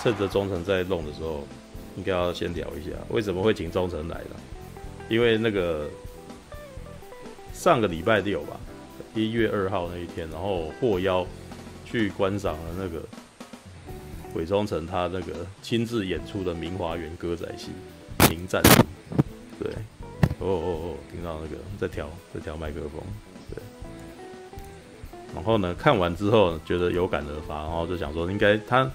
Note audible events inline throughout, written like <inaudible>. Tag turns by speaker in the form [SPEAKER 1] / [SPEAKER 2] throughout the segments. [SPEAKER 1] 趁着忠诚在弄的时候，应该要先聊一下为什么会请忠诚来呢？因为那个上个礼拜六吧，一月二号那一天，然后获邀去观赏了那个韦忠诚他那个亲自演出的《明华园歌仔戏》《迎战》。对，哦哦哦，听到那个在调在调麦克风，对。然后呢，看完之后觉得有感而发，然后就想说应该他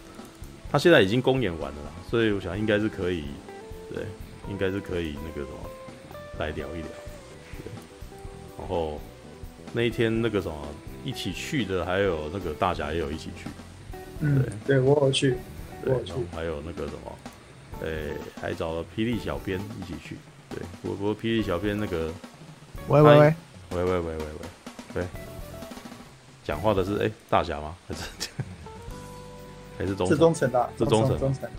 [SPEAKER 1] 他现在已经公演完了啦，所以我想应该是可以，对，应该是可以那个什么来聊一聊。对，然后那一天那个什么一起去的，还有那个大侠也有一起去，
[SPEAKER 2] 嗯，对我有去，我
[SPEAKER 1] 对，
[SPEAKER 2] 有去
[SPEAKER 1] 然后，还有那个什么，呃、还找了霹雳小编一起去。对，不过不过霹雳小编那个，
[SPEAKER 3] 喂喂喂，
[SPEAKER 1] 喂喂喂喂喂，喂，讲话的是哎、大侠吗？还是还是中
[SPEAKER 2] 是？忠诚的啊，
[SPEAKER 1] 是忠
[SPEAKER 2] 忠
[SPEAKER 1] 诚
[SPEAKER 2] 忠诚，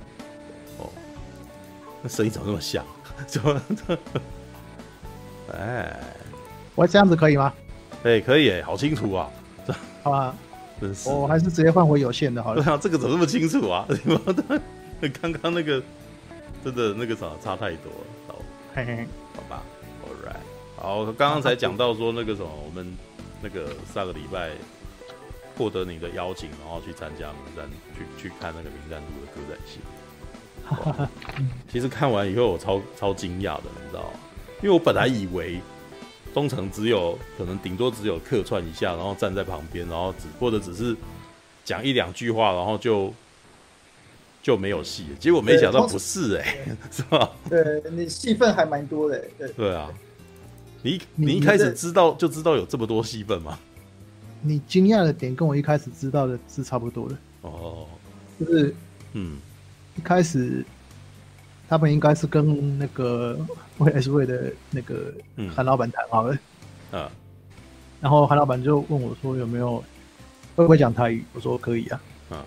[SPEAKER 1] 那声音怎么那么像？ <laughs> 怎么？哎
[SPEAKER 3] 喂，这样子可以吗？
[SPEAKER 1] 哎，可以哎，好清楚啊，
[SPEAKER 3] 好吧，
[SPEAKER 1] 真是。
[SPEAKER 3] 我还是直接换回有线的
[SPEAKER 1] <laughs>
[SPEAKER 3] 好
[SPEAKER 1] 对 <laughs>
[SPEAKER 3] 了。
[SPEAKER 1] 啊，这个怎么那么清楚啊？ <laughs> 你妈的， <laughs> 刚刚那个真的那个啥差太多了。好
[SPEAKER 3] 嘿嘿嘿，
[SPEAKER 1] 好吧，All right。好，刚刚才讲到说那个什么，我们那个上个礼拜获得你的邀请，然后去参加名单，去去看那个名单路的歌仔 <laughs> 戏。哇其实看完以后我超超惊讶的，你知道吗？因为我本来以为东城只有可能顶多只有客串一下，然后站在旁边，然后只或者只是讲一两句话，然后就就没有戏了。结果没想到
[SPEAKER 2] 对
[SPEAKER 1] 不是哎、 <laughs> 是吧？
[SPEAKER 2] 对你戏份还蛮多的，对，
[SPEAKER 1] 对啊，你一
[SPEAKER 3] 你
[SPEAKER 1] 你一
[SPEAKER 3] 你
[SPEAKER 1] 开始
[SPEAKER 2] 这
[SPEAKER 1] 知道就知道有这么多戏份吗？
[SPEAKER 3] 你惊讶的点跟我一开始知道的是差不多的，
[SPEAKER 1] 哦，
[SPEAKER 3] 就是
[SPEAKER 1] 嗯，
[SPEAKER 3] 一开始他们应该是跟那个 VSV 的那个
[SPEAKER 1] 嗯
[SPEAKER 3] 韩老板谈好了，
[SPEAKER 1] 啊，
[SPEAKER 3] 然后韩老板就问我说有没有会不会讲台语，我说可以啊，
[SPEAKER 1] 嗯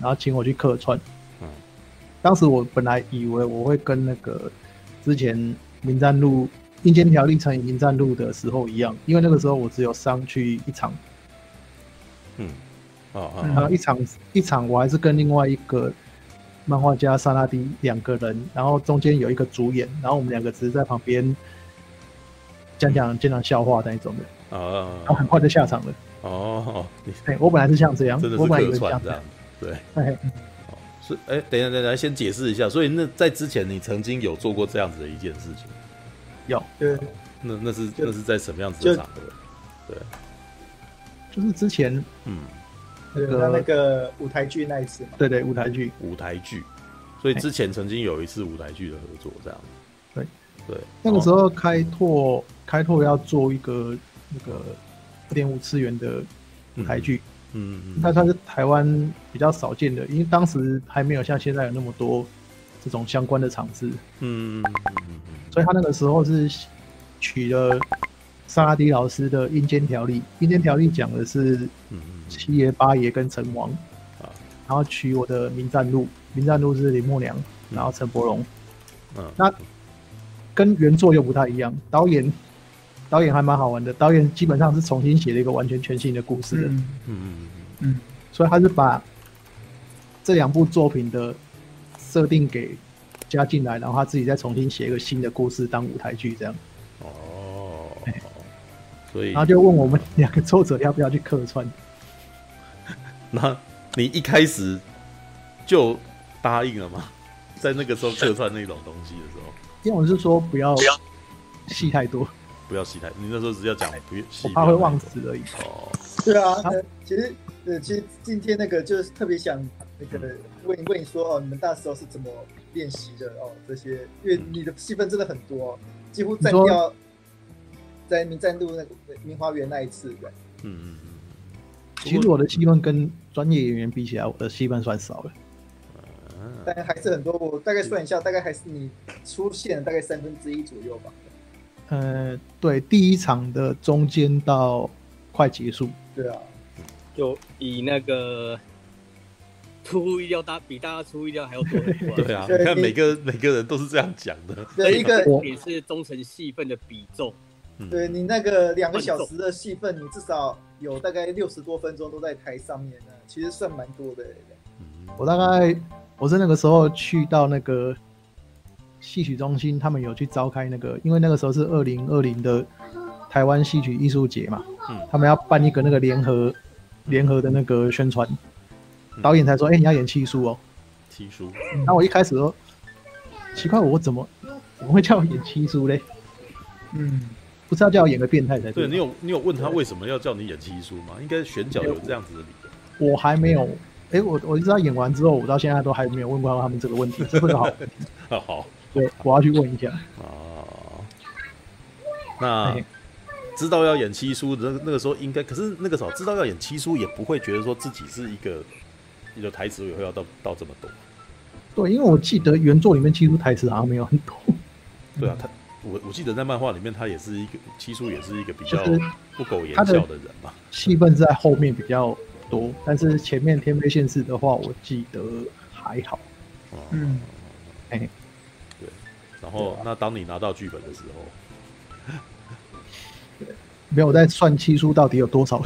[SPEAKER 3] 然后请我去客串，
[SPEAKER 1] 嗯
[SPEAKER 3] 当时我本来以为我会跟那个之前民战路阴间条例乘以民战路的时候一样，因为那个时候我只有上去一场，
[SPEAKER 1] 嗯，啊啊
[SPEAKER 3] 然后
[SPEAKER 1] 啊，
[SPEAKER 3] 一场一场我还是跟另外一个漫画家萨拉迪两个人，然后中间有一个主演，然后我们两个只是在旁边讲讲经常笑话那一种的，
[SPEAKER 1] 啊
[SPEAKER 3] 然
[SPEAKER 1] 啊
[SPEAKER 3] 后很快就下场了。
[SPEAKER 1] 哦，你
[SPEAKER 3] 哎、我本来是像这样，
[SPEAKER 1] 真的
[SPEAKER 3] 我
[SPEAKER 1] 是
[SPEAKER 3] 本来以
[SPEAKER 1] 客
[SPEAKER 3] 为是这
[SPEAKER 1] 串
[SPEAKER 3] 样
[SPEAKER 1] 这样，对，
[SPEAKER 3] 哎，
[SPEAKER 1] 哦是哎，等一下等一下，先解释一下，所以那在之前你曾经有做过这样子的一件事情，
[SPEAKER 3] 有，
[SPEAKER 2] 对，
[SPEAKER 1] 那那是
[SPEAKER 2] 就
[SPEAKER 1] 那是在什么样子的
[SPEAKER 2] 就
[SPEAKER 1] 场合？
[SPEAKER 3] 就是之前
[SPEAKER 1] 嗯，
[SPEAKER 2] 对，
[SPEAKER 3] 那个
[SPEAKER 2] 那那个舞台剧那一次嘛，
[SPEAKER 3] 对对舞台剧，
[SPEAKER 1] 舞台剧，所以之前曾经有一次舞台剧的合作，这样，
[SPEAKER 3] 对
[SPEAKER 1] 对，
[SPEAKER 3] 那个时
[SPEAKER 1] 哦，
[SPEAKER 3] 候开拓开拓要做一个那个二点五次元的舞台剧，
[SPEAKER 1] 嗯嗯
[SPEAKER 3] 那、
[SPEAKER 1] 嗯，
[SPEAKER 3] 算是台湾比较少见的，因为当时还没有像现在有那么多这种相关的场次，
[SPEAKER 1] 嗯嗯嗯嗯嗯
[SPEAKER 3] 所以他那个时候是取了萨拉迪老师的《阴间条例》，《阴间条例》讲的是
[SPEAKER 1] 嗯嗯嗯
[SPEAKER 3] 七爷、八爷跟成王，
[SPEAKER 1] 啊
[SPEAKER 3] 然后取我的《名战录》，《名战录》是林默娘，然后陈柏荣。
[SPEAKER 1] 嗯，
[SPEAKER 3] 那跟原作又不太一样。导演导演还蛮好玩的，导演基本上是重新写了一个完全全新的故事
[SPEAKER 2] 嗯
[SPEAKER 3] 的，
[SPEAKER 1] 嗯嗯嗯
[SPEAKER 2] 嗯，
[SPEAKER 3] 所以他是把这两部作品的设定给加进来，然后他自己再重新写一个新的故事当舞台剧这样。
[SPEAKER 1] 哦，所以
[SPEAKER 3] 然后就问我们两个作者要不要去客串，
[SPEAKER 1] 那你一开始就答应了吗？ <laughs> 在那个时候客串那种东西的时候，
[SPEAKER 3] 因为我是说不要戏太多，
[SPEAKER 1] 不要戏太，你那时候只要讲不要戏
[SPEAKER 3] 我
[SPEAKER 1] 不
[SPEAKER 3] 怕
[SPEAKER 1] 要
[SPEAKER 3] 会
[SPEAKER 1] 太
[SPEAKER 3] 忘
[SPEAKER 1] 多
[SPEAKER 3] 词而已。
[SPEAKER 1] 哦，
[SPEAKER 2] 对啊，那其实对，其实今天那个就是特别想那个问一问你说哦，你们那时候是怎么练习的哦？这些，因为你的戏份真的很多、哦几乎占
[SPEAKER 3] 你说
[SPEAKER 2] 掉在民战路那个明华园那一次，对，
[SPEAKER 1] 嗯嗯嗯，
[SPEAKER 3] 其实我的戏份跟专业演员比起来，我的戏份算少了。
[SPEAKER 1] 嗯
[SPEAKER 2] 但还是很多。我大概算一下，大概还是你出现大概三分之一左右吧。
[SPEAKER 3] 呃，对，第一场的中间到快结束，
[SPEAKER 2] 对啊，
[SPEAKER 4] 就以那个 <laughs> 出乎意料大，比大家出乎意料还要多很多、
[SPEAKER 1] 对啊，
[SPEAKER 2] 对
[SPEAKER 1] 你看
[SPEAKER 2] 你
[SPEAKER 1] 每个每个人都是这样讲的，
[SPEAKER 2] 对一个
[SPEAKER 3] 我
[SPEAKER 4] 也是忠诚戏份的比重，
[SPEAKER 1] 嗯
[SPEAKER 2] 对你那个两个小时的戏份，你至少有大概六十多分钟都在台上面呢，其实算蛮多的。
[SPEAKER 1] 嗯
[SPEAKER 3] 我大概我是那个时候去到那个戏曲中心，他们有去召开那个，因为那个时候是二零二零的台湾戏曲艺术节嘛，
[SPEAKER 1] 嗯
[SPEAKER 3] 他们要办一个那个联合联合的那个宣传，
[SPEAKER 1] 嗯
[SPEAKER 3] 导演才说，哎、你要演七叔哦。
[SPEAKER 1] 七叔，
[SPEAKER 3] 然后我一开始说，奇怪，我怎么怎么会叫我演七叔嘞？
[SPEAKER 2] 嗯，
[SPEAKER 3] 不是要叫我演个变态才
[SPEAKER 1] 对
[SPEAKER 3] 吧
[SPEAKER 1] 你有你有问他为什么要叫你演七叔吗？应该选角有这样子的理由。
[SPEAKER 3] 我还没有，哎、我我一直到演完之后，我到现在都还没有问过他们这个问题，这个好，
[SPEAKER 1] 啊，好
[SPEAKER 3] 对，我要去问一下。
[SPEAKER 1] 啊，那
[SPEAKER 3] 嘿
[SPEAKER 1] 知道要演七叔，那那个时候应该，可是那个时候知道要演七叔，也不会觉得说自己是一个一个台词也会要到到这么多。
[SPEAKER 3] 对，因为我记得原作里面其实台词好像没有很多，
[SPEAKER 1] 对啊，他我我记得在漫画里面，他也是一个七叔，也是一个比较
[SPEAKER 3] 就是
[SPEAKER 1] 不苟言
[SPEAKER 3] 他的
[SPEAKER 1] 笑的人嘛。
[SPEAKER 3] 戏份是在后面比较多，但是前面天飞现世的话，我记得还好。
[SPEAKER 1] 哦
[SPEAKER 2] 嗯，
[SPEAKER 3] 哎
[SPEAKER 1] 然后那当你拿到剧本的时候
[SPEAKER 3] 没有我在算七叔到底有多少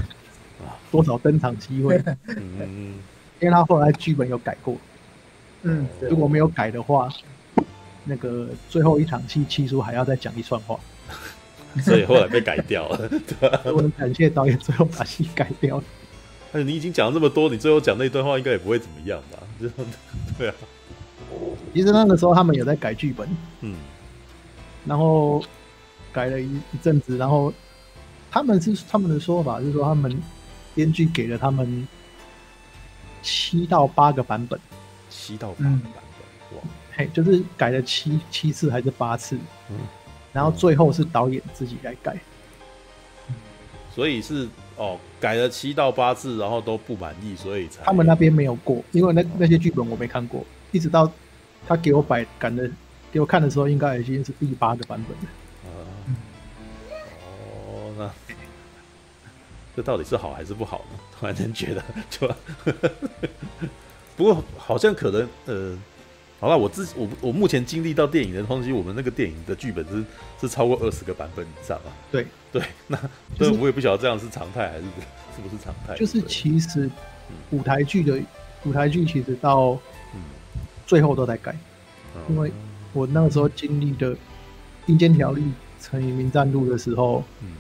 [SPEAKER 1] 啊，
[SPEAKER 3] 多少登场机会，
[SPEAKER 1] 嗯，
[SPEAKER 3] 因为他后来剧本有改过，
[SPEAKER 2] 嗯，对
[SPEAKER 3] 如果没有改的话，那个最后一场戏七叔还要再讲一串话。
[SPEAKER 1] 所以后来被改掉了。 <laughs> 对啊，
[SPEAKER 3] 所以我很感谢导演最后把戏改掉了。
[SPEAKER 1] 而哎且你已经讲了这么多，你最后讲那段话应该也不会怎么样吧？ <laughs> 就对啊，
[SPEAKER 3] 其实那个时候他们有在改剧本，
[SPEAKER 1] 嗯
[SPEAKER 3] 然后改了一一阵子，然后他们是他们的说法是说，他们编剧给了他们七到八个版本，
[SPEAKER 1] 七到八个版本，哇，
[SPEAKER 3] 嘿，就是改了七七次还是八次，
[SPEAKER 1] 嗯
[SPEAKER 3] 然后最后是导演自己来改，
[SPEAKER 1] 所以是哦，改了七到八次，然后都不满意，所以才
[SPEAKER 3] 他们那边没有过，因为那那些剧本我没看过，一直到他给我摆赶的给我看的时候，应该已经是第八个版本了。
[SPEAKER 1] 啊哦，那这到底是好还是不好呢？突然间觉得，就 <laughs> 不过好像可能呃，好了，我自我我目前经历到电影的东西，我们那个电影的剧本是是超过二十个版本以上啊。
[SPEAKER 3] 对
[SPEAKER 1] 对，那
[SPEAKER 3] 就
[SPEAKER 1] 对
[SPEAKER 3] 是
[SPEAKER 1] 我也不晓得这样是常态还是不是不是常态，
[SPEAKER 3] 就是
[SPEAKER 1] 哎对
[SPEAKER 3] 其实舞台剧的舞台剧其实到
[SPEAKER 1] 嗯
[SPEAKER 3] 最后都在改。
[SPEAKER 1] 嗯
[SPEAKER 3] 因为我那个时候经历的《阴间条例》乘以《民战路》的时候，
[SPEAKER 1] 嗯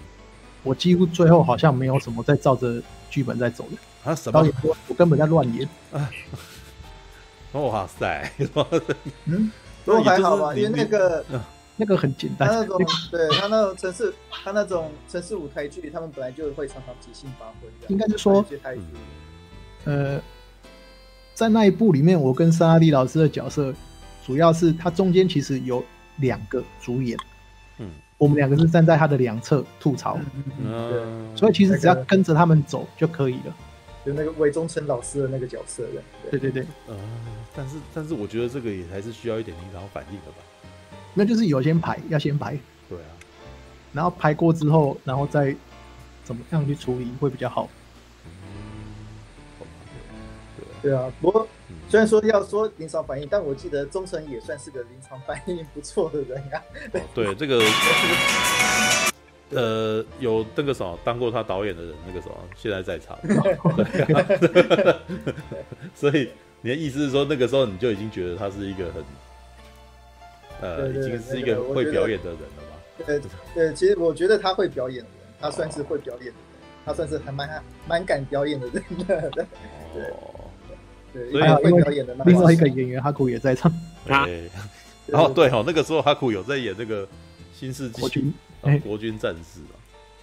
[SPEAKER 3] 我几乎最后好像没有什么在照着剧本在走的。
[SPEAKER 1] 啊什
[SPEAKER 3] 导
[SPEAKER 1] 么
[SPEAKER 3] 演说我根本在乱演，
[SPEAKER 1] 哦哇塞， <laughs>
[SPEAKER 2] 嗯，
[SPEAKER 1] 那
[SPEAKER 2] 不过
[SPEAKER 1] 也
[SPEAKER 2] 还
[SPEAKER 1] 就
[SPEAKER 2] 好
[SPEAKER 1] 是
[SPEAKER 2] 吧，
[SPEAKER 1] 你
[SPEAKER 2] 因为那个
[SPEAKER 3] 那个很简
[SPEAKER 2] 他
[SPEAKER 3] 单。
[SPEAKER 2] 那种对他那种城市，他那种城市舞台剧，他们本来就会常常即兴发挥这样，
[SPEAKER 3] 应该是说
[SPEAKER 2] 一些台词，
[SPEAKER 3] 呃，在那一部里面，我跟沙拉蒂老师的角色，主要是他中间其实有两个主演，
[SPEAKER 1] 嗯
[SPEAKER 3] 我们两个是站在他的两侧吐槽，
[SPEAKER 2] 嗯嗯
[SPEAKER 1] 你
[SPEAKER 2] 嗯，对。
[SPEAKER 1] 嗯，
[SPEAKER 3] 所以其实只要跟着他们走就可以了。
[SPEAKER 2] 就那个韦忠诚老师的那个角色的，
[SPEAKER 3] 对对对，
[SPEAKER 1] 呃，但是但是我觉得这个也还是需要一点临场反应的吧。
[SPEAKER 3] 那就是有先排，要先排，
[SPEAKER 1] 对啊，
[SPEAKER 3] 然后排过之后，然后再怎么样去处理会比较好。
[SPEAKER 1] 好吧对啊，
[SPEAKER 2] 对啊。不过
[SPEAKER 1] 嗯
[SPEAKER 2] 虽然说要说临场反应，但我记得忠诚也算是个临场反应不错的人啊呀、
[SPEAKER 1] 哦对这个这个呃，有那个什么当过他导演的人，那个什么现在在场，对啊 <laughs> 所以你的意思是说，那个时候你就已经觉得他是一个很呃，
[SPEAKER 2] 对对
[SPEAKER 1] 已经是一
[SPEAKER 2] 那
[SPEAKER 1] 个
[SPEAKER 2] 个我
[SPEAKER 1] 会
[SPEAKER 2] 觉得
[SPEAKER 1] 表演的人了吧？
[SPEAKER 2] 呃呃，其实我觉得他会表演的人，他算是会表演的人，他算是还蛮蛮敢表演的人 <laughs> 的。
[SPEAKER 1] 哦，
[SPEAKER 2] 对，
[SPEAKER 1] 所以
[SPEAKER 2] 一般会表演的那
[SPEAKER 3] 另外一个演员哈库也在唱，
[SPEAKER 4] 啊
[SPEAKER 1] 对哎然后对哦，那个时候哈库有在演那个新世纪
[SPEAKER 3] 国军
[SPEAKER 1] 啊
[SPEAKER 3] 哎
[SPEAKER 1] 国军战士啊，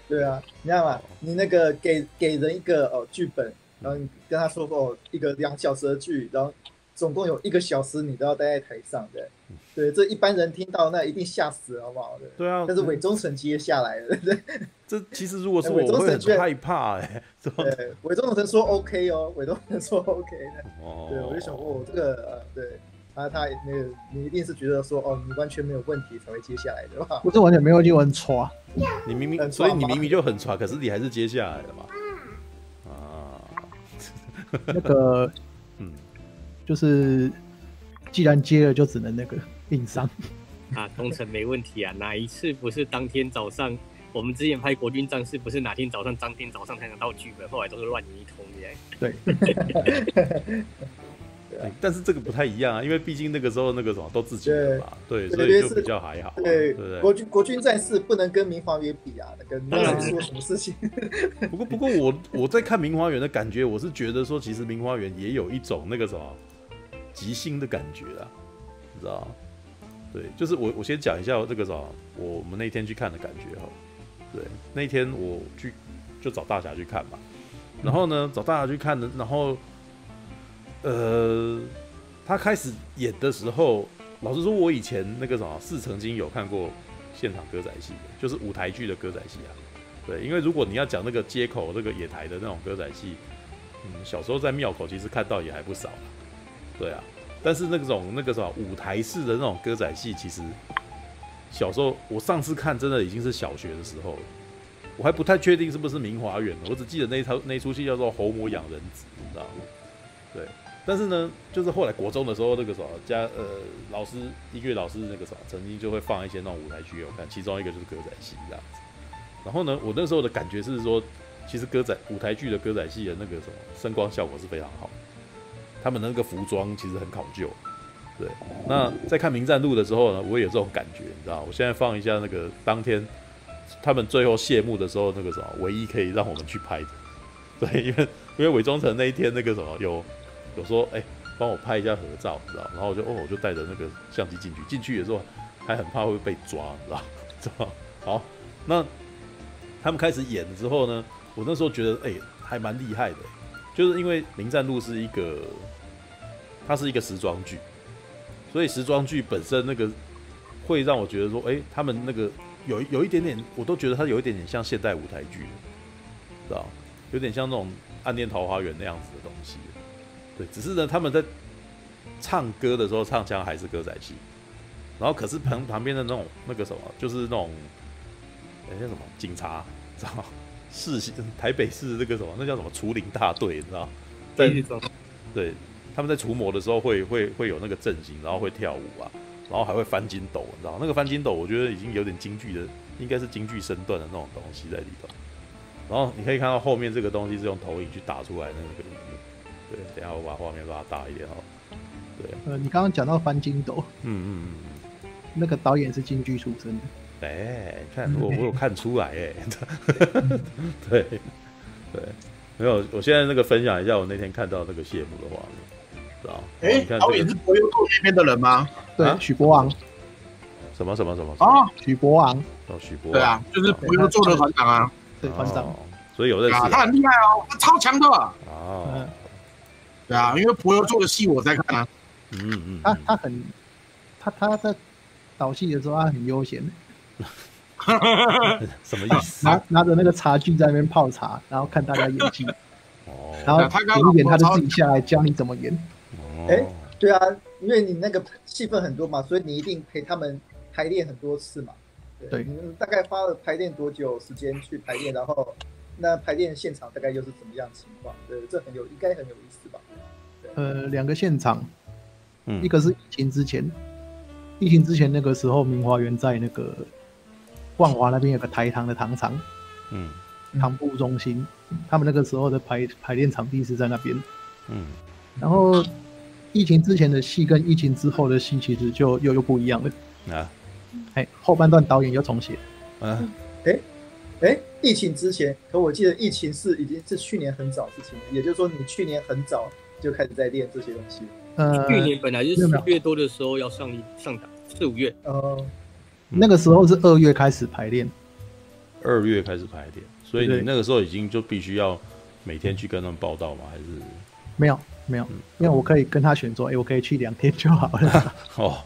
[SPEAKER 2] 对啊，你看嘛，你那个给给人一个哦剧本，然后你跟他说哦一个两小时的剧，然后总共有一个小时你都要待在台上的，对，这一般人听到那一定吓死了，好不好？对。
[SPEAKER 1] 对啊，
[SPEAKER 2] 但是伪忠诚接下来了，对
[SPEAKER 1] 这其实如果是
[SPEAKER 2] 哎
[SPEAKER 1] 我，
[SPEAKER 2] 我
[SPEAKER 1] 我
[SPEAKER 2] 忠
[SPEAKER 1] 会
[SPEAKER 2] 实觉
[SPEAKER 1] 很
[SPEAKER 2] 得
[SPEAKER 1] 害怕
[SPEAKER 2] <laughs>
[SPEAKER 1] 哎，是吧？
[SPEAKER 2] 对，伪忠诚说 OK 哦，伪忠诚说 OK 的，
[SPEAKER 1] 哦，
[SPEAKER 2] 对，我就想哦这个呃对，他他那个你一定是觉得说哦你完全没有问题才会接下来对 <laughs> 吧？
[SPEAKER 3] 不是完全没有就很抓。
[SPEAKER 1] 你明明，
[SPEAKER 2] 很
[SPEAKER 1] 所以
[SPEAKER 2] 爽
[SPEAKER 1] 你
[SPEAKER 2] 吗
[SPEAKER 1] 明明就很喘，可是你还是接下来了嘛？啊，
[SPEAKER 3] <laughs> 那个
[SPEAKER 1] 嗯，
[SPEAKER 3] 就是，既然接了，就只能那个硬上。
[SPEAKER 4] 啊，工程没问题啊。哪一次不是当天早上？我们之前拍《国军战士》，不是哪天早上当哎天早上才拿到剧本，后来都是乱演一通的。
[SPEAKER 3] 对，
[SPEAKER 2] 对，啊，
[SPEAKER 1] 哎但是这个不太一样啊，因为毕竟那个时候那个什么都自己的嘛，对，
[SPEAKER 2] 对
[SPEAKER 1] 所以
[SPEAKER 2] 特别
[SPEAKER 1] 就是比较还好啊，
[SPEAKER 2] 对
[SPEAKER 1] 对不
[SPEAKER 2] 国军国军战士不能跟民防也比啊，那个
[SPEAKER 4] 当然
[SPEAKER 2] 那是做什么事情？
[SPEAKER 1] 对？ <laughs> 不过不过我我在看《明花园》的感觉，我是觉得说，其实《明花园》也有一种那个什么即兴的感觉啊，你知道吗？对，就是我我先讲一下这个什么，我们那天去看的感觉哈。对，那天我去就找大侠去看嘛，然后呢找大侠去看的，然后呃，他开始演的时候，老实说，我以前那个什么是曾经有看过现场歌仔戏的，就是舞台剧的歌仔戏啊。对，因为如果你要讲那个街口那个野台的那种歌仔戏，嗯，小时候在庙口其实看到也还不少啊对啊，但是那种那个什么舞台式的那种歌仔戏，其实小时候我上次看真的已经是小学的时候了，我还不太确定是不是明华园，我只记得那一套那一出戏叫做《侯母养人子》，你知道吗？对，但是呢，就是后来国中的时候，那个什么家呃老师音乐老师那个什么，曾经就会放一些那种舞台剧给我看，其中一个就是歌仔戏这样子。然后呢，我那时候的感觉是说，其实歌仔舞台剧的歌仔戏的啊那个什么声光效果是非常好的，他们那个服装其实很考究。对，那在看《名战录》的时候呢，我也有这种感觉，你知道吗，我现在放一下那个当天他们最后谢幕的时候那个什么，唯一可以让我们去拍的， <laughs> 对，因为因为韦忠诚那一天那个什么有有说，哎、帮我拍一下合照，你知道吗，然后我就哦，我就带着那个相机进去，进去的时候还很怕会被抓，你知道吗，知道吗 <laughs> 好，那他们开始演了之后呢，我那时候觉得哎、还蛮厉害的，就是因为《名战录》是一个，它是一个时装剧，所以时装剧本身那个会让我觉得说，哎、他们那个有有一点点，我都觉得它有一点点像现代舞台剧，知道吗？有点像那种《暗恋桃花源》那样子的东西。对，只是呢，他们在唱歌的时候唱腔还是歌仔戏，然后可是旁旁边的那种那个什么，就是那种哎、叫什么警察，知道吗？市台北市那个什么，那叫什么除林大队，你知道吗？在
[SPEAKER 4] 一种
[SPEAKER 1] 对，他们在除魔的时候会会会有那个阵型，然后会跳舞啊，然后还会翻筋斗，你知道那个翻筋斗，我觉得已经有点京剧的，应该是京剧身段的那种东西在里头。然后你可以看到后面这个东西是用投影去打出来的那个荧幕。对，等一下我把画面把它大一点哈。对，
[SPEAKER 3] <laughs> 呃，你刚刚讲到翻筋斗，
[SPEAKER 1] 嗯嗯嗯嗯。
[SPEAKER 3] 那个导演是京剧出身的，
[SPEAKER 1] 哎、看我我有看出来哎、 <laughs> 对对，没有，我现在那个分享一下我那天看到那个谢幕的画面，知道？
[SPEAKER 5] 哎
[SPEAKER 1] 哦你看，
[SPEAKER 5] 导
[SPEAKER 1] 这
[SPEAKER 5] 演
[SPEAKER 1] 个
[SPEAKER 5] 是柏油路那边的人吗？
[SPEAKER 1] 啊
[SPEAKER 3] 对，许博昂，
[SPEAKER 1] 什么什么什么什么
[SPEAKER 5] 啊，
[SPEAKER 3] 许博昂，
[SPEAKER 1] 哦，许博
[SPEAKER 5] 对啊，就是柏油做的团长啊，
[SPEAKER 3] 对，团长
[SPEAKER 1] 哦，所以有认识
[SPEAKER 5] 啊，他很厉害哦，他超强的。
[SPEAKER 1] 哦，
[SPEAKER 5] 对啊，因为柏油做的戏我在看啊，
[SPEAKER 1] 嗯嗯
[SPEAKER 3] 他
[SPEAKER 1] 嗯，
[SPEAKER 3] <laughs> 他很，他他在导戏的时候他很悠闲，
[SPEAKER 1] 什么意思？
[SPEAKER 3] 拿拿着那个茶具在那边泡茶，然后看大家演技，
[SPEAKER 1] 哦，
[SPEAKER 3] 然后
[SPEAKER 5] 啊他刚
[SPEAKER 3] 演一演
[SPEAKER 5] 刚
[SPEAKER 3] 他就
[SPEAKER 5] 超
[SPEAKER 3] 自己下来教你怎么演，
[SPEAKER 1] 哎
[SPEAKER 2] 哎，对啊，因为你那个戏份很多嘛，所以你一定陪他们排练很多次嘛。
[SPEAKER 3] 对
[SPEAKER 2] 你们大概花了排练多久时间去排练？然后那排练现场大概又是怎么样情况？对，这很有应该很有意思吧？
[SPEAKER 3] 呃，两个现场，
[SPEAKER 1] 嗯
[SPEAKER 3] 一个是疫情之前，疫情之前那个时候，明华园在那个万华那边有个台糖的糖厂，
[SPEAKER 1] 嗯
[SPEAKER 3] 糖布中心，他们那个时候的排排练场地是在那边。
[SPEAKER 1] 嗯
[SPEAKER 3] 然后疫情之前的戏跟疫情之后的戏其实就又又不一样了。
[SPEAKER 1] 啊
[SPEAKER 3] 哎，后半段导演又重写，
[SPEAKER 1] 嗯，
[SPEAKER 2] 哎，疫情之前，可我记得疫情是已经是去年很早的事情了，也就是说你去年很早就开始在练这些东西。
[SPEAKER 3] 呃，
[SPEAKER 4] 去年本来就
[SPEAKER 3] 没有
[SPEAKER 4] 是
[SPEAKER 3] 没
[SPEAKER 4] 四
[SPEAKER 3] 有
[SPEAKER 4] 月多的时候要上上档，四五月
[SPEAKER 2] 呃，
[SPEAKER 3] 那个时候是二月开始排练，
[SPEAKER 1] 二月开始排练，所以你
[SPEAKER 3] 对
[SPEAKER 1] 那个时候已经就必须要每天去跟他们报道吗？还是
[SPEAKER 3] 没有没有，
[SPEAKER 1] 嗯
[SPEAKER 3] 因为我可以跟他选说，哎，我可以去两天就好
[SPEAKER 1] <laughs>
[SPEAKER 3] 了，
[SPEAKER 1] 哦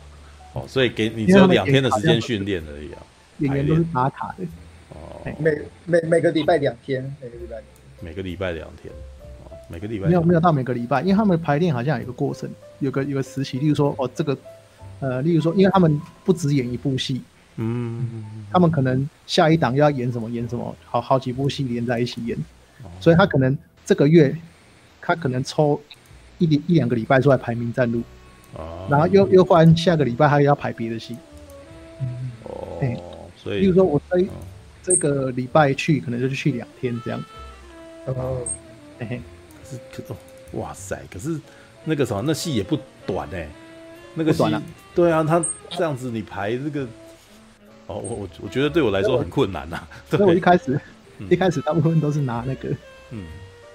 [SPEAKER 1] 哦，所以给你
[SPEAKER 3] 因
[SPEAKER 1] 只
[SPEAKER 3] 为
[SPEAKER 1] 有
[SPEAKER 3] 他们
[SPEAKER 1] 两天的
[SPEAKER 3] 也好
[SPEAKER 1] 时间
[SPEAKER 3] 像
[SPEAKER 1] 训练而已啊。
[SPEAKER 3] 演员都是打卡的。
[SPEAKER 1] 哦
[SPEAKER 3] 哎，
[SPEAKER 2] 每每每个礼拜两天，每个礼拜两天
[SPEAKER 1] 每个礼拜两天，哦，每个礼拜
[SPEAKER 3] 没有
[SPEAKER 1] 两
[SPEAKER 3] 没有到每个礼拜，因为他们排练好像有一个过程，有个有个时期，例如说哦这个，呃，例如说，因为他们不止演一部戏，
[SPEAKER 1] 嗯，
[SPEAKER 3] 他们可能下一档又要演什么演什么，好好几部戏连在一起演，所以他可能这个月他可能抽一两一两个礼拜出来排名战录，
[SPEAKER 1] 哦
[SPEAKER 3] 然后又又忽然下个礼拜他又要排别的戏，哎
[SPEAKER 1] 哦，所
[SPEAKER 3] 例
[SPEAKER 1] 以
[SPEAKER 3] 如说我这
[SPEAKER 1] 哦
[SPEAKER 3] 这个礼拜去可能就是去两天这样，。
[SPEAKER 2] 然后
[SPEAKER 3] 嘿嘿，
[SPEAKER 1] 是可哦哇塞，可是那个什么，那戏也不短哎、那个
[SPEAKER 3] 不
[SPEAKER 1] 戏
[SPEAKER 3] 短啊，
[SPEAKER 1] 对啊，他这样子你排这个，哦，我我我觉得对我来说很困难呐、
[SPEAKER 3] <laughs>
[SPEAKER 1] 啊
[SPEAKER 3] <laughs> 所以我一
[SPEAKER 1] 对，
[SPEAKER 3] 开始
[SPEAKER 1] 嗯
[SPEAKER 3] 一开始大部分都是拿那个
[SPEAKER 1] 嗯，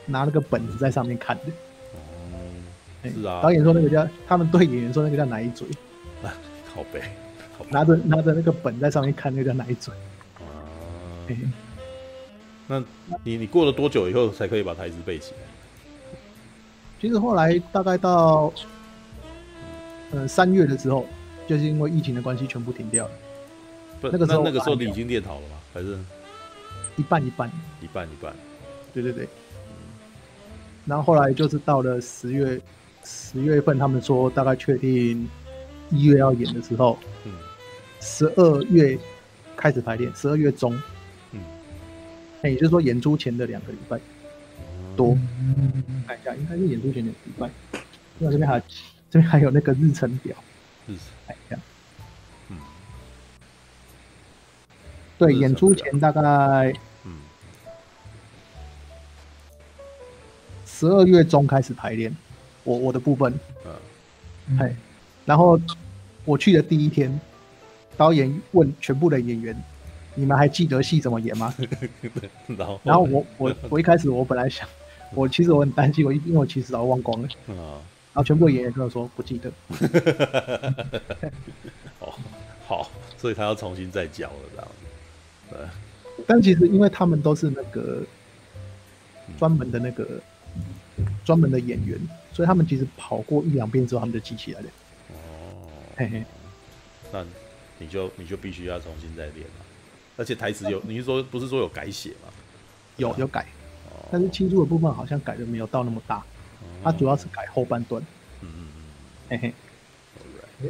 [SPEAKER 3] 拿那个本子在上面看的。
[SPEAKER 1] 哦，
[SPEAKER 3] 哎
[SPEAKER 1] 是啊
[SPEAKER 3] 导，演说那个叫他们对演员说那个叫奶嘴，
[SPEAKER 1] 靠背，靠背
[SPEAKER 3] 拿着拿着那个本在上面看那个叫奶嘴。
[SPEAKER 1] 啊，
[SPEAKER 3] 哎
[SPEAKER 1] 那你你过了多久以后才可以把台词背起来？
[SPEAKER 3] 其实后来大概到呃三月的时候，就是因为疫情的关系，全部停掉了，
[SPEAKER 1] 不，
[SPEAKER 3] 那个时候
[SPEAKER 1] 那那个时候
[SPEAKER 3] 我还没
[SPEAKER 1] 你
[SPEAKER 3] 有
[SPEAKER 1] 已经练好了吗？还是
[SPEAKER 3] 一半一半。
[SPEAKER 1] 一半一半？
[SPEAKER 3] 对对对。然后后来就是到了十月十月份，他们说大概确定一月要演的时候，
[SPEAKER 1] 嗯
[SPEAKER 3] 十二月开始排练，十二月中，
[SPEAKER 1] 嗯，
[SPEAKER 3] 哎也就是说演出前的两个礼拜多。看一下，应该是演出前的礼拜。因为这边还这边还有那个日程表，
[SPEAKER 1] 是，
[SPEAKER 3] 看一下。
[SPEAKER 1] 嗯
[SPEAKER 3] 对，
[SPEAKER 1] 日程
[SPEAKER 3] 演出
[SPEAKER 1] 表
[SPEAKER 3] 前大概
[SPEAKER 1] 嗯
[SPEAKER 3] 十二月中开始排练，我我的部分，
[SPEAKER 1] 嗯
[SPEAKER 3] 哎，然后我去的第一天，导演问全部的演员，你们还记得戏怎么演吗？
[SPEAKER 1] 然后
[SPEAKER 3] 然后我我我一开始我本来想，我其实我很担心，我一因为我其实早就忘光了，然
[SPEAKER 1] 啊，
[SPEAKER 3] 后全部的演员跟我说不记得，
[SPEAKER 1] 哦， <laughs> 好，所以他要重新再教了，这样子。对，
[SPEAKER 3] 但其实因为他们都是那个专门的那个专门的演员，所以他们其实跑过一两遍之后，他们就记起来了。
[SPEAKER 1] 哦，
[SPEAKER 3] 嘿嘿，
[SPEAKER 1] 那你就你就必须要重新再练了，而且台
[SPEAKER 3] 嗯
[SPEAKER 1] 词有，你是说不是说有改写吗？
[SPEAKER 3] 有有改，
[SPEAKER 1] 哦，
[SPEAKER 3] 但是庆祝的部分好像改的没有到那么大，它主要是改后半段。
[SPEAKER 1] 嗯嗯嗯
[SPEAKER 3] 嘿嘿，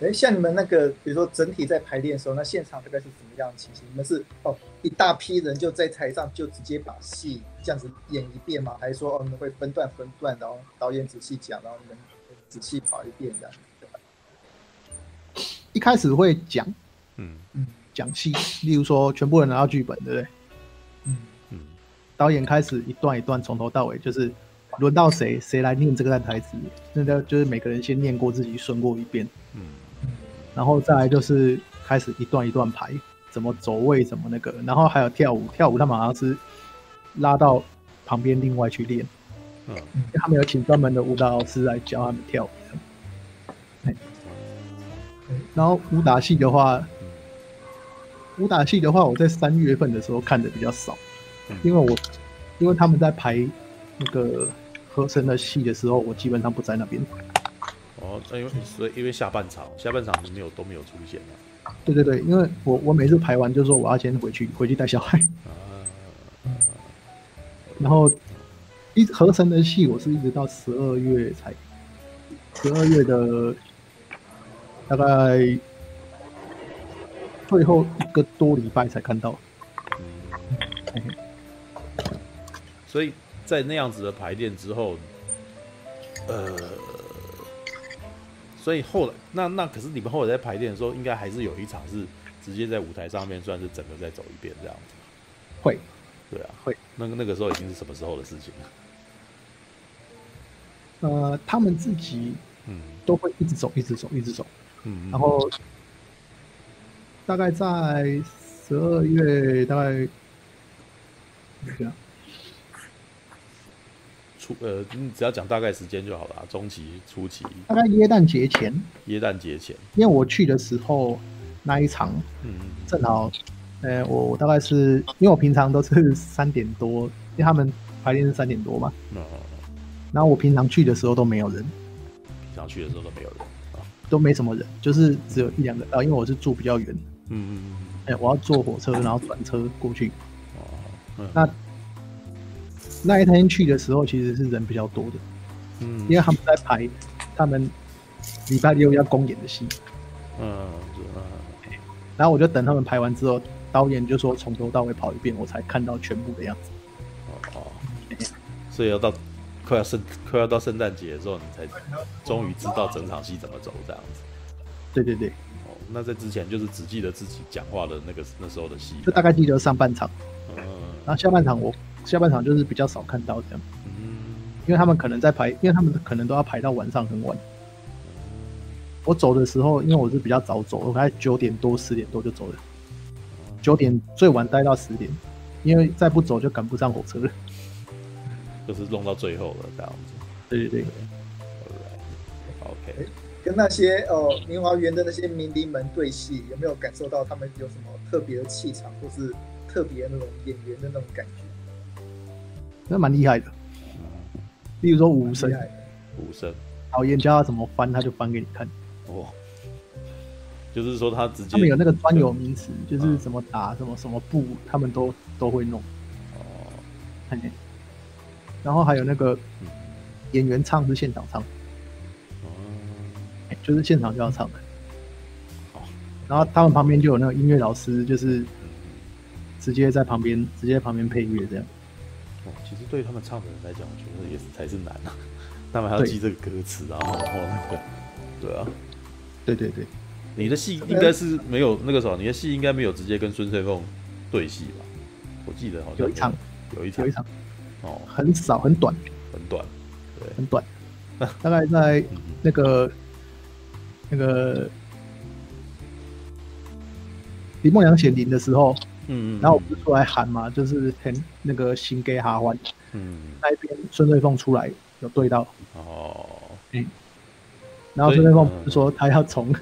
[SPEAKER 1] ，alright，
[SPEAKER 2] 哎，像你们那个，比如说整体在排练的时候，那现场大概是什么样的情形？你们是哦一大批人就在台上就直接把戏这样子演一遍吗？还是说哦你们会分段分段，然后导演仔细讲，然后你们仔细跑一遍这样？
[SPEAKER 3] 一开始会讲
[SPEAKER 1] 嗯
[SPEAKER 3] 讲戏，例如说全部人拿到剧本，对不对？
[SPEAKER 2] 嗯，
[SPEAKER 1] 嗯
[SPEAKER 3] 导演开始一段一段从头到尾，就是轮到谁谁来念这个台词，那个就是每个人先念过自己顺过一遍，
[SPEAKER 1] 嗯
[SPEAKER 3] 然后再来就是开始一段一段排，怎么走位，怎么那个，然后还有跳舞，跳舞他们好像是拉到旁边另外去练，
[SPEAKER 1] 嗯嗯
[SPEAKER 3] 他们有请专门的舞蹈老师来教他们跳舞。哎然后武打戏的话，武打戏的话，我在三月份的时候看的比较少，
[SPEAKER 1] 嗯
[SPEAKER 3] 因为我因为他们在排那个合成的戏的时候，我基本上不在那边。
[SPEAKER 1] 哦，那因为所以因为下半场下半场没有都没有出现啊。
[SPEAKER 3] 对对对，因为我我每次排完就说我要先回去回去带小孩，
[SPEAKER 1] 啊，
[SPEAKER 3] 然后一合成的戏我是一直到十二月才，十二月的大概最后一个多礼拜才看到。
[SPEAKER 1] 所以在那样子的排练之后，呃，所以后来那那可是你们后来在排练的时候，应该还是有一场是直接在舞台上面算是整个再走一遍这样子。
[SPEAKER 3] 会，
[SPEAKER 1] 对啊，
[SPEAKER 3] 会。
[SPEAKER 1] 那个那个时候已经是什么时候的事情了？
[SPEAKER 3] 呃，他们自己
[SPEAKER 1] 嗯
[SPEAKER 3] 都会一直走，一直走，一直走，
[SPEAKER 1] 嗯，
[SPEAKER 3] 然后大概在十二月大概这样。
[SPEAKER 1] 初呃，你只要讲大概时间就好了啊，中期、初期、
[SPEAKER 3] 大概耶诞节前，
[SPEAKER 1] 耶诞节前。
[SPEAKER 3] 因为我去的时候那一场
[SPEAKER 1] 嗯嗯
[SPEAKER 3] 正好，呃，我我大概是因为我平常都是三点多，因为他们排练是三点多嘛，
[SPEAKER 1] 嗯，哦
[SPEAKER 3] 然后我平常去的时候都没有人，
[SPEAKER 1] 平常去的时候都没有人啊。
[SPEAKER 3] 都没什么人，就是只有一两个啊，因为我是住比较远，
[SPEAKER 1] 嗯嗯嗯
[SPEAKER 3] 哎、我要坐火车然后转车过去。
[SPEAKER 1] 嗯，哦，嗯
[SPEAKER 3] 那那一天去的时候其实是人比较多的，
[SPEAKER 1] 嗯
[SPEAKER 3] 因为他们在排他们礼拜六要公演的戏，
[SPEAKER 1] 嗯是嗯
[SPEAKER 3] 然后我就等他们排完之后，导演就说从头到尾跑一遍，我才看到全部的样子。
[SPEAKER 1] 哦哦，所以要到快要圣快要到圣诞节的时候，你才终于知道整场戏怎么走这样子。
[SPEAKER 3] 对对对，
[SPEAKER 1] 哦，那在之前就是只记得自己讲话的那个那时候的戏，
[SPEAKER 3] 就大概记得上半场，
[SPEAKER 1] 嗯
[SPEAKER 3] 然后下半场我下半场就是比较少看到这样。
[SPEAKER 1] 嗯
[SPEAKER 3] 因为他们可能在排，因为他们可能都要排到晚上很晚。我走的时候，因为我是比较早走，我大概九点多、十点多就走了，九点最晚待到十点，因为再不走就赶不上火车了。 <laughs>
[SPEAKER 1] 就是弄到最后了这样子。
[SPEAKER 3] 对对对，
[SPEAKER 1] Alright, OK，
[SPEAKER 2] 跟那些哦明华园的那些名伶们对戏，有没有感受到他们有什么特别的气场，或是特别那种演员的那种感觉？
[SPEAKER 3] 那蛮厉害的。
[SPEAKER 1] 嗯
[SPEAKER 3] 例如说武神
[SPEAKER 2] 厉，害的
[SPEAKER 1] 无声
[SPEAKER 3] 导演教他怎么翻，他就翻给你看。
[SPEAKER 1] 哇，哦就是说他直接
[SPEAKER 3] 他们有那个专有名词，就是怎么打、什么什么步，他们都都会弄。
[SPEAKER 1] 哦，
[SPEAKER 3] 嘿然后还有那个
[SPEAKER 1] 嗯
[SPEAKER 3] 演员唱是现场唱，
[SPEAKER 1] 哦
[SPEAKER 3] 就是现场就要唱的
[SPEAKER 1] 好。
[SPEAKER 3] 然后他们旁边就有那个音乐老师，就是
[SPEAKER 1] 嗯
[SPEAKER 3] 直接在旁边直接在旁边配乐这样。
[SPEAKER 1] 哦，其实对他们唱的人来讲，我觉得也是才是难啊， <laughs> 他们还要
[SPEAKER 3] 对
[SPEAKER 1] 记这个歌词，然后然后那个，对啊，
[SPEAKER 3] 对对对，
[SPEAKER 1] 你的戏应该是没有那个什么，你的戏应该没有直接跟孙翠凤对戏吧？我记得好像
[SPEAKER 3] 有一场
[SPEAKER 1] 有，有一
[SPEAKER 3] 有
[SPEAKER 1] 场
[SPEAKER 3] 一场
[SPEAKER 1] 哦，
[SPEAKER 3] 很少很短
[SPEAKER 1] 很短，对，
[SPEAKER 3] 很短，大概在
[SPEAKER 1] 嗯
[SPEAKER 3] 那个那个李梦阳写零的时候，
[SPEAKER 1] 嗯嗯，
[SPEAKER 3] 然后我不是出来喊嘛，就是很那个新给哈湾
[SPEAKER 1] 嗯
[SPEAKER 3] 那一边孙瑞凤出来有对到，
[SPEAKER 1] 哦
[SPEAKER 3] 然后
[SPEAKER 1] 所以
[SPEAKER 3] 孙瑞凤不是说他要从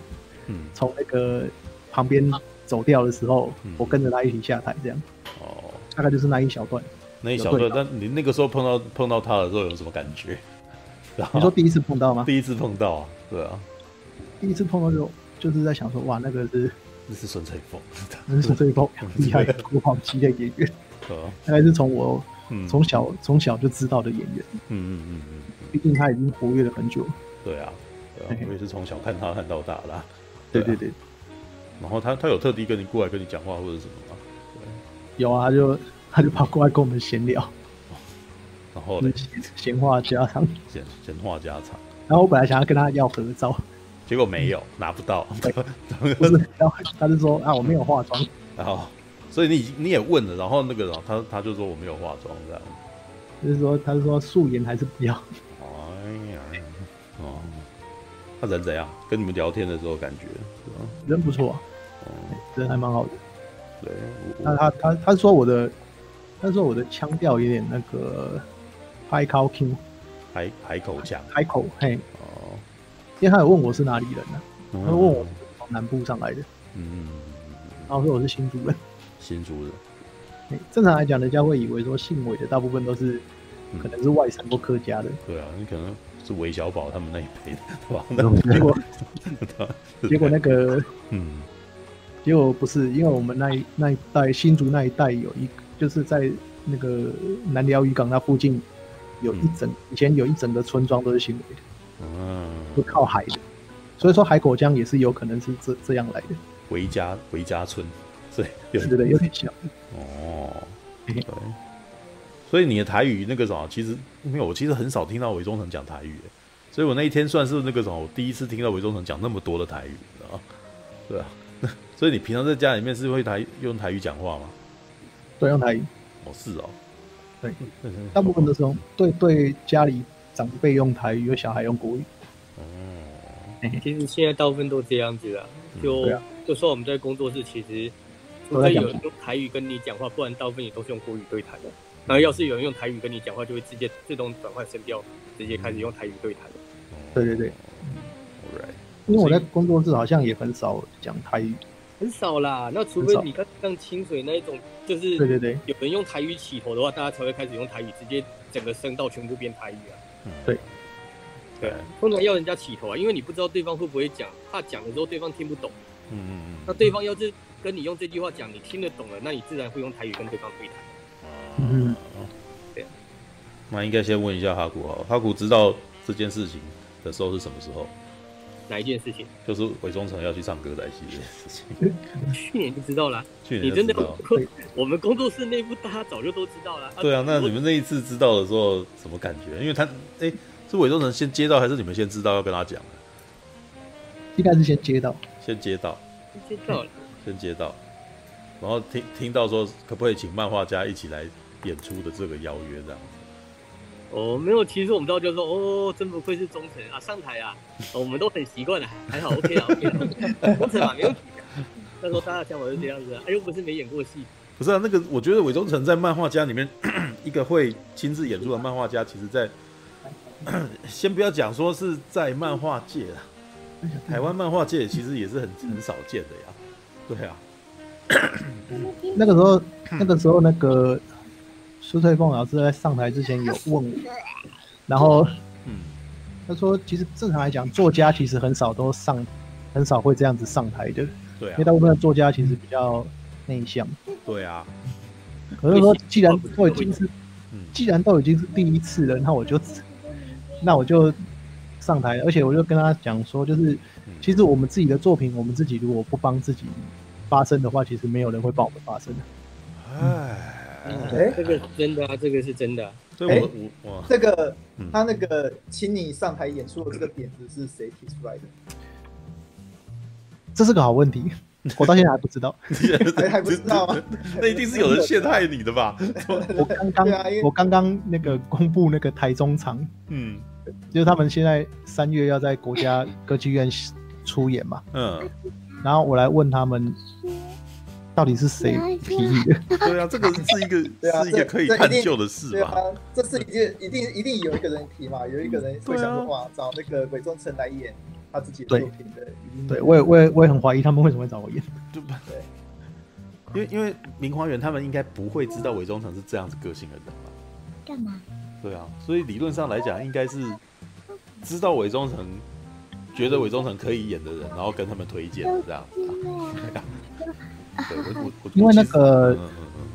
[SPEAKER 1] 嗯
[SPEAKER 3] 从那个旁边走掉的时候
[SPEAKER 1] 嗯，
[SPEAKER 3] 我跟着他一起下台，这样
[SPEAKER 1] 哦，
[SPEAKER 3] 大概就是那一小段。
[SPEAKER 1] 那一
[SPEAKER 3] 有
[SPEAKER 1] 小
[SPEAKER 3] 对
[SPEAKER 1] 段，但你那个时候碰到碰到他的时候有什么感觉？然后
[SPEAKER 3] 你
[SPEAKER 1] <laughs>
[SPEAKER 3] 说第一次碰到吗？
[SPEAKER 1] 第一次碰到啊，对啊，
[SPEAKER 3] 第一次碰到就就是在想说，哇，那个是
[SPEAKER 1] 那是孙翠凤， <laughs>
[SPEAKER 3] 那是孙瑞凤厉害的国宝级的演员，
[SPEAKER 1] 对啊，
[SPEAKER 3] 大概是从我
[SPEAKER 1] 嗯，
[SPEAKER 3] 从小从小就知道的演员，
[SPEAKER 1] 嗯嗯嗯嗯，
[SPEAKER 3] 毕竟他已经活跃了很久。
[SPEAKER 1] 对啊，对啊
[SPEAKER 3] 嘿，嘿
[SPEAKER 1] 我也是从小看他看到大的啊，
[SPEAKER 3] 对
[SPEAKER 1] 对
[SPEAKER 3] 对
[SPEAKER 1] 啊
[SPEAKER 3] 对，
[SPEAKER 1] 然后他他有特地跟你过来跟你讲话或者什么吗？
[SPEAKER 3] 有啊，他就他就跑过来跟我们闲聊，
[SPEAKER 1] 然后
[SPEAKER 3] 就
[SPEAKER 1] 嘞
[SPEAKER 3] 是，闲闲话家常。
[SPEAKER 1] 闲闲话家常。
[SPEAKER 3] 然后我本来想要跟他要合
[SPEAKER 1] <laughs>
[SPEAKER 3] 照，
[SPEAKER 1] 结果没
[SPEAKER 3] 嗯
[SPEAKER 1] 有拿不
[SPEAKER 3] <laughs>
[SPEAKER 1] 到，
[SPEAKER 3] 不是，然后他就说啊，我没有化妆。
[SPEAKER 1] 然后所以你已经你也问了，然后那个然后他他就说我没有化妆这样，
[SPEAKER 3] 就是说，他就说素颜还是不要，
[SPEAKER 1] 哎呀，哦，他人怎样？跟你们聊天的时候感觉，对吧
[SPEAKER 3] 人不错啊、
[SPEAKER 1] 哦，
[SPEAKER 3] 人还蛮好的。
[SPEAKER 1] 对，我
[SPEAKER 3] 那
[SPEAKER 1] 我
[SPEAKER 3] 他他他说我的，他说我的腔调有点那个海口腔，
[SPEAKER 1] 海海口腔
[SPEAKER 3] 海口嘿，
[SPEAKER 1] 哦，
[SPEAKER 3] 因为他有问我是哪里人呢、
[SPEAKER 1] 他
[SPEAKER 3] 他就问我是从南部上来的，
[SPEAKER 1] 嗯，
[SPEAKER 3] 然后说我是新竹人。
[SPEAKER 1] 新竹人，
[SPEAKER 3] 嘿正常来讲，人家会以为说姓韦的大部分都是
[SPEAKER 1] 嗯
[SPEAKER 3] 可能是外省或客家的，
[SPEAKER 1] 对啊，你可能是韦小宝他们那一辈的，对吧？
[SPEAKER 3] 结果
[SPEAKER 1] 那
[SPEAKER 3] 结果那个
[SPEAKER 1] 嗯
[SPEAKER 3] 结果不是，因为我们那一那一带新竹那一带有一就是在那个南寮渔港那附近。有一整以前有一整个村庄都是新围，
[SPEAKER 1] 嗯
[SPEAKER 3] 都，靠海的，所以说海口江也是有可能是这这样来的。
[SPEAKER 1] 韦家韦家村，所以有
[SPEAKER 3] 对对对，有点像。
[SPEAKER 1] 哦，
[SPEAKER 3] 嘿
[SPEAKER 1] 对
[SPEAKER 3] 嘿，
[SPEAKER 1] 所以你的台语那个什么，其实没有，我其实很少听到韦忠诚讲台语，欸所以我那一天算是那个什么，我第一次听到韦忠诚讲那么多的台语，你知道吗？对啊， <laughs> 所以你平常在家里面是会台用台语讲话吗？
[SPEAKER 3] 对，用台语，
[SPEAKER 1] 哦，是哦，嗯
[SPEAKER 3] 对
[SPEAKER 1] 那真的是，
[SPEAKER 3] 大部分都是用对对家里长辈用台语，有小孩用国语。
[SPEAKER 1] 哦，
[SPEAKER 4] 其实现在大部分都这样子啦，就、
[SPEAKER 3] 对啊
[SPEAKER 4] 就说我们在工作室其实，除
[SPEAKER 3] 都在
[SPEAKER 4] 非有
[SPEAKER 3] 讲
[SPEAKER 4] 人用台语跟你讲话，不然大部分也都是用国语对谈的。然后要是有人用台语跟你讲话，就会直接自动转换声调，直接开始用台语对谈。
[SPEAKER 3] 对对对，
[SPEAKER 1] ，All right，
[SPEAKER 3] 因为我在工作室好像也很少讲台语。
[SPEAKER 4] 很少啦，那除
[SPEAKER 3] 很
[SPEAKER 4] 非
[SPEAKER 3] 少
[SPEAKER 4] 你看像清水那一种，就是
[SPEAKER 3] 对对对，
[SPEAKER 4] 有人用台语起头的话，大家才会开始用台语，直接整个声道全部变台语啊。
[SPEAKER 3] 嗯对
[SPEAKER 4] 对，啊通常要人家起头啊，因为你不知道对方会不会讲，怕讲了之后对方听不懂。
[SPEAKER 1] 嗯嗯
[SPEAKER 4] 那
[SPEAKER 1] 嗯，
[SPEAKER 4] 对方要是跟你用这句话讲，你听得懂了，那你自然会用台语跟对方对谈。
[SPEAKER 3] 嗯
[SPEAKER 1] 啊
[SPEAKER 4] 对啊
[SPEAKER 1] 那应该先问一下哈古好了，哈古知道这件事情的时候是什么时候？
[SPEAKER 4] 哪一件事
[SPEAKER 1] <laughs>
[SPEAKER 4] 情？
[SPEAKER 1] 就是韦忠诚要去唱歌仔戏这件事情。
[SPEAKER 4] 去年就知道啦。
[SPEAKER 1] 去
[SPEAKER 4] <laughs> 你
[SPEAKER 1] 年
[SPEAKER 4] 真
[SPEAKER 1] 就知
[SPEAKER 4] 的
[SPEAKER 1] 道，，
[SPEAKER 4] <laughs> 我们工作室内部大家早就都知道了。
[SPEAKER 1] 对啊，那你
[SPEAKER 4] 我
[SPEAKER 1] 们那一次知道的时候什么感觉？因为他，哎、是韦忠诚先接到，还是你们先知道要跟他讲的？
[SPEAKER 3] 应该是先接到，
[SPEAKER 1] 先接到，
[SPEAKER 4] 知道了。
[SPEAKER 1] 先接到，然后听听到说可不可以请漫画家一起来演出的这个邀约，这样
[SPEAKER 4] 哦，没有，其实我们到就说，哦，真不愧是忠诚啊，上台啊，哦我们都很习惯了，还好 OK
[SPEAKER 1] <laughs>
[SPEAKER 4] 了，OK 了，忠诚嘛，没问题啊。那时候大家想法就这样子啊，哎，又不是没演过戏，
[SPEAKER 1] 不是啊，那个我觉得韦忠诚在漫画家里面 <clears throat> 一个会亲自演出的漫画家，其实在先不要讲说是在漫画界啦，台湾漫画界其实也是很很少见的呀。对啊，
[SPEAKER 3] 那个时候，那个时候那个苏翠凤老师在上台之前有问我，然后
[SPEAKER 1] 嗯，
[SPEAKER 3] 他说，其实正常来讲，作家其实很少都上，很少会这样子上台的，因
[SPEAKER 1] 对啊
[SPEAKER 3] 为，大部分的作家其实比较内向。
[SPEAKER 1] 对啊，
[SPEAKER 3] 可是说，既然都已经是
[SPEAKER 1] 嗯，
[SPEAKER 3] 既然都已经是第一次了，那我
[SPEAKER 2] 嗯
[SPEAKER 3] 就，那我就上台，而且我就跟他讲说，就是
[SPEAKER 2] 嗯
[SPEAKER 3] 其实我们自己的作品，我们自己如果不帮自己发声的话，其实没有人会帮我们发声的。
[SPEAKER 1] 哎，
[SPEAKER 2] 哎
[SPEAKER 4] 这
[SPEAKER 1] <laughs>
[SPEAKER 4] 个是真的啊，这个是真的啊、
[SPEAKER 1] 所以我我我
[SPEAKER 2] 这个
[SPEAKER 1] 嗯
[SPEAKER 2] 他那个请你上台演出的这个点子是谁提出来的？
[SPEAKER 3] 这是个好问题，我到现在还不
[SPEAKER 2] <laughs>
[SPEAKER 3] 知道。
[SPEAKER 2] 还还不知道吗？
[SPEAKER 1] 那一定是有人陷害你的吧？
[SPEAKER 3] 我刚刚、
[SPEAKER 2] 对啊因为
[SPEAKER 3] 我刚刚那个公布那个台中场，
[SPEAKER 1] 嗯
[SPEAKER 3] 就是他们现在三月要在国家歌剧院出演嘛，
[SPEAKER 1] 嗯，
[SPEAKER 3] 然后我来问他们到底是谁提议的，
[SPEAKER 1] 对啊，这个是一
[SPEAKER 2] 对
[SPEAKER 1] 个
[SPEAKER 2] 啊
[SPEAKER 1] 是一个可以探究的事
[SPEAKER 2] 对
[SPEAKER 1] 吧？
[SPEAKER 2] 啊，这是一定一定一定有一个人提嘛，有一个人会想
[SPEAKER 1] 对啊
[SPEAKER 2] 说哇，找那个韦忠诚来演他自己的作品的，一定
[SPEAKER 3] 对我也我也我也很怀疑他们为什么会找我演。
[SPEAKER 1] 对吧？因为因为明花园他们应该不会知道韦忠诚是这样子个性的人吧？
[SPEAKER 6] 干嘛？
[SPEAKER 1] 对啊，所以理论上来讲，应该是知道韦忠诚，觉得韦忠诚可以演的人，然后跟他们推荐这样子啊。对，我我我
[SPEAKER 3] 因为那个
[SPEAKER 1] 嗯嗯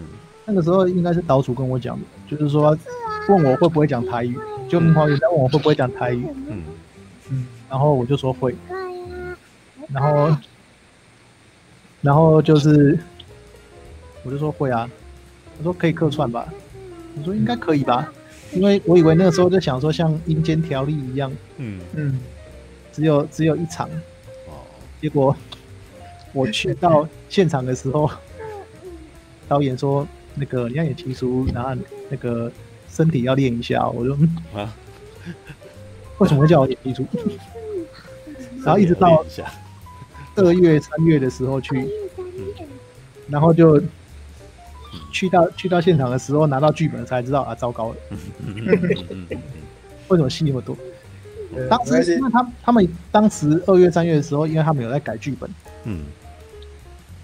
[SPEAKER 1] 嗯
[SPEAKER 3] 那个时候应该是岛主跟我讲的，就是说问我会不会讲台语，就明华园在问我会不会讲台语，
[SPEAKER 1] 嗯
[SPEAKER 3] 然后我就说会，啊然后然后就是我就说会啊，我说可以客串吧，我说应该可以吧，因为我以为那个时候就想说像《阴间条例》一样，
[SPEAKER 1] 嗯
[SPEAKER 2] 嗯，
[SPEAKER 3] 只有只有一场，
[SPEAKER 1] 嗯哦，
[SPEAKER 3] 结果我去到现场的时候，导演说那个你要演情书，然后那个身体要练一下哦，我就、嗯、
[SPEAKER 1] 啊，
[SPEAKER 3] 为什么会叫我演情书？然后一直到
[SPEAKER 1] 练一下，
[SPEAKER 3] 二月、三月的时候去，然后就去到去到现场的时候拿到剧本才知道啊，糟糕了，
[SPEAKER 1] 嗯嗯嗯嗯
[SPEAKER 3] 为什么戏那么多？
[SPEAKER 2] 对
[SPEAKER 3] 当
[SPEAKER 2] 没关
[SPEAKER 3] 时
[SPEAKER 2] 系
[SPEAKER 3] 因为他他们当时二月、三月的时候，因为他们有在改剧本，
[SPEAKER 1] 嗯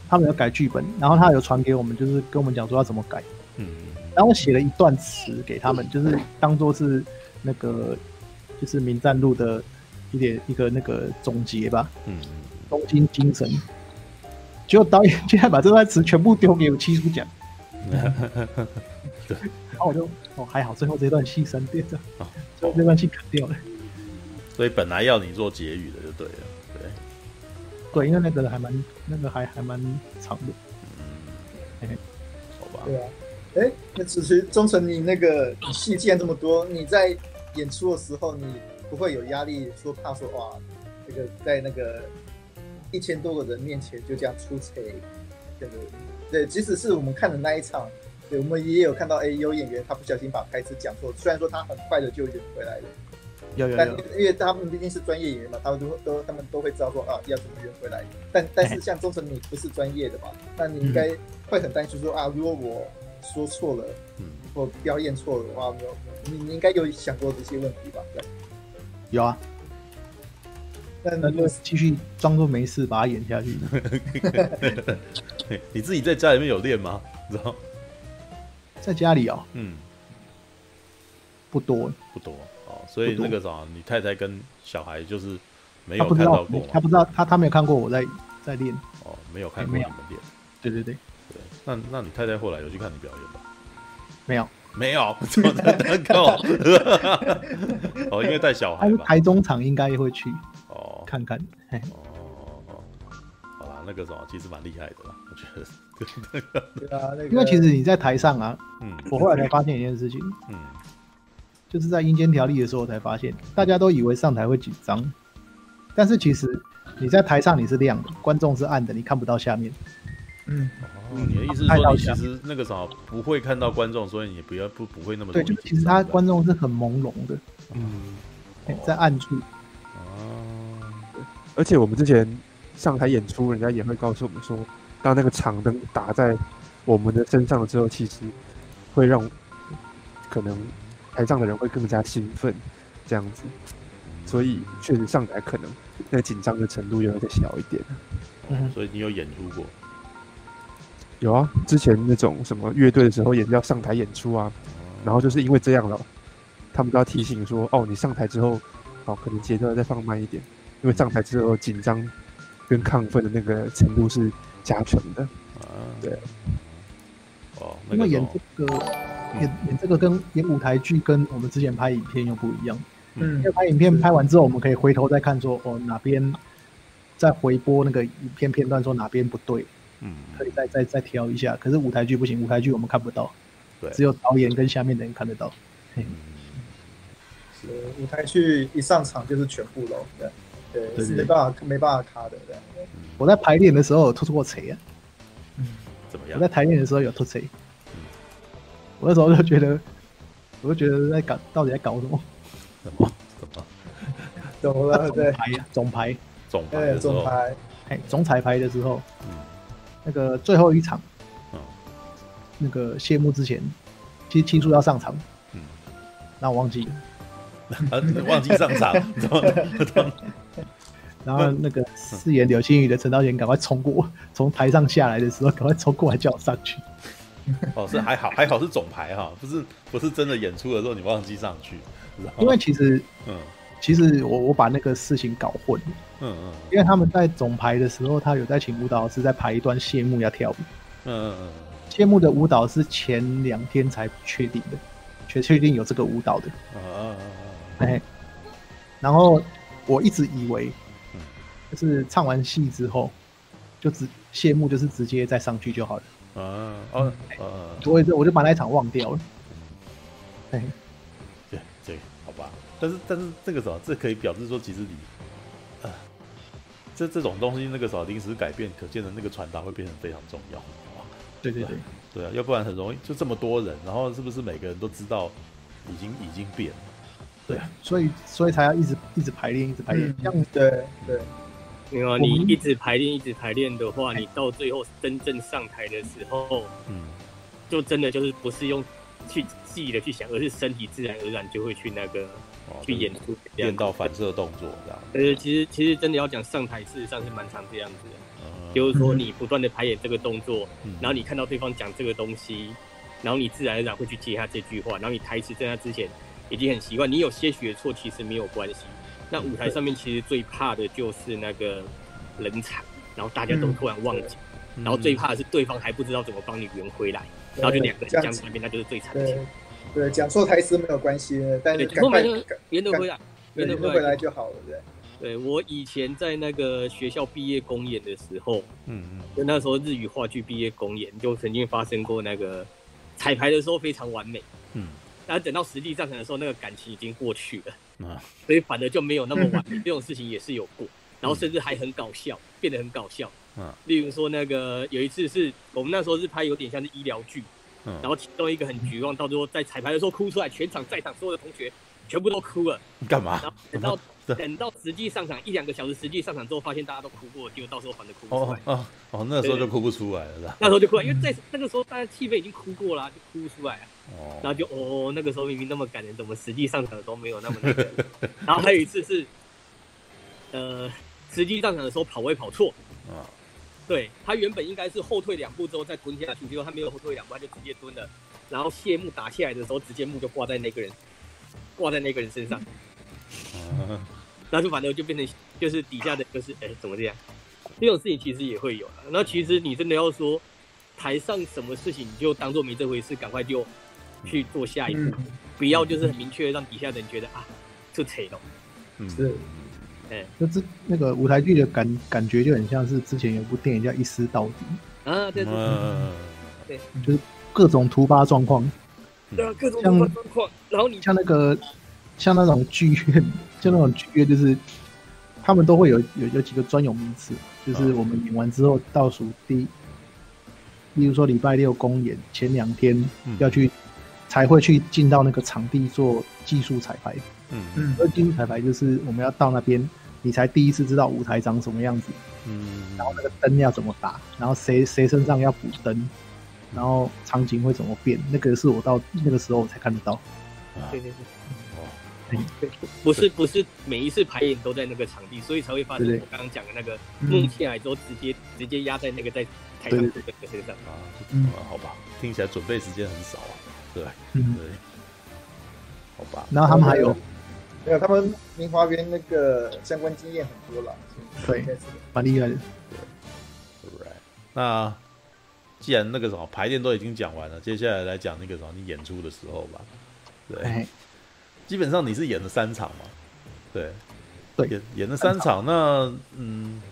[SPEAKER 3] 他们有改剧本，然后他有传给我们，就是跟我们讲说要怎么改，
[SPEAKER 1] 嗯
[SPEAKER 3] 然后我写了一段词给他
[SPEAKER 2] 嗯
[SPEAKER 3] 们，就是当做是那个就是民战路的一点一个那个总结吧，
[SPEAKER 1] 嗯
[SPEAKER 3] 东京精神。结果导演竟然把这段词全部丢给我七叔讲，
[SPEAKER 1] 嗯
[SPEAKER 3] 然后我就哦还好，最后这段戏删掉了
[SPEAKER 1] 哦，
[SPEAKER 3] <laughs> 最后这段戏砍掉了。
[SPEAKER 1] 嗯， <laughs> 所以本来要你做结语的就对了，对，
[SPEAKER 3] 对，因为那个还蛮那个还还蛮长的。
[SPEAKER 1] 嗯
[SPEAKER 3] 哎
[SPEAKER 1] 好吧，
[SPEAKER 2] 对啊。哎，那其实忠诚，你那个戏既然这么多，你在演出的时候，你不会有压力，说怕说哇，这个在那个一千多个人面前就这样出丑，对不对？对，即使是我们看的那一场，对，我们也有看到，哎，有演员他不小心把台词讲错，虽然说他很快的就圆回来了，
[SPEAKER 3] 有有
[SPEAKER 2] 但
[SPEAKER 3] 有，
[SPEAKER 2] 因为他们毕竟是专业演员嘛，他们都会都他们都会知道说啊要怎么圆回来。但但是像忠诚你不是专业的嘛，那你应该会很担心说啊，如果我说错了，
[SPEAKER 1] 嗯，
[SPEAKER 2] 我表演错了的话，没有你你应该有想过这些问题吧？对。
[SPEAKER 3] 有啊，
[SPEAKER 2] 但
[SPEAKER 3] 那就继续装作没事把它演下去。
[SPEAKER 1] 嘿你自己在家里面有练吗？你知道？
[SPEAKER 3] 在家里哦
[SPEAKER 1] 嗯，
[SPEAKER 3] 不多，
[SPEAKER 1] 不多哦，所以
[SPEAKER 3] 不多
[SPEAKER 1] 那个啥，你太太跟小孩就是没有
[SPEAKER 3] 他啊不
[SPEAKER 1] 看
[SPEAKER 3] 知
[SPEAKER 1] 到
[SPEAKER 3] 道
[SPEAKER 1] 过嘛
[SPEAKER 3] 他不知道他他没有看过我在在练。
[SPEAKER 1] 哦，没有看过
[SPEAKER 3] 没
[SPEAKER 1] 你
[SPEAKER 3] 有
[SPEAKER 1] 们练。
[SPEAKER 3] 对对对，
[SPEAKER 1] 对，那那你太太后来有去看你表演吗？
[SPEAKER 3] 没有，
[SPEAKER 1] 没有， <laughs> 哦怎么能够？哦，因为带小
[SPEAKER 3] 但
[SPEAKER 1] 孩
[SPEAKER 3] 是 <laughs>
[SPEAKER 1] 吧。
[SPEAKER 3] 台中场应该会去
[SPEAKER 1] 哦，
[SPEAKER 3] 看看。嘿
[SPEAKER 1] 哦哦哦，好啦，那个什么，其实蛮厉害的啦，我觉得。
[SPEAKER 2] 对啊，那个
[SPEAKER 3] <laughs> 因为其实你在台上啊，
[SPEAKER 1] 嗯
[SPEAKER 3] 我后来才发现一件事情，
[SPEAKER 1] 嗯，
[SPEAKER 3] 就是在阴间条例的时候我才发现，大家都以为上台会紧张，但是其实你在台上你是亮的，观众是暗的，你看不到下面。
[SPEAKER 2] 嗯，
[SPEAKER 1] 哦，你的意思是
[SPEAKER 3] 看
[SPEAKER 1] 说
[SPEAKER 3] 到
[SPEAKER 1] 你
[SPEAKER 3] 一
[SPEAKER 1] 其
[SPEAKER 3] 下
[SPEAKER 1] 实那个啥不会看到观众，所以你不要不不会那么
[SPEAKER 3] 对，
[SPEAKER 1] 容易
[SPEAKER 3] 就是其
[SPEAKER 1] 紧
[SPEAKER 3] 实
[SPEAKER 1] 张
[SPEAKER 3] 他
[SPEAKER 1] 这样
[SPEAKER 3] 观众是很朦胧的，
[SPEAKER 6] 嗯，
[SPEAKER 3] 哎在暗处。
[SPEAKER 1] 哦，
[SPEAKER 6] 而且我们之前上台演出，人家也会告诉我们说，当那个场灯打在我们的身上的时候，其实会让可能台上的人会更加兴奋，这样子。所以确实上台可能那紧张的程度又要再小一点。
[SPEAKER 3] 嗯
[SPEAKER 1] 所以你有演出过，
[SPEAKER 6] 有啊，之前那种什么乐队的时候也是要上台演出啊，然后就是因为这样了，他们都要提醒说，哦，你上台之后，哦，可能节奏要再放慢一点，因为上台之后紧张跟亢奋的那个程度是加成的。
[SPEAKER 1] 啊，
[SPEAKER 6] 对，
[SPEAKER 1] 哦，那
[SPEAKER 3] 因
[SPEAKER 1] 个嗯什么
[SPEAKER 3] 为演这个演演这个跟演舞台剧跟我们之前拍影片又不一样。
[SPEAKER 2] 嗯
[SPEAKER 3] 因为，拍影片拍完之后，我们可以回头再看说，哦哪边再回播那个影片片段，说哪边不对，
[SPEAKER 1] 嗯，
[SPEAKER 3] 可以再再再调一下。可是舞台剧不行，舞台剧我们看不到，
[SPEAKER 1] 对嗯
[SPEAKER 3] 只有导演跟下面的人看得到。
[SPEAKER 2] 呃舞台剧一上场就是全部喽，对，对，
[SPEAKER 3] 对
[SPEAKER 2] 是
[SPEAKER 3] 对
[SPEAKER 2] 没办法没办法卡的，对，
[SPEAKER 3] <laughs> 我在排练的时候有吐过谁啊？
[SPEAKER 1] 怎么
[SPEAKER 3] 我
[SPEAKER 1] 样
[SPEAKER 3] 在？排练的时候有吐谁？我那时候就觉得，我就觉得在搞到底在搞什么？
[SPEAKER 1] 什么什哦么
[SPEAKER 2] 懂了，
[SPEAKER 3] 总
[SPEAKER 2] <laughs>
[SPEAKER 3] <laughs>
[SPEAKER 2] 对，
[SPEAKER 3] 排呀，总排，
[SPEAKER 1] 总排
[SPEAKER 2] 对，
[SPEAKER 1] 的时
[SPEAKER 2] 总
[SPEAKER 1] 候，
[SPEAKER 2] 排，
[SPEAKER 3] 哎，总彩排的时候，
[SPEAKER 1] 嗯
[SPEAKER 3] 那个最后一场，
[SPEAKER 1] 嗯
[SPEAKER 3] 那个谢幕之前，其实七叔要上场，
[SPEAKER 1] 嗯
[SPEAKER 3] 那我忘记了。
[SPEAKER 1] 啊，你忘记上场，怎么怎么
[SPEAKER 3] 然后那个饰演柳青雨的陈道贤赶快冲过， <laughs> 从台上下来的时候赶快冲过来叫我上去。
[SPEAKER 1] 哦，是还好，还好是总排哈，不是不是真的演出的时候你忘记上去，然后
[SPEAKER 3] 因为其实
[SPEAKER 1] 嗯
[SPEAKER 3] 其实我我把那个事情搞混了，
[SPEAKER 1] 嗯嗯
[SPEAKER 3] 因为他们在总排的时候，他有在请舞蹈老师在排一段谢幕要跳舞，
[SPEAKER 1] 嗯嗯
[SPEAKER 3] 谢幕的舞蹈是前两天才确定的，确确定有这个舞蹈的。
[SPEAKER 1] 嗯啊
[SPEAKER 3] 哎，然后我一直以为
[SPEAKER 1] 嗯，
[SPEAKER 3] 就是唱完戏之后，就直谢幕就是直接再上去就好了。
[SPEAKER 1] 啊哦哦，
[SPEAKER 3] 我也是，我就把那一场忘掉了。哎，
[SPEAKER 1] 对对，好吧，但是但是这个什么，这可以表示说，其实你啊，这这种东西那个啥临时改变，可见的那个传达会变得非常重要。
[SPEAKER 3] 对对对，
[SPEAKER 1] 对啊，要不然很容易就这么多人，然后是不是每个人都知道已经已经变了？
[SPEAKER 3] 所以所以才要一直一直排练，一直排练。像
[SPEAKER 2] 嗯，对对，
[SPEAKER 4] 没有啊，
[SPEAKER 3] 我
[SPEAKER 4] 你
[SPEAKER 3] 们
[SPEAKER 4] 一直排练，一直排练的话，你到最后真正上台的时候，
[SPEAKER 1] 嗯
[SPEAKER 4] 就真的就是不是用去记忆的去想，而是身体自然而然就会去那个
[SPEAKER 1] 哦，
[SPEAKER 4] 去演出这样
[SPEAKER 1] 练。到反射动作这样。
[SPEAKER 4] 但是其实其实真的要讲上台，事实上是蛮常这样子的，
[SPEAKER 1] 嗯
[SPEAKER 4] 就是说你不断的排演这个动作，
[SPEAKER 1] 嗯
[SPEAKER 4] 然后你看到对方讲这个东西，然后你自然而然会去接他这句话，然后你台词在他之前已经很习惯，你有些许的错其实没有关系。那舞台上面其实最怕的就是那个冷场，然后大家都突然忘记，
[SPEAKER 1] 嗯
[SPEAKER 4] 然后最怕的是对方还不知道怎么帮你圆回来，然后就两个
[SPEAKER 2] 这样
[SPEAKER 4] 人僵
[SPEAKER 2] 子
[SPEAKER 4] 在那边，那就是最惨的情
[SPEAKER 2] 对
[SPEAKER 4] 况。
[SPEAKER 2] 对，讲错台词没有关系，但是
[SPEAKER 4] 对，
[SPEAKER 2] 赶
[SPEAKER 4] 后
[SPEAKER 2] 快
[SPEAKER 4] 面就
[SPEAKER 2] 赶
[SPEAKER 4] 圆得回来，
[SPEAKER 2] 对
[SPEAKER 4] 圆得
[SPEAKER 2] 你们
[SPEAKER 4] 回
[SPEAKER 2] 回
[SPEAKER 4] 来
[SPEAKER 2] 来。就好了，
[SPEAKER 3] 哎
[SPEAKER 2] 对，
[SPEAKER 4] 啊对我以前在那个学校毕业公演的时候，
[SPEAKER 1] 嗯
[SPEAKER 4] 就那时候日语话剧毕业公演，就曾经发生过那个彩排的时候非常完美，
[SPEAKER 1] 嗯
[SPEAKER 4] 但等到实际上场的时候，那个感情已经过去了，
[SPEAKER 1] 嗯啊
[SPEAKER 4] 所以反而就没有那么
[SPEAKER 1] <laughs>
[SPEAKER 4] 完美。这种事情也是有过，然后甚至还很搞笑，变得很搞笑。
[SPEAKER 1] 嗯，
[SPEAKER 4] 例如说那个有一次是我们那时候是拍有点像是医疗剧，
[SPEAKER 1] 嗯，
[SPEAKER 4] 然后其中一个很绝望，到最后在彩排的时候哭出来，全场在场所有的同学全部都哭了，
[SPEAKER 1] 干嘛 <laughs>
[SPEAKER 4] 然？后等到
[SPEAKER 1] 怎么
[SPEAKER 4] 等到实际上场一两个小时，实际上场之后发现大家都哭过，结果到时候反而哭不出
[SPEAKER 1] 哦
[SPEAKER 4] 来。
[SPEAKER 1] 哦哦，那时候就哭不出来了，是吧？
[SPEAKER 4] 那时候就哭了，因为在那个时候大家气氛已经哭过了啊，就哭不出来啊。
[SPEAKER 1] 哦，
[SPEAKER 4] 然后就哦，那个时候明明那么感人，怎么实际上场的时候没有那么那个？然后还有一次是，呃，实际上场的时候跑位跑错，
[SPEAKER 1] 啊，
[SPEAKER 4] 对他原本应该是后退两步之后再蹲下去，结果他没有后退两步，他就直接蹲了。然后谢幕打下来的时候，直接幕就挂在那个人，挂在那个人身上，
[SPEAKER 1] 嗯
[SPEAKER 4] 然后就反正就变成就是底下的就是哎怎么这样？这种事情其实也会有啊。那其实你真的要说台上什么事情，你就当做没这回事，赶快就去做下一步。
[SPEAKER 2] 嗯，
[SPEAKER 4] 不要就是很明确地让底下的人觉得啊，就扯了。
[SPEAKER 1] 嗯
[SPEAKER 2] 是，
[SPEAKER 3] 就之那个舞台剧的感感觉就很像是之前有部电影叫《一尸到底
[SPEAKER 4] 啊，对对
[SPEAKER 1] 嗯，》，
[SPEAKER 3] 各种突发状况，
[SPEAKER 4] 对啊，各种
[SPEAKER 3] 像
[SPEAKER 4] 突发状况，然后你
[SPEAKER 3] 像那个像那种剧院， <laughs> 像那种剧院就是他们都会有有有几个专有名词，就是我们演完之后倒数第例如说礼拜六公演前两天
[SPEAKER 1] 嗯
[SPEAKER 3] 要去，才会去进到那个场地做技术彩排。
[SPEAKER 1] 嗯
[SPEAKER 2] 嗯，
[SPEAKER 3] 而技术彩排就是我们要到那边，你才第一次知道舞台长什么样子，
[SPEAKER 1] 嗯，
[SPEAKER 3] 然后那个灯要怎么打，然后谁谁身上要补灯，然后场景会怎么变，那个是我到那个时候我才看得到。
[SPEAKER 1] 啊
[SPEAKER 4] 对
[SPEAKER 2] 嗯
[SPEAKER 4] 对对，不是不是每一次排演都在那个场地，所以才会发生
[SPEAKER 3] 对
[SPEAKER 4] 我刚刚讲的那个
[SPEAKER 2] 嗯
[SPEAKER 4] 幕起来之后直接直接压在那个在台上
[SPEAKER 3] 对
[SPEAKER 4] 的那个身上。
[SPEAKER 1] 啊，
[SPEAKER 2] 嗯
[SPEAKER 1] 啊好吧，听起来准备时间很少啊，对
[SPEAKER 3] 嗯
[SPEAKER 1] 对，好吧，
[SPEAKER 3] 然后他们还有
[SPEAKER 2] 没有，他们明华园那个相关经验很多了，
[SPEAKER 3] 对
[SPEAKER 2] 应该是
[SPEAKER 3] 蛮厉害的，
[SPEAKER 1] Right，那既然那个什么排练都已经讲完了，接下来来讲那个什么你演出的时候吧。对，
[SPEAKER 3] 哎，
[SPEAKER 1] 基本上你是演了三场嘛？对，
[SPEAKER 3] 对
[SPEAKER 1] 演演了三场。那嗯，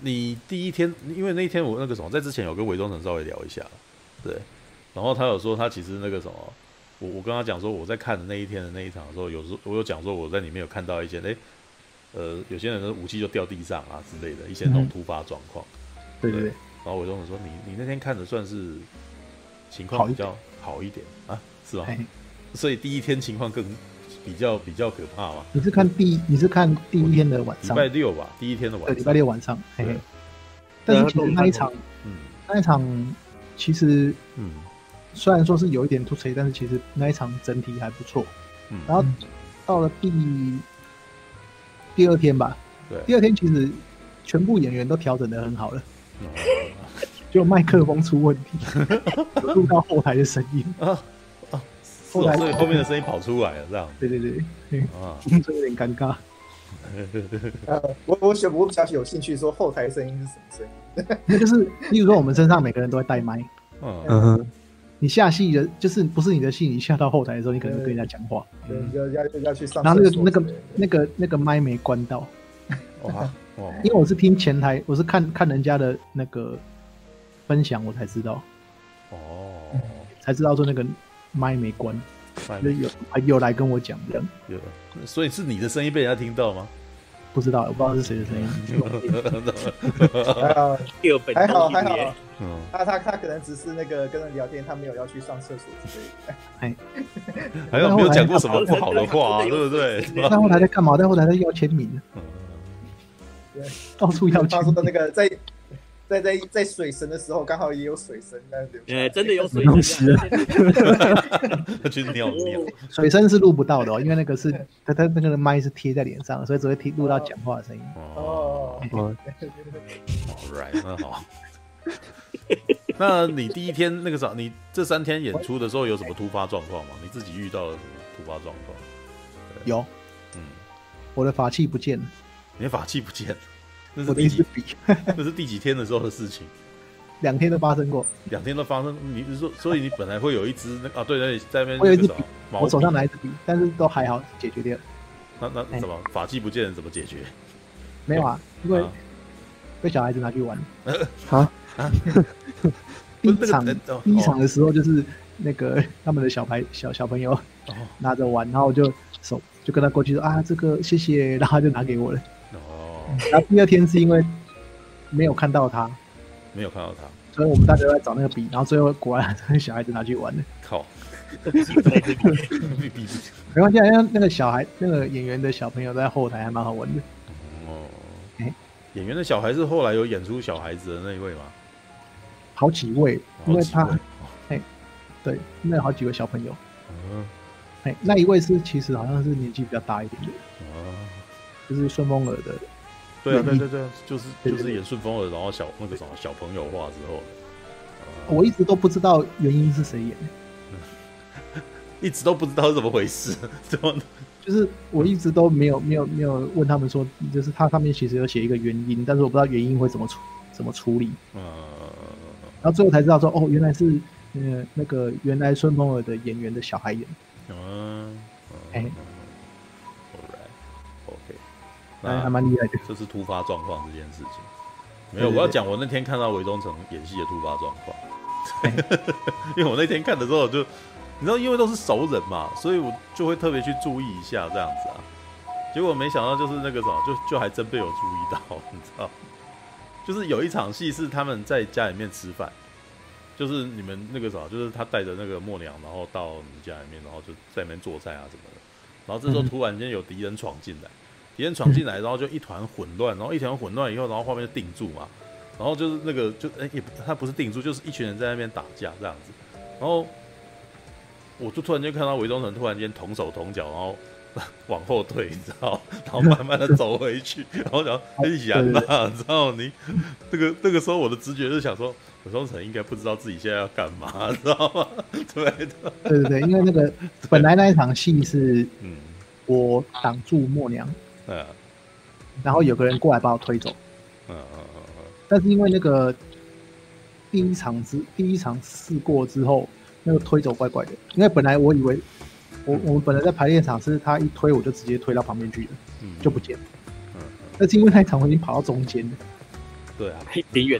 [SPEAKER 1] 你第一天，因为那一天我那个什么，在之前有跟韦忠成稍微聊一下，对，然后他有说他其实那个什么。我我跟他讲说，我在看的那一天的那一场的时候，有时候我有讲说我在里面有看到一些，哎、呃，有些人的武器就掉地上啊之类的一些那种
[SPEAKER 3] 嗯
[SPEAKER 1] 突发状况。
[SPEAKER 3] 对对对，
[SPEAKER 1] 然后我就跟我说：“你你那天看的算是情况比较好一点啊，是吧？
[SPEAKER 3] 哎，
[SPEAKER 1] 所以第一天情况更比较比较可怕嘛。
[SPEAKER 3] 你是看第你是看第一天的晚
[SPEAKER 1] 礼
[SPEAKER 3] 上，
[SPEAKER 1] 拜六吧，第一天的晚
[SPEAKER 3] 对，
[SPEAKER 1] 上，
[SPEAKER 3] 礼拜六晚上，啊嘿
[SPEAKER 1] 对
[SPEAKER 3] 嘿。但是其实那一场
[SPEAKER 1] 嗯
[SPEAKER 3] 那一场其实
[SPEAKER 1] 嗯
[SPEAKER 3] 虽然说是有一点突锤，但是其实那一场整体还不错。
[SPEAKER 1] 嗯
[SPEAKER 3] 然后到了第第二天吧，
[SPEAKER 1] 对
[SPEAKER 3] 第二天其实全部演员都调整的很好了，
[SPEAKER 1] 嗯
[SPEAKER 3] 就麦克风出问题，有录到后台的声音。
[SPEAKER 1] 啊啊，是
[SPEAKER 3] 后
[SPEAKER 1] 哦
[SPEAKER 3] 来
[SPEAKER 1] 所以后面的声音跑出来了，这样
[SPEAKER 3] 对对对，
[SPEAKER 1] 啊，
[SPEAKER 3] 所以有点尴尬。
[SPEAKER 2] 呃，我我小我比较有兴趣说后台声音是什么声音？
[SPEAKER 3] 那就是，例如说我们身上每个人都会带麦，
[SPEAKER 1] 嗯
[SPEAKER 6] 嗯哼，
[SPEAKER 3] 你下戏的，就是不是你的戏，你下到后台的时候，你可能会跟人家讲话，
[SPEAKER 1] 嗯
[SPEAKER 2] 对，要要要去上
[SPEAKER 3] 然后那
[SPEAKER 2] 厕
[SPEAKER 3] 个
[SPEAKER 2] 所之类的。
[SPEAKER 3] 那个那个那个麦没关到，
[SPEAKER 1] 哇哇，
[SPEAKER 3] 因为
[SPEAKER 2] 嗯
[SPEAKER 3] 我是听前台，我是看看人家的那个分享，我才知道，
[SPEAKER 1] 哦，
[SPEAKER 3] 才知道说那个麦没关，
[SPEAKER 1] 慢
[SPEAKER 3] 就有朋友来跟我讲这样，
[SPEAKER 1] 有，所以是你的声音被人家听到吗？
[SPEAKER 3] 不知道，我不知道是谁的
[SPEAKER 2] <laughs>
[SPEAKER 3] 声音。
[SPEAKER 2] 啊，
[SPEAKER 4] 第二本
[SPEAKER 2] 还好
[SPEAKER 4] 东西
[SPEAKER 2] 还
[SPEAKER 4] 耶
[SPEAKER 2] 好，
[SPEAKER 1] <laughs> 嗯，
[SPEAKER 2] 他他他可能只是那个跟人聊天，他没有要去上厕所之类的。
[SPEAKER 1] 还有没有讲过什么不好的话、啊，对不对？是吧
[SPEAKER 3] 在后台在干嘛？在后台在要签名，
[SPEAKER 1] 嗯
[SPEAKER 3] 到处要
[SPEAKER 2] 他
[SPEAKER 3] 签
[SPEAKER 2] 说
[SPEAKER 3] 名。
[SPEAKER 2] 那个在在在在水神的时候，刚好也有水神那流出来
[SPEAKER 4] 呃，真的有哦水
[SPEAKER 6] 东西啊
[SPEAKER 1] 他 <laughs> 去尿尿，
[SPEAKER 3] <laughs> 水声是录不到的、哦，因为那个是它它那个麦是贴在脸上，所以只会听录到讲话的声音。
[SPEAKER 1] 哦
[SPEAKER 2] 哦，
[SPEAKER 6] 我
[SPEAKER 1] ，All right，那好。 <laughs> 那你第一天那个啥，你这三天演出的时候有什么突发状况吗？你自己遇到了什么突发状况？
[SPEAKER 3] 有，
[SPEAKER 1] 嗯，
[SPEAKER 3] 我的法器不见了，
[SPEAKER 1] 你的法器不见了，那是
[SPEAKER 3] 我的
[SPEAKER 1] 第
[SPEAKER 3] 一支
[SPEAKER 1] 几？
[SPEAKER 3] 笔，
[SPEAKER 1] 那是第几天的时候的事情？
[SPEAKER 3] 两天都发生过。
[SPEAKER 1] 两天都发生，你是说，所以你本来会有一支那个啊，对对，在那边
[SPEAKER 3] 我有一支
[SPEAKER 1] 那个啥
[SPEAKER 3] 笔
[SPEAKER 1] 毛
[SPEAKER 3] 我手上拿一哎支笔，但是都还好解决掉。
[SPEAKER 1] 那那怎么法器不见了怎么解决？
[SPEAKER 3] 没有啊，因为
[SPEAKER 1] 啊
[SPEAKER 3] 被小孩子
[SPEAKER 1] <laughs>
[SPEAKER 3] 拿去玩。
[SPEAKER 6] 啊，
[SPEAKER 3] <laughs> 第一
[SPEAKER 1] 不是那
[SPEAKER 3] 场
[SPEAKER 1] 个呃哦
[SPEAKER 3] 第一场的时候就是那个 <laughs> 他们的小孩小小朋友
[SPEAKER 1] 哦
[SPEAKER 3] 拿着玩，然后我就手就跟他过去说啊这个谢谢， <laughs> 然后他就拿给我了。
[SPEAKER 1] 哦，
[SPEAKER 3] 然后第二天是因为没有看到他，
[SPEAKER 1] 没有看到他，
[SPEAKER 3] 所以我们大家都在找那个笔，然后最后果然这个小孩子拿去玩了。 <laughs>
[SPEAKER 1] 靠， <laughs> 必必
[SPEAKER 3] 没关系，啊，因为那个小孩那个演员的小朋友在后台还蛮好玩的。
[SPEAKER 1] 哦
[SPEAKER 3] 哎，
[SPEAKER 1] 演员的小孩是后来有演出小孩子的那一位吗？
[SPEAKER 3] 好几位，因
[SPEAKER 1] 好
[SPEAKER 3] 为
[SPEAKER 1] 几
[SPEAKER 3] 他
[SPEAKER 1] 位
[SPEAKER 3] 对那有好几个小朋友，
[SPEAKER 1] 嗯
[SPEAKER 3] 哎，那一位是其实好像是年纪比较大一点的，
[SPEAKER 1] 哦，
[SPEAKER 3] 就是顺风耳的，
[SPEAKER 1] 对啊，对
[SPEAKER 3] 那你
[SPEAKER 1] 对对啊，就是
[SPEAKER 3] 对
[SPEAKER 1] 就
[SPEAKER 3] 对
[SPEAKER 1] 是演顺风耳，然后小那个什么小朋友化之后，
[SPEAKER 3] 我一直都不知道原因是谁演的，
[SPEAKER 1] 一直都不知道是怎么回事， <laughs> 怎么
[SPEAKER 3] 就是我一直都没有没有没有问他们说，就是他上面其实有写一个原因，但是我不知道原因会怎么处怎么处理，
[SPEAKER 1] 呃，
[SPEAKER 3] 然后最后才知道说，哦，原来是呃那个原来顺风耳的演员的小孩演的，
[SPEAKER 1] 嗯，
[SPEAKER 3] 哎
[SPEAKER 1] ，OK，
[SPEAKER 3] 哎还还
[SPEAKER 1] 那
[SPEAKER 3] 蛮厉害的。
[SPEAKER 1] 这是突发状况这件事情。没
[SPEAKER 3] 对
[SPEAKER 1] 有，
[SPEAKER 3] 对
[SPEAKER 1] 我要
[SPEAKER 3] 对
[SPEAKER 1] 讲我那天看到韦忠诚演戏的突发状况， <laughs> 因为我那天看的时候就，你知道，因为都是熟人嘛，所以我就会特别去注意一下这样子啊。 <laughs> 结果没想到就是那个什么，就就还真被我注意到，你知道，就是有一场戏是他们在家里面吃饭，就是你们那个啥，就是他带着那个默娘，然后到你们家里面，然后就在那边做菜啊什么的。然后这时候
[SPEAKER 3] 嗯
[SPEAKER 1] 突然间有敌人闯进来，敌人闯进来，然后就一团混乱，然后一团混乱以后，然后画面就定住嘛。然后就是那个就哎、也不他不是定住，就是一群人在那边打架这样子。然后我就突然间看到韦忠成突然间同手同脚，然后 <laughs> 往后退，你知道，然后慢慢的走回去，然后想哎呀
[SPEAKER 3] 对对
[SPEAKER 1] 那，你知道你这个那个时候我的直觉是想说，韦忠成应该不知道自己现在要干嘛，知道吗？ <laughs> 对的，
[SPEAKER 3] 对对对，因为那个本来那一场戏是
[SPEAKER 1] 嗯，
[SPEAKER 3] 我挡住默娘，
[SPEAKER 1] 对啊，
[SPEAKER 3] 然后有个人过来把我推走，
[SPEAKER 1] 嗯嗯嗯嗯
[SPEAKER 3] 但是因为那个第一场之第一场试过之后，那个推走怪怪的，因为本来我以为我我们本来在排练场是他一推我就直接推到旁边去了，
[SPEAKER 1] 嗯，
[SPEAKER 3] 就不见了。
[SPEAKER 1] 嗯，
[SPEAKER 3] 但是因为那一场我已经跑到中间了，
[SPEAKER 1] 嗯对啊，
[SPEAKER 4] 嘿林远，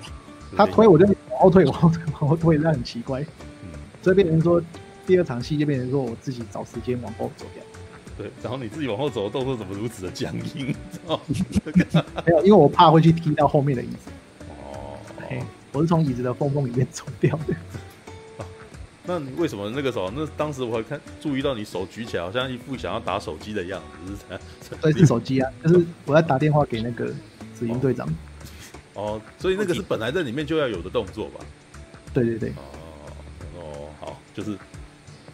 [SPEAKER 3] 他推我就往后退，往后退，往后退，那很奇怪，
[SPEAKER 1] 嗯，
[SPEAKER 3] 所以变成说第二场戏就变成说我自己找时间往后走
[SPEAKER 1] <laughs>
[SPEAKER 3] 掉。
[SPEAKER 1] 对，然后你自己往后走的动作怎么如此的僵硬，知
[SPEAKER 3] <laughs>
[SPEAKER 1] 道吗？
[SPEAKER 3] 没有，因为我怕会去踢到后面的椅子，
[SPEAKER 1] 哦，
[SPEAKER 3] 嘿我是从椅子的缝缝里面走掉
[SPEAKER 1] <laughs>
[SPEAKER 3] 的。
[SPEAKER 1] 那你为什么那个时候？那当时我还看注意到你手举起来，好像一副想要打手机的样子，是这样
[SPEAKER 3] <laughs> 所以是手机啊，就是我在打电话给那个紫云队长。
[SPEAKER 1] 哦，所以那个是本来在里面就要有的动作吧？
[SPEAKER 3] 对对对，
[SPEAKER 1] 哦哦，好，就是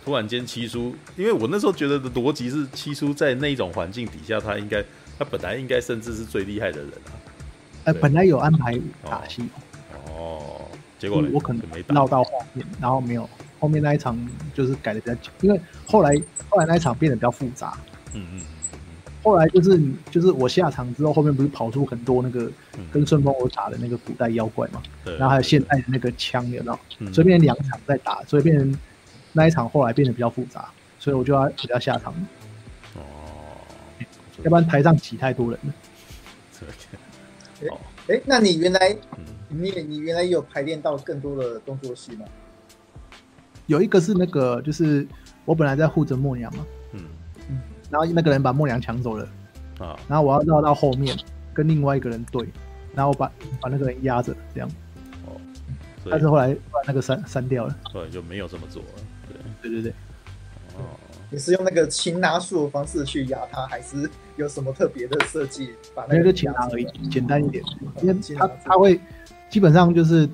[SPEAKER 1] 突然间七叔，因为我那时候觉得的逻辑是七叔在那一种环境底下，他应该他本来应该甚至是最厉害的人啊。
[SPEAKER 3] 呃，
[SPEAKER 1] 对
[SPEAKER 3] 本来有安排打戏，
[SPEAKER 1] 哦，结果呢？
[SPEAKER 3] 嗯我可能
[SPEAKER 1] 就没打
[SPEAKER 3] 绕到后面，然后没有后面那一场就是改的比较紧，因为后来后来那一场变得比较复杂。
[SPEAKER 1] 嗯嗯嗯
[SPEAKER 3] 后来就是你就是我下场之后，后面不是跑出很多那个
[SPEAKER 1] 嗯，
[SPEAKER 3] 跟顺风我打的那个古代妖怪嘛，
[SPEAKER 1] 对
[SPEAKER 3] 然后还有现代的那个枪，有没有？
[SPEAKER 1] 嗯
[SPEAKER 3] 所以变成两场在打，所以变成那一场后来变得比较复杂，所以我就要比较下
[SPEAKER 1] 嗯
[SPEAKER 3] 场，
[SPEAKER 1] 哦，
[SPEAKER 3] 要不然台上挤太多人了。
[SPEAKER 1] 这个哦，
[SPEAKER 2] 哎，那你原来
[SPEAKER 1] 嗯
[SPEAKER 2] 你也你原来也有排练到更多的动作戏吗？
[SPEAKER 3] 有一个是那个就是我本来在护着默娘嘛，
[SPEAKER 1] 嗯
[SPEAKER 3] 然后那个人把默娘抢走了，
[SPEAKER 1] 啊
[SPEAKER 3] 然后我要绕到后面跟另外一个人对，然后把把那个人压着这样，
[SPEAKER 1] 哦，所
[SPEAKER 3] 但
[SPEAKER 1] 以
[SPEAKER 3] 是后来把那个删删掉了。
[SPEAKER 1] 后来就没有这么做了，对，
[SPEAKER 3] 对对对，
[SPEAKER 1] 哦，
[SPEAKER 2] 你是用那个擒拿术的方式去压他，还是有什么特别的设计把
[SPEAKER 3] 没
[SPEAKER 2] 那
[SPEAKER 3] 有
[SPEAKER 2] 个
[SPEAKER 3] 就擒拿而已，简单一点，因为
[SPEAKER 2] 嗯擒拿
[SPEAKER 3] 他他会基本上就是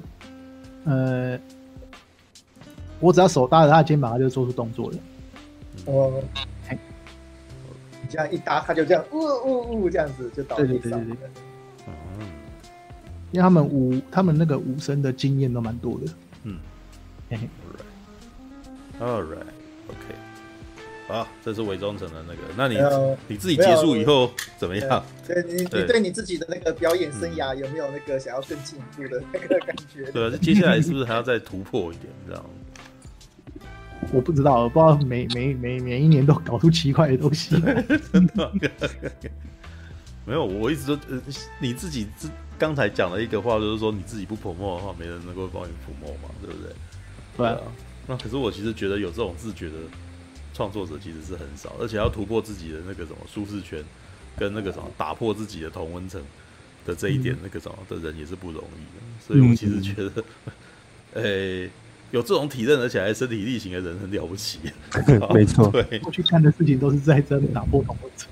[SPEAKER 3] 呃，我只要手搭着他的肩膀，他就做出动作了。
[SPEAKER 2] 我
[SPEAKER 3] 嘿，
[SPEAKER 2] 哦你这样一搭，他就这样呜呜呜这样子就倒
[SPEAKER 3] 对
[SPEAKER 2] 地
[SPEAKER 3] 对
[SPEAKER 2] 上了。
[SPEAKER 3] 对对
[SPEAKER 1] 嗯
[SPEAKER 3] 因为他们武他们那个武生的经验都蛮多的。
[SPEAKER 1] 嗯
[SPEAKER 3] 嘿嘿
[SPEAKER 1] ，all right，OK，好，这是伪装成的那个，那你
[SPEAKER 2] 然后
[SPEAKER 1] 你自己结束以后怎么样？
[SPEAKER 2] 对你
[SPEAKER 1] 对嗯
[SPEAKER 2] 你对你自己的那个表演生涯有没有那个想要更进一步的那个感觉？
[SPEAKER 1] 对啊，接下来是不是还要再突破一点？这样，
[SPEAKER 3] 我不知道，我不知道每每每每一年都搞出奇怪的东西。
[SPEAKER 1] 真的没有，我一直都呃，你自己自刚才讲了一个话，就是说你自己不 promo 的话，没人能够帮你 promo 嘛，对不对？
[SPEAKER 3] <laughs> 对啊，
[SPEAKER 1] 那可是我其实觉得有这种自觉的创作者其实是很少，而且要突破自己的那个什么舒适圈，跟那个什么打破自己的同温层的这一
[SPEAKER 6] 嗯
[SPEAKER 1] 点，那个什么的人也是不容易的。所以我其实觉得，
[SPEAKER 6] 嗯
[SPEAKER 1] <laughs> 呃、有这种体认而且还身体力行的人很了不起，
[SPEAKER 6] <laughs> <laughs> 没错，
[SPEAKER 1] <laughs> 对，
[SPEAKER 3] 过去看的事情都是在这打破同温层。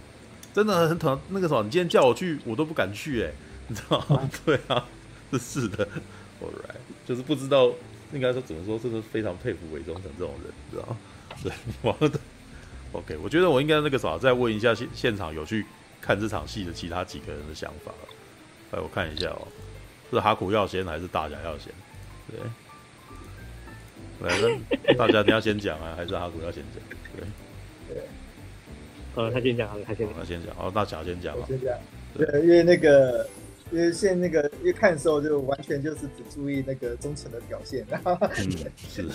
[SPEAKER 1] 真的很疼。那个什么，你今天叫我去，我都不敢去、哎，你知道吗？ <laughs> 对啊，这是的，all right，就是不知道，应该说只能说，真的非常佩服韦忠成这种人，你知道吗？ <laughs> 对，我的 OK，我觉得我应该那个啥，再问一下现现场有去看这场戏的其他几个人的想法。哎，我看一下哦，是哈苦要先还是大家要先？对。来，那大家你要先讲啊，还是哈苦要先讲？对，
[SPEAKER 4] 呃，他先讲，他先
[SPEAKER 1] 我
[SPEAKER 4] 讲，
[SPEAKER 1] 要先讲，哦，大侠先讲
[SPEAKER 2] 我
[SPEAKER 1] 吧。
[SPEAKER 2] 觉得这样，
[SPEAKER 1] 对
[SPEAKER 2] 对，因为那个，因为现在那个，因为看的时候就完全就是只注意那个忠诚的表现，然后
[SPEAKER 1] 嗯，是，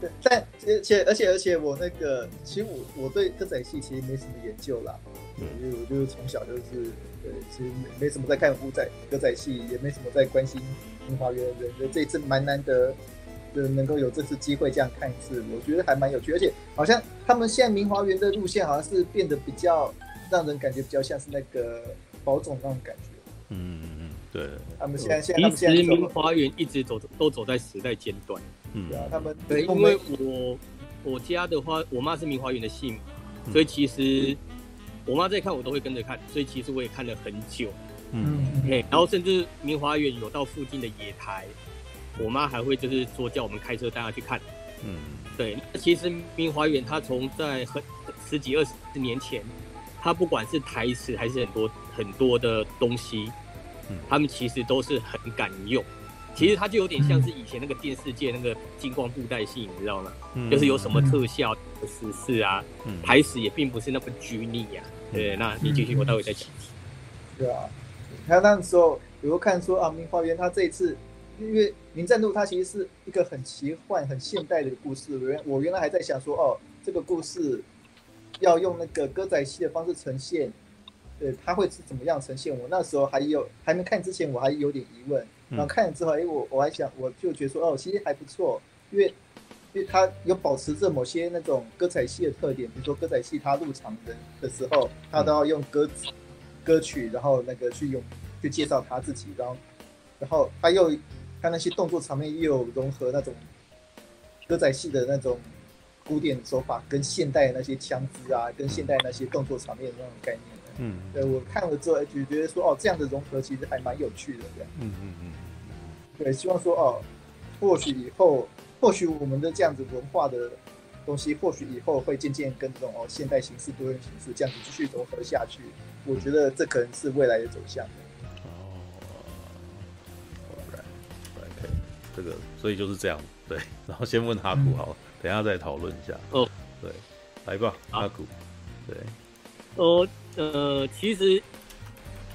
[SPEAKER 2] 对，但而且而且而且我那个，其实我我对歌仔戏其实没什么研究啦，
[SPEAKER 1] 嗯
[SPEAKER 2] 因为我就是从小就是，呃，其实没没什么在看舞仔歌仔戏，也没什么在关心中华园人，所以这一次蛮难得。就能够有这次机会这样看一次，我觉得还蛮有趣，而且好像他们现在明华园的路线好像是变得比较让人感觉比较像是那个宝总那种感觉，
[SPEAKER 1] 嗯嗯嗯，对，
[SPEAKER 2] 他们现在现在他们
[SPEAKER 4] 其实
[SPEAKER 2] 现在
[SPEAKER 4] 明
[SPEAKER 2] 走，
[SPEAKER 4] 花园一直走都走在时代尖端。
[SPEAKER 1] 嗯
[SPEAKER 2] 对，啊，他们
[SPEAKER 4] 对，
[SPEAKER 2] 我
[SPEAKER 4] 因为
[SPEAKER 2] 们
[SPEAKER 4] 我我家的话，我妈是明华园的信嘛，
[SPEAKER 1] 嗯
[SPEAKER 4] 所以其实我妈在看，我都会跟着看，所以其实我也看了很久。
[SPEAKER 1] 嗯，
[SPEAKER 4] 嘿，然后甚至明华园有到附近的野台，我妈还会就是说叫我们开车带她去看。
[SPEAKER 1] 嗯，
[SPEAKER 4] 对，那其实明华园它从在很十几二十年前，它不管是台词还是很多很多的东西
[SPEAKER 1] 嗯，
[SPEAKER 4] 他们其实都是很敢用。其实它就有点像是以前那个电视界那个金光布袋戏，你知道吗？
[SPEAKER 1] 嗯
[SPEAKER 4] 就是有什么特效、时事啊，
[SPEAKER 1] 嗯
[SPEAKER 4] 台词也并不是那么拘泥呀、对，那你继续，我待会再讲。
[SPEAKER 2] 对啊，他那时候比如看说啊，明花园他这一次，因为林战路它其实是一个很奇幻、很现代的故事。我原我原来还在想说，哦，这个故事要用那个歌仔戏的方式呈现，对，他会是怎么样呈现？我那时候还有还没看之前，我还有点疑问，
[SPEAKER 1] 嗯
[SPEAKER 2] 然后看了之后，哎、我我还想，我就觉得说，哦，其实还不错，因为。因为它有保持着某些那种歌仔戏的特点，比如说歌仔戏它入场的的时候，它都要用歌词歌曲，然后那个去用去介绍他自己，然后然后他又他那些动作场面又有融合那种歌仔戏的那种古典手法，跟现代那些枪支啊，跟现代那些动作场面那种概念的。
[SPEAKER 1] 嗯嗯
[SPEAKER 2] 对我看了之后，就觉得说哦，这样的融合其实还蛮有趣的，这样。
[SPEAKER 1] 嗯嗯
[SPEAKER 2] 对，希望说哦，或许以后，或许我们的这样子文化的东西，或许以后会渐渐跟这种哦现代形式、多元形式这样子继续融合下去。我觉得这可能是未来的走向。
[SPEAKER 1] 嗯，哦，right，OK，这个所以就是这样，对，然后先问哈古好了，等一下再讨论一下，
[SPEAKER 4] 哦，
[SPEAKER 1] 对，来吧，
[SPEAKER 4] 好
[SPEAKER 1] 哈古，对，
[SPEAKER 4] 哦，呃，其实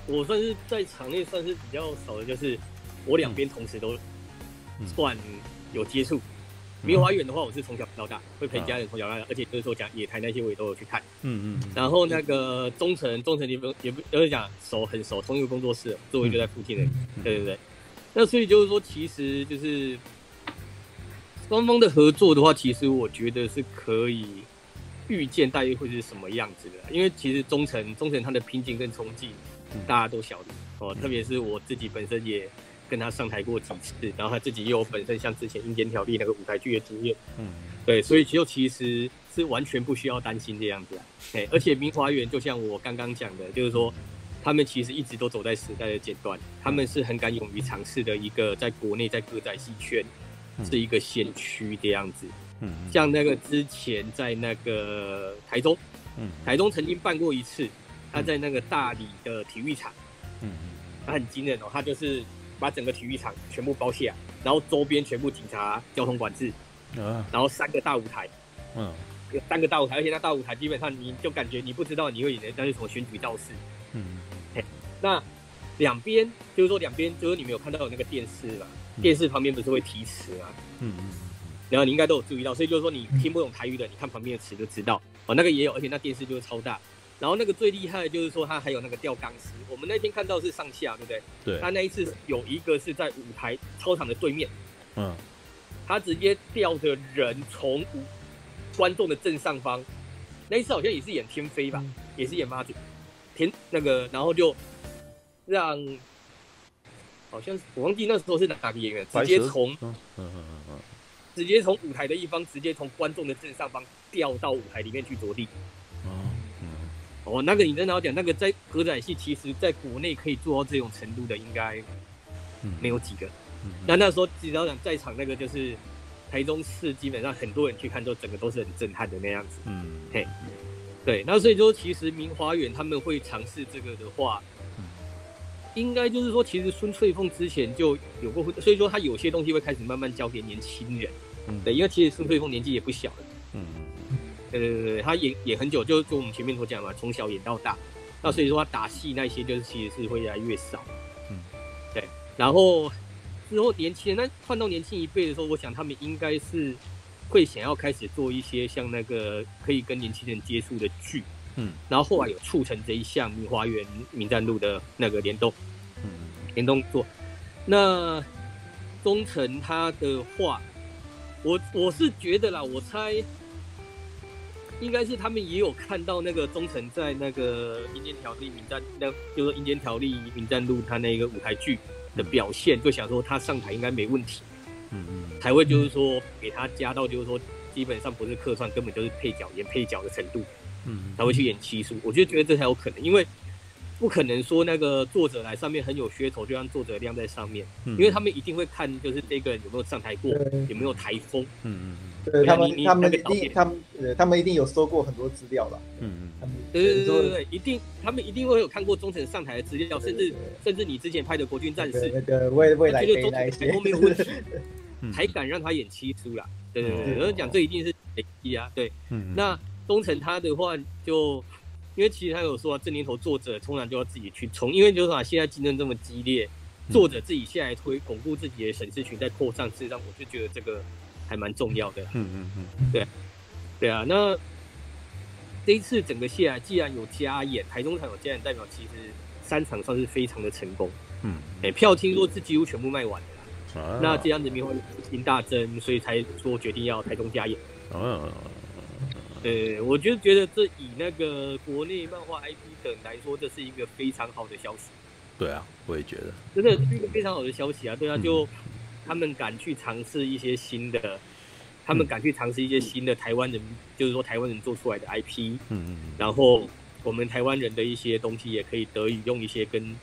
[SPEAKER 4] 我算是在场内算是比较少的，就是我两边同时都
[SPEAKER 1] 嗯
[SPEAKER 4] 算有接触。明华园的话，我是从小看到大，会陪家人从小看到大，而且就是说讲野台那些我也都有去看。
[SPEAKER 1] 嗯嗯
[SPEAKER 4] 然后那个中城，中城也不也不就是讲熟很熟，同一个工作室，座位就在附近的，
[SPEAKER 1] 嗯
[SPEAKER 4] 对对对。那所以就是说，其实就是双方的合作的话，其实我觉得是可以预见大约会是什么样子的啦，因为其实中城中城他的拼劲跟冲劲
[SPEAKER 1] 嗯，
[SPEAKER 4] 大家都晓得哦，特别是我自己本身也。跟他上台过几次，然后他自己又有本身像之前《阴间条例》那个舞台剧的经验，
[SPEAKER 1] 嗯
[SPEAKER 4] 对，所以就其实是完全不需要担心这样子啊。哎，而且明华园就像我刚刚讲的，就是说他们其实一直都走在时代的尖端，他们是很敢勇于尝试的一个，在国内在歌仔戏圈
[SPEAKER 1] 嗯
[SPEAKER 4] 是一个先驱这样子。
[SPEAKER 1] 嗯，
[SPEAKER 4] 像那个之前在那个台中，
[SPEAKER 1] 嗯
[SPEAKER 4] 台中曾经办过一次，他在那个大理的体育场，
[SPEAKER 1] 嗯
[SPEAKER 4] 他很惊人哦，他就是把整个体育场全部包下，然后周边全部警察交通管制，
[SPEAKER 1] 嗯啊
[SPEAKER 4] 然后三个大舞台。
[SPEAKER 1] 嗯
[SPEAKER 4] 有三个大舞台，而且那大舞台基本上你就感觉你不知道你会演那是什么选举造势。
[SPEAKER 1] 嗯
[SPEAKER 4] 那两边就是说两边就是你们有看到有那个电视嘛，
[SPEAKER 1] 嗯
[SPEAKER 4] 电视旁边不是会提词嘛，
[SPEAKER 1] 嗯
[SPEAKER 4] 然后你应该都有注意到，所以就是说你听不懂台语的，你看旁边的词就知道。哦，那个也有，而且那电视就是超大。然后那个最厉害的就是说它还有那个吊钢丝，我们那天看到是上下，对不对？
[SPEAKER 1] 对
[SPEAKER 4] 它，那一次有一个是在舞台操场的对面，
[SPEAKER 1] 嗯
[SPEAKER 4] 他直接吊着人从观众的正上方，那一次好像也是演天飞吧，也是演妈祖，天那个，然后就让好像是我忘记那时候是哪个演员，直接从
[SPEAKER 1] 嗯嗯嗯嗯
[SPEAKER 4] 直接从舞台的一方，直接从观众的正上方吊到舞台里面去着地。
[SPEAKER 1] 嗯嗯，
[SPEAKER 4] 哦，那个你真的要讲，那个在歌仔戏，其实在国内可以做到这种程度的，应该没有几个。那那时候只要讲在场那个就是台中市，基本上很多人去看，都整个都是很震撼的那样子。
[SPEAKER 1] 嗯
[SPEAKER 4] 对，那所以说其实明华园他们会尝试这个的话
[SPEAKER 1] 嗯，
[SPEAKER 4] 应该就是说其实孙翠凤之前就有过，所以说她有些东西会开始慢慢交给年轻人。
[SPEAKER 1] 嗯
[SPEAKER 4] 对，因为其实孙翠凤年纪也不小了，
[SPEAKER 1] 嗯
[SPEAKER 4] 对对对对，她演演很久，就是跟我们前面所讲嘛，从小演到大。那所以说她打戏那些就是其实是会越来越少。
[SPEAKER 1] 嗯，
[SPEAKER 4] 对，然后之后年轻人，那换到年轻一辈的时候，我想他们应该是会想要开始做一些像那个可以跟年轻人接触的剧，
[SPEAKER 1] 嗯，
[SPEAKER 4] 然后后来有促成这一项明华园民战路的那个联动
[SPEAKER 1] 嗯
[SPEAKER 4] 联动做。那忠诚他的话，我我是觉得啦，我猜应该是他们也有看到那个忠诚在那个《阴间条例》名战，那就是《阴间条例》名战路他那个舞台剧的表现，就想说他上台应该没问题，
[SPEAKER 1] 嗯嗯
[SPEAKER 4] 才会就是说给他加到就是说基本上不是客串，根本就是配角演配角的程度。
[SPEAKER 1] 嗯，
[SPEAKER 4] 才会去演七叔。我就觉得这才有可能，因为不可能说那个作者来上面很有噱头，就让作者晾在上面，
[SPEAKER 1] 嗯
[SPEAKER 4] 因为他们一定会看就是这个人有没有上台过，有没有台风。
[SPEAKER 1] 嗯嗯
[SPEAKER 2] 对他们
[SPEAKER 4] 你你
[SPEAKER 2] 他们
[SPEAKER 4] 那
[SPEAKER 2] 一
[SPEAKER 4] 个导
[SPEAKER 2] 定
[SPEAKER 4] 演
[SPEAKER 2] 他们呃他们一定有收过很多资料了，
[SPEAKER 1] 嗯嗯
[SPEAKER 2] 他
[SPEAKER 1] 嗯
[SPEAKER 2] 们
[SPEAKER 4] 对对对
[SPEAKER 2] 说
[SPEAKER 4] 对对，一定他们一定会有看过忠诚上台的资料，甚至
[SPEAKER 2] 对
[SPEAKER 4] 甚至你之前拍的《国军战士
[SPEAKER 2] 嗯对》，那个未未来杯
[SPEAKER 4] 这个忠
[SPEAKER 2] 那一
[SPEAKER 4] 诚
[SPEAKER 2] 些
[SPEAKER 4] 台风没有
[SPEAKER 2] <laughs>
[SPEAKER 4] 问题，
[SPEAKER 1] 嗯，
[SPEAKER 4] 才敢让他演七叔啦。对对
[SPEAKER 1] 嗯
[SPEAKER 4] 对，我讲这一定是累积啊，对。
[SPEAKER 1] 嗯，嗯
[SPEAKER 4] 那东城他的话就，因为其实他有说、啊，这年头作者通常就要自己去冲，因为就是啊，现在竞争这么激烈，
[SPEAKER 1] 嗯
[SPEAKER 4] 作者自己下来推巩固自己的审视群，在扩散，事实上我就觉得这个还蛮重要的啦。
[SPEAKER 1] 嗯嗯嗯
[SPEAKER 4] 对啊，那这一次整个下来，既然有加演，台中场有加演，代表其实三场算是非常的成功。
[SPEAKER 1] 嗯
[SPEAKER 4] 哎、票听说是几乎全部卖完了啦。
[SPEAKER 1] 嗯，啊
[SPEAKER 4] 那这样子，明后听大增，所以才说决定要台中加演。
[SPEAKER 1] 哦，
[SPEAKER 4] 对，我就觉得这以那个国内漫画 IP 等来说，这是一个非常好的消息，
[SPEAKER 1] 对啊，我也觉得，
[SPEAKER 4] 真的是一个非常好的消息啊！对啊，
[SPEAKER 1] 嗯
[SPEAKER 4] 就他们敢去尝试一些新的，他
[SPEAKER 1] 嗯
[SPEAKER 4] 们敢去尝试一些新的台湾人，就是说台湾人做出来的 IP，
[SPEAKER 1] 嗯嗯嗯，
[SPEAKER 4] 然后我们台湾人的一些东西也可以得以用一些跟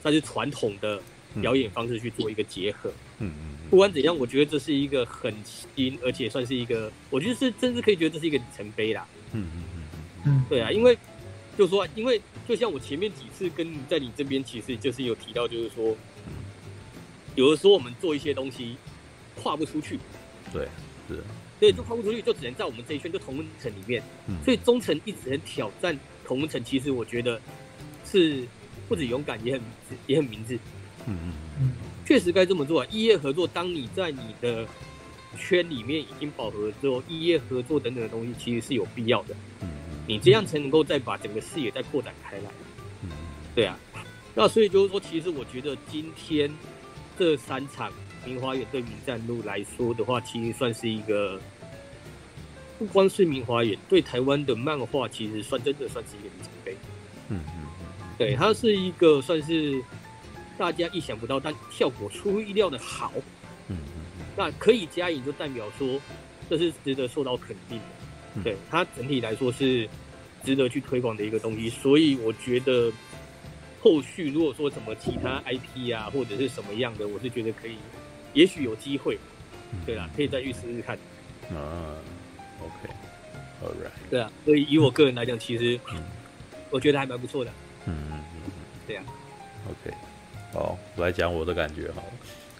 [SPEAKER 4] 算是传统的表演方式去做一个结合。
[SPEAKER 1] 嗯嗯嗯
[SPEAKER 4] 不管怎样，我觉得这是一个很新，而且算是一个，我觉得是真是可以觉得这是一个里程碑啦。
[SPEAKER 1] 嗯嗯嗯
[SPEAKER 3] 嗯，
[SPEAKER 4] 对啊，因为就说，因为就像我前面几次跟你在你这边，其实就是有提到，就是说，有的时候我们做一些东西跨不出去，
[SPEAKER 1] 嗯，对，是，
[SPEAKER 4] 对，就跨不出去，就只能在我们这一圈，就同温层里面。
[SPEAKER 1] 嗯
[SPEAKER 4] 所以中层一直很挑战同温层，其实我觉得是不止勇敢，也很明智也很明智，
[SPEAKER 1] 嗯嗯
[SPEAKER 4] 确实该这么做啊。异业合作，当你在你的圈里面已经饱和了之后，异业合作等等的东西其实是有必要的，
[SPEAKER 1] 嗯嗯
[SPEAKER 4] 你这样才能够再把整个视野再扩展开来。
[SPEAKER 1] 嗯
[SPEAKER 4] 对啊，那所以就是说，其实我觉得今天这三场明华园对明战路来说的话，其实算是一个不光是明华园对台湾的漫画，其实算真的算是一个里程碑。
[SPEAKER 1] 嗯
[SPEAKER 4] 对，它是一个算是大家意想不到，但效果出乎意料的好。
[SPEAKER 1] 嗯
[SPEAKER 4] 那可以加以就代表说，这是值得受到肯定
[SPEAKER 1] 嗯
[SPEAKER 4] 的。对它整体来说是值得去推广的一个东西，所以我觉得后续如果说什么其他 IP 啊，或者是什么样的，我是觉得可以，也许有机会，
[SPEAKER 1] 嗯，
[SPEAKER 4] 对啦，可以再去试试看。
[SPEAKER 1] 啊，OK，All right，
[SPEAKER 4] 对啊，所以以我个人来讲，其实
[SPEAKER 1] 嗯
[SPEAKER 4] 我觉得还蛮不错的。
[SPEAKER 1] 嗯嗯嗯，，OK，好，我来讲我的感觉好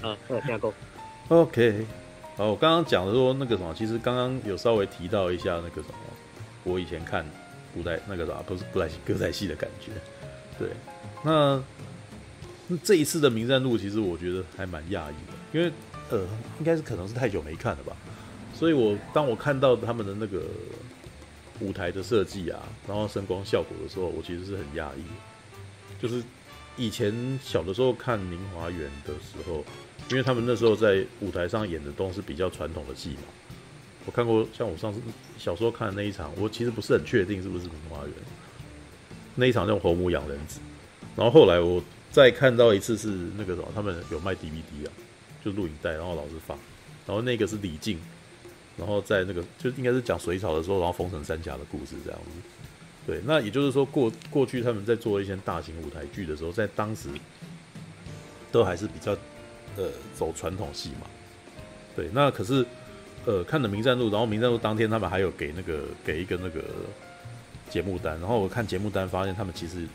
[SPEAKER 1] 了。
[SPEAKER 4] 啊，嗯，这样够。
[SPEAKER 1] OK，好，我刚刚讲的说那个什么，其实刚刚有稍微提到一下那个什么，我以前看古代那个啥，不是古代戏歌仔戏的感觉。对，那那这一次的《名战录》，其实我觉得还蛮讶异的，因为呃，应该是可能是太久没看了吧，所以我当我看到他们的那个舞台的设计啊，然后声光效果的时候，我其实是很讶异，就是以前小的时候看《明华园》的时候。因为他们那时候在舞台上演的都是比较传统的戏嘛。我看过，像我上次小时候看的那一场，我其实不是很确定是不是《名花园》那一场用红母养人子。然后后来我再看到一次是那个什么，他们有卖 DVD 啊，就录影带，然后老师放，然后那个是李靖，然后在那个就应该是讲隋朝的时候，然后封神三峡的故事这样子。对，那也就是说过过去他们在做一些大型舞台剧的时候，在当时都还是比较呃走传统戏嘛。对，那可是呃看了《名战录》，然后《名战录》当天他们还有给那个给一个那个节目单，然后我看节目单发现他们其实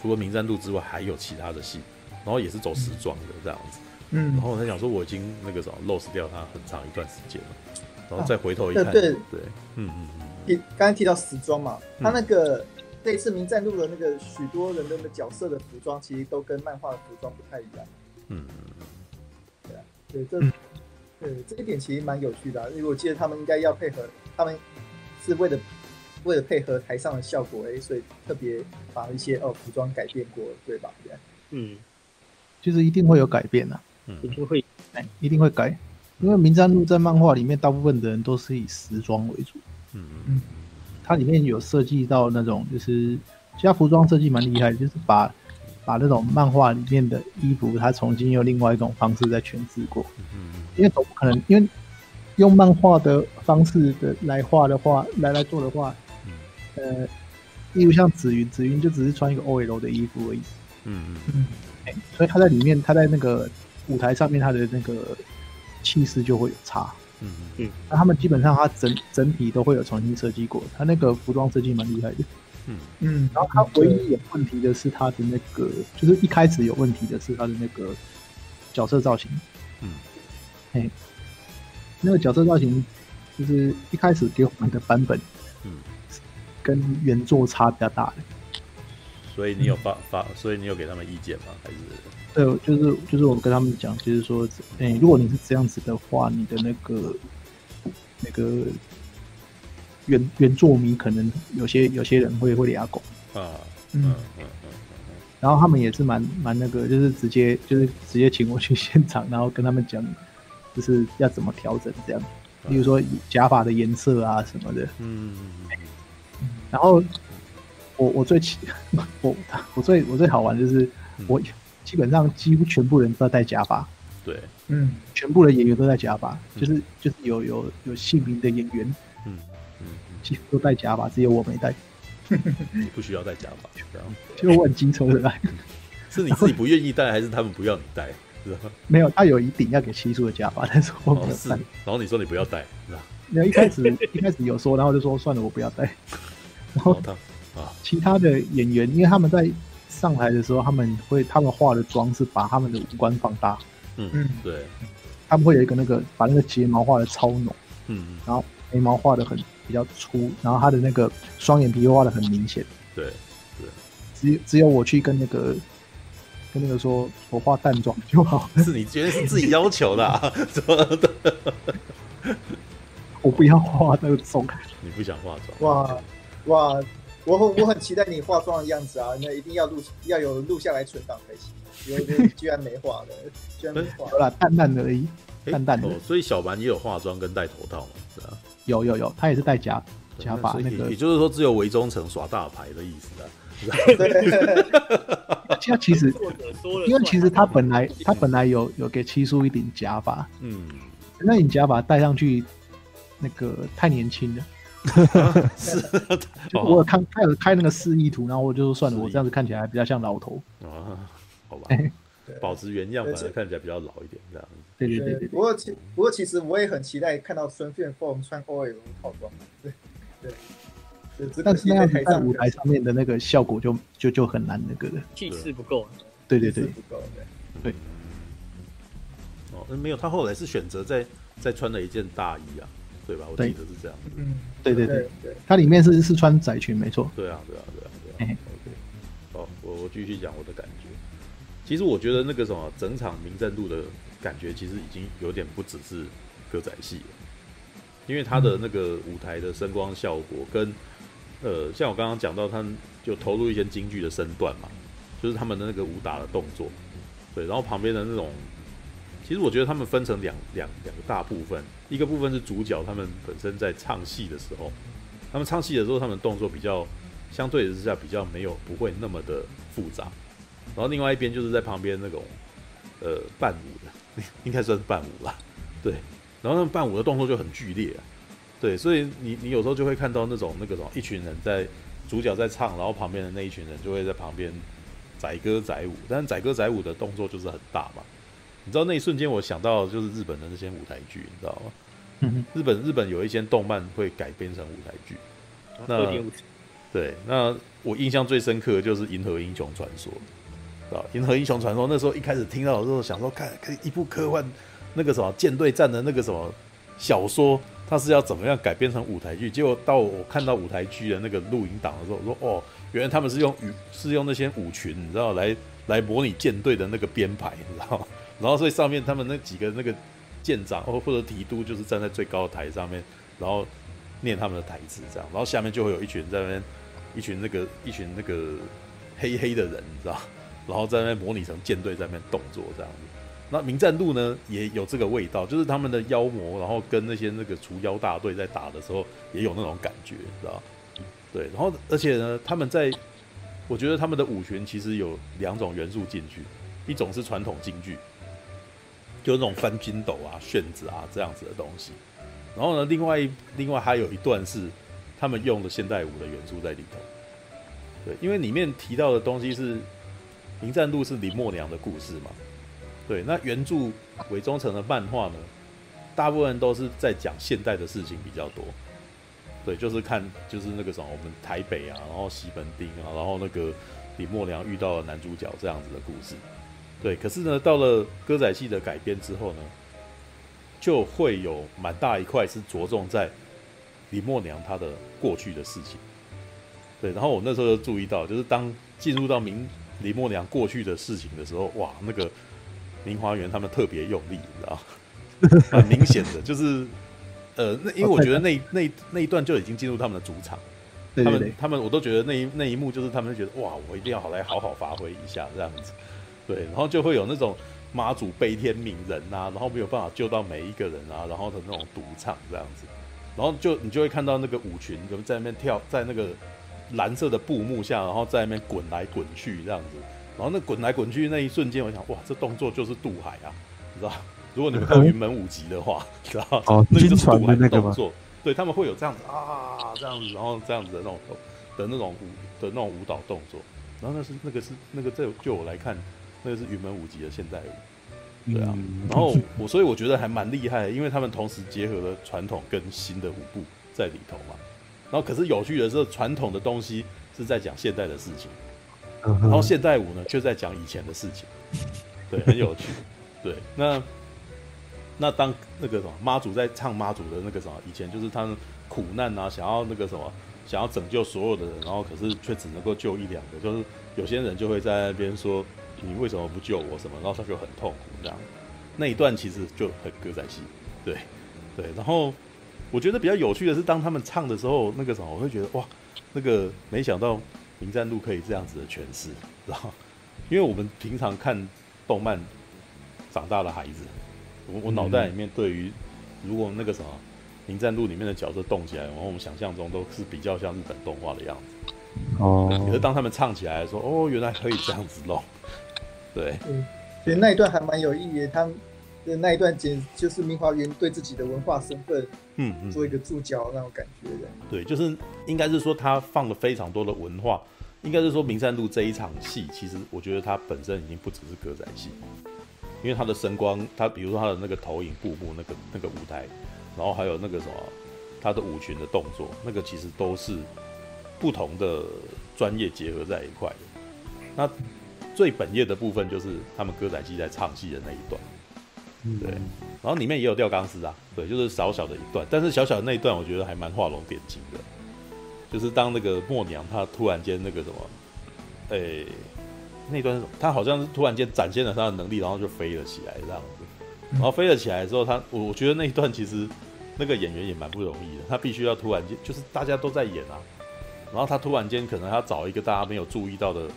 [SPEAKER 1] 除了《名战录》之外还有其他的戏，然后也是走时装的这样子。然
[SPEAKER 3] 嗯，
[SPEAKER 1] 后我在想说我已经那个什么 lost 掉它很长一段时间了，然后再回头一
[SPEAKER 2] 啊
[SPEAKER 1] 看，
[SPEAKER 2] 对对
[SPEAKER 1] 对，嗯嗯嗯，
[SPEAKER 2] 提刚才提到时装嘛，
[SPEAKER 1] 嗯
[SPEAKER 2] 他那个这一次名战录的那个许多人的那个角色的服装，其实都跟漫画的服装不太一样。
[SPEAKER 1] 嗯
[SPEAKER 2] 对，这对这一点其实蛮有趣的、啊，因为我记得他们应该要配合，他们是为了为了配合台上的效果，哎，所以特别把一些哦服装改变过，对吧？对啊
[SPEAKER 4] 嗯，
[SPEAKER 3] 其实一定会有改变的、啊
[SPEAKER 1] 嗯
[SPEAKER 4] 一
[SPEAKER 1] 嗯
[SPEAKER 4] 定会。
[SPEAKER 3] 哎，一定会改，因为名战路在漫画里面，大部分的人都是以时装为主，
[SPEAKER 1] 嗯嗯，
[SPEAKER 3] 它里面有设计到那种，就是其实它服装设计蛮厉害的，就是把把那种漫画里面的衣服，它重新用另外一种方式再诠释过。
[SPEAKER 1] 嗯
[SPEAKER 3] 因为总不可能，因为用漫画的方式的来画的话，来来做的话，
[SPEAKER 1] 嗯
[SPEAKER 3] 呃，例如像紫云，紫云就只是穿一个 OL 的衣服而已，
[SPEAKER 1] 嗯嗯
[SPEAKER 3] 所以他在里面，他在那个舞台上面，他的那个气势就会有差。
[SPEAKER 1] 嗯嗯，
[SPEAKER 3] 那他们基本上，他整整体都会有重新设计过，他那个服装设计蛮厉害的。
[SPEAKER 2] 嗯，
[SPEAKER 3] 然后他唯一有问题的是他的那个，就是一开始有问题的是他的那个角色造型。
[SPEAKER 1] 嗯，
[SPEAKER 3] 嘿，那个角色造型就是一开始给我们的版本，
[SPEAKER 1] 嗯，
[SPEAKER 3] 跟原作差比较大的。
[SPEAKER 1] 所以你有发发，所以你有给他们意见吗？还是
[SPEAKER 3] 对，就是就是我跟他们讲，就是说，诶、如果你是这样子的话，你的那个那个原原作迷可能有些有些人会会俩狗。
[SPEAKER 1] 啊嗯
[SPEAKER 2] 嗯
[SPEAKER 1] 嗯嗯
[SPEAKER 3] 然后他们也是蛮蛮那个，就是直接就是直接请我去现场，然后跟他们讲，就是要怎么调整这样，
[SPEAKER 1] 嗯，
[SPEAKER 3] 例如说假发的颜色啊什么的。
[SPEAKER 1] 嗯
[SPEAKER 3] 然后我 <laughs> 我最奇我我最我最好玩就是
[SPEAKER 1] 嗯
[SPEAKER 3] 我基本上几乎全部人都在戴假发，
[SPEAKER 1] 对
[SPEAKER 2] 嗯
[SPEAKER 3] 全部的演员都戴假发，
[SPEAKER 1] 嗯
[SPEAKER 3] 就是就是有有有姓名的演员
[SPEAKER 1] 嗯嗯，
[SPEAKER 3] 几乎都戴假发，只有我没戴，
[SPEAKER 1] 你不需要戴假发，这样
[SPEAKER 3] 就我很机车的戴，
[SPEAKER 1] 是你自己不愿意戴，还是他们不要你戴？是吧？
[SPEAKER 3] <laughs> 没有他有一顶要给七叔的假发，但是我没
[SPEAKER 1] 哦
[SPEAKER 3] 有
[SPEAKER 1] 是，
[SPEAKER 3] 戴
[SPEAKER 1] 然。后你说你不要戴，是吧？
[SPEAKER 3] 没有一开始一开始有说，然后就说算了，我不要戴。然
[SPEAKER 1] 然后
[SPEAKER 3] 后
[SPEAKER 1] 他啊
[SPEAKER 3] 其他的演员，因为他们在上台的时候，他们会他们化的妆是把他们的五官放大，
[SPEAKER 1] 嗯
[SPEAKER 2] 嗯
[SPEAKER 1] 对
[SPEAKER 3] 他们会有一个那个把那个睫毛画的超浓，
[SPEAKER 1] 嗯嗯
[SPEAKER 3] 眉毛画的很比较粗，然后他的那个双眼皮又画的很明显。
[SPEAKER 1] 对
[SPEAKER 3] 只有只有我去跟那个跟那个说，我化淡妆就好，
[SPEAKER 1] 是你觉得是自己要求的、啊，怎么的？
[SPEAKER 3] 我不要化那个重。
[SPEAKER 1] 你不想化妆？
[SPEAKER 2] 哇哇，我很我很期待你化妆的样子啊，那一定要录要有录下来存档才行，啊因为这居然没化的，居然没化
[SPEAKER 3] 有， <laughs> 啦，淡淡的而已。
[SPEAKER 1] 诶
[SPEAKER 3] 淡淡的
[SPEAKER 1] 哦，所以小蛮也有化妆跟戴头套嘛，是啊，
[SPEAKER 3] 有有有，他也是戴假
[SPEAKER 1] 对
[SPEAKER 3] 假发
[SPEAKER 1] 所以
[SPEAKER 3] 那个
[SPEAKER 1] 也，就是说只有韦忠诚耍大牌的意思啊。
[SPEAKER 2] 对，
[SPEAKER 3] 他其实
[SPEAKER 4] 作者说了算，
[SPEAKER 3] 因为其实他本来他本来有有给七叔一顶假发，
[SPEAKER 1] 嗯，
[SPEAKER 3] 那顶假发戴上去，那个太年轻了。
[SPEAKER 1] 是
[SPEAKER 3] 就我有看他有开那个示意图，然后我就说算了，我这样子看起来比较像老头。
[SPEAKER 1] 啊，好吧
[SPEAKER 3] 嘿，
[SPEAKER 1] 保持原样，
[SPEAKER 2] 而
[SPEAKER 1] 反
[SPEAKER 2] 且
[SPEAKER 1] 而看起来比较老一点这样子。
[SPEAKER 3] 对对对对
[SPEAKER 2] 不
[SPEAKER 3] 对，
[SPEAKER 2] 过其不过其实我也很期待看到孙炫凤穿 OL 套装，对对，对只可
[SPEAKER 3] 但是
[SPEAKER 2] 惜在
[SPEAKER 3] 那样子
[SPEAKER 2] 台
[SPEAKER 3] 在
[SPEAKER 2] 上
[SPEAKER 3] 舞台上面的那个效果就就就很难那个了。
[SPEAKER 4] 气势不够，
[SPEAKER 3] 对
[SPEAKER 2] 对
[SPEAKER 3] 对对，
[SPEAKER 2] 不够对。
[SPEAKER 3] 对
[SPEAKER 1] 哦，那没有，他后来是选择再再穿了一件大衣啊，对吧？我
[SPEAKER 3] 对
[SPEAKER 1] 记得是这样子。
[SPEAKER 2] 嗯，
[SPEAKER 3] 对对对，
[SPEAKER 2] 对对，
[SPEAKER 3] 它里面是是穿窄裙没错。
[SPEAKER 1] 对啊，对啊，对啊，对啊
[SPEAKER 3] 嘿。
[SPEAKER 1] OK，好，我我继续讲我的感觉。其实我觉得那个什么，整场民政路的感觉，其实已经有点不只是歌仔戏了，因为它的那个舞台的声光效果跟呃，像我刚刚讲到，他们就投入一些京剧的身段嘛，就是他们的那个武打的动作，对，然后旁边的那种，其实我觉得他们分成两两两个大部分，一个部分是主角他们本身在唱戏的时候，他们唱戏的时候，他们动作比较相对之下比较没有不会那么的复杂。然后另外一边就是在旁边那种呃伴舞的， <laughs> 应该算是伴舞吧，对。然后他们伴舞的动作就很剧烈、啊，对，所以你你有时候就会看到那种那个什么一群人在主角在唱，然后旁边的那一群人就会在旁边载歌载舞，但是载歌载舞的动作就是很大嘛。你知道那一瞬间，我想到就是日本的那些舞台剧，你知道吗？
[SPEAKER 3] 嗯哼
[SPEAKER 1] 日本日本有一些动漫会改编成舞台剧，那
[SPEAKER 4] 二点五
[SPEAKER 1] 对，那我印象最深刻的就是《银河英雄传说》，知道《银河英雄传说》那时候一开始听到的时候，想说看，看一部科幻那个什么舰队战的那个什么小说，它是要怎么样改编成舞台剧？结果到我看到舞台剧的那个录影档的时候，我说哦，原来他们是用舞是用那些舞群，你知道来来模拟舰队的那个编排，你知道吗？然后所以上面他们那几个那个舰长或或者提督就是站在最高的台上面，然后念他们的台词这样，然后下面就会有一群在那边一群那个一群那个黑黑的人，你知道，然后在那边模拟成舰队在那边动作这样子。那名战路呢也有这个味道，就是他们的妖魔，然后跟那些那个除妖大队在打的时候也有那种感觉，你知道。对，然后而且呢，他们在，我觉得他们的舞群其实有两种元素进去，一种是传统京剧，就那种翻筋斗啊、旋子啊这样子的东西，然后呢，另外一另外还有一段是他们用的现代舞的元素在里头。对，因为里面提到的东西是《迎战录》是林默娘的故事嘛，对，那原著韦忠诚的漫画呢，大部分都是在讲现代的事情比较多。对，就是看就是那个什么，我们台北啊，然后西门町啊，然后那个李默娘遇到了男主角这样子的故事。对，可是呢，到了歌仔戏的改编之后呢，就会有蛮大一块是着重在李默娘她的过去的事情。对，然后我那时候就注意到，就是当进入到明李默娘过去的事情的时候，哇，那个明华园他们特别用力，你知道吗， <laughs> 很明显的就是，呃，那因为我觉得那那那一段就已经进入他们的主场，
[SPEAKER 3] 对
[SPEAKER 1] 他
[SPEAKER 3] 对
[SPEAKER 1] 们
[SPEAKER 3] 对，
[SPEAKER 1] 他们我都觉得那一那一幕就是他们就觉得哇，我一定要好来好好发挥一下这样子，对，然后就会有那种妈祖悲天悯人啊呐、然后没有办法救到每一个人啊，然后的那种独唱这样子，然后就你就会看到那个舞群就在那边跳，在那个蓝色的布幕下，然后在那边滚来滚去这样子，然后那滚来滚去那一瞬间，我想哇，这动作就是渡海啊，你知道？如果你们
[SPEAKER 3] 嗯
[SPEAKER 1] 看云门舞集的话，你知道？
[SPEAKER 6] 哦
[SPEAKER 1] 那个就
[SPEAKER 6] 军
[SPEAKER 1] 是
[SPEAKER 6] 船
[SPEAKER 1] 渡
[SPEAKER 6] 的
[SPEAKER 1] 海
[SPEAKER 6] 那个
[SPEAKER 1] 动
[SPEAKER 6] 吗？
[SPEAKER 1] 作，对他们会有这样子啊，这样子，然后这样子的那种的那种舞的那种舞蹈动作，然后那是那个是那个在就我来看，那个是云门舞集的现代舞，对啊，
[SPEAKER 6] 嗯
[SPEAKER 1] 然后我所以我觉得还蛮厉害的，因为他们同时结合了传统跟新的舞步在里头嘛。然后可是有趣的是，传统的东西是在讲现代的事情，
[SPEAKER 6] 嗯
[SPEAKER 1] 然
[SPEAKER 6] 哼
[SPEAKER 1] 后现代舞呢却在讲以前的事情，对，很有趣。对，那那当那个什么妈祖在唱妈祖的那个什么，以前就是他们苦难啊，想要那个什么，想要拯救所有的人，然后可是却只能够救一两个，就是有些人就会在那边说你为什么不救我什么，然后他就很痛苦这样。那一段其实就很歌仔戏，对对。然后我觉得比较有趣的是，当他们唱的时候，那个什么，我会觉得哇，那个没想到《名战路》可以这样子的诠释，然后因为我们平常看动漫长大的孩子，我我脑袋里面对于如果那个什么《名战路》里面的角色动起来，然后我们想象中都是比较像日本动画的样子。可是
[SPEAKER 6] 哦，
[SPEAKER 1] 当他们唱起来说哦，原来可以这样子弄，对，
[SPEAKER 2] 其实那一段还蛮有意义的，他的那一段简就是明华园对自己的文化身份
[SPEAKER 1] 嗯嗯。
[SPEAKER 2] 做一个注脚那种感觉的。
[SPEAKER 1] 对，就是应该是说他放了非常多的文化，应该是说明山路这一场戏，其实我觉得它本身已经不只是歌仔戏，因为它的声光，它比如说它的那个投影布幕那个那个舞台，然后还有那个什么，它的舞群的动作，那个其实都是不同的专业结合在一块的。那最本业的部分就是他们歌仔戏在唱戏的那一段。对，然后里面也有吊钢丝啊，对，就是小小的一段，但是小小的那一段我觉得还蛮画龙点睛的，就是当那个默娘她突然间那个什么，诶、那段是什么她好像是突然间展现了她的能力，然后就飞了起来这样子，然后飞了起来之后，她我我觉得那一段其实那个演员也蛮不容易的，他必须要突然间就是大家都在演啊，然后他突然间可能他找一个大家没有注意到的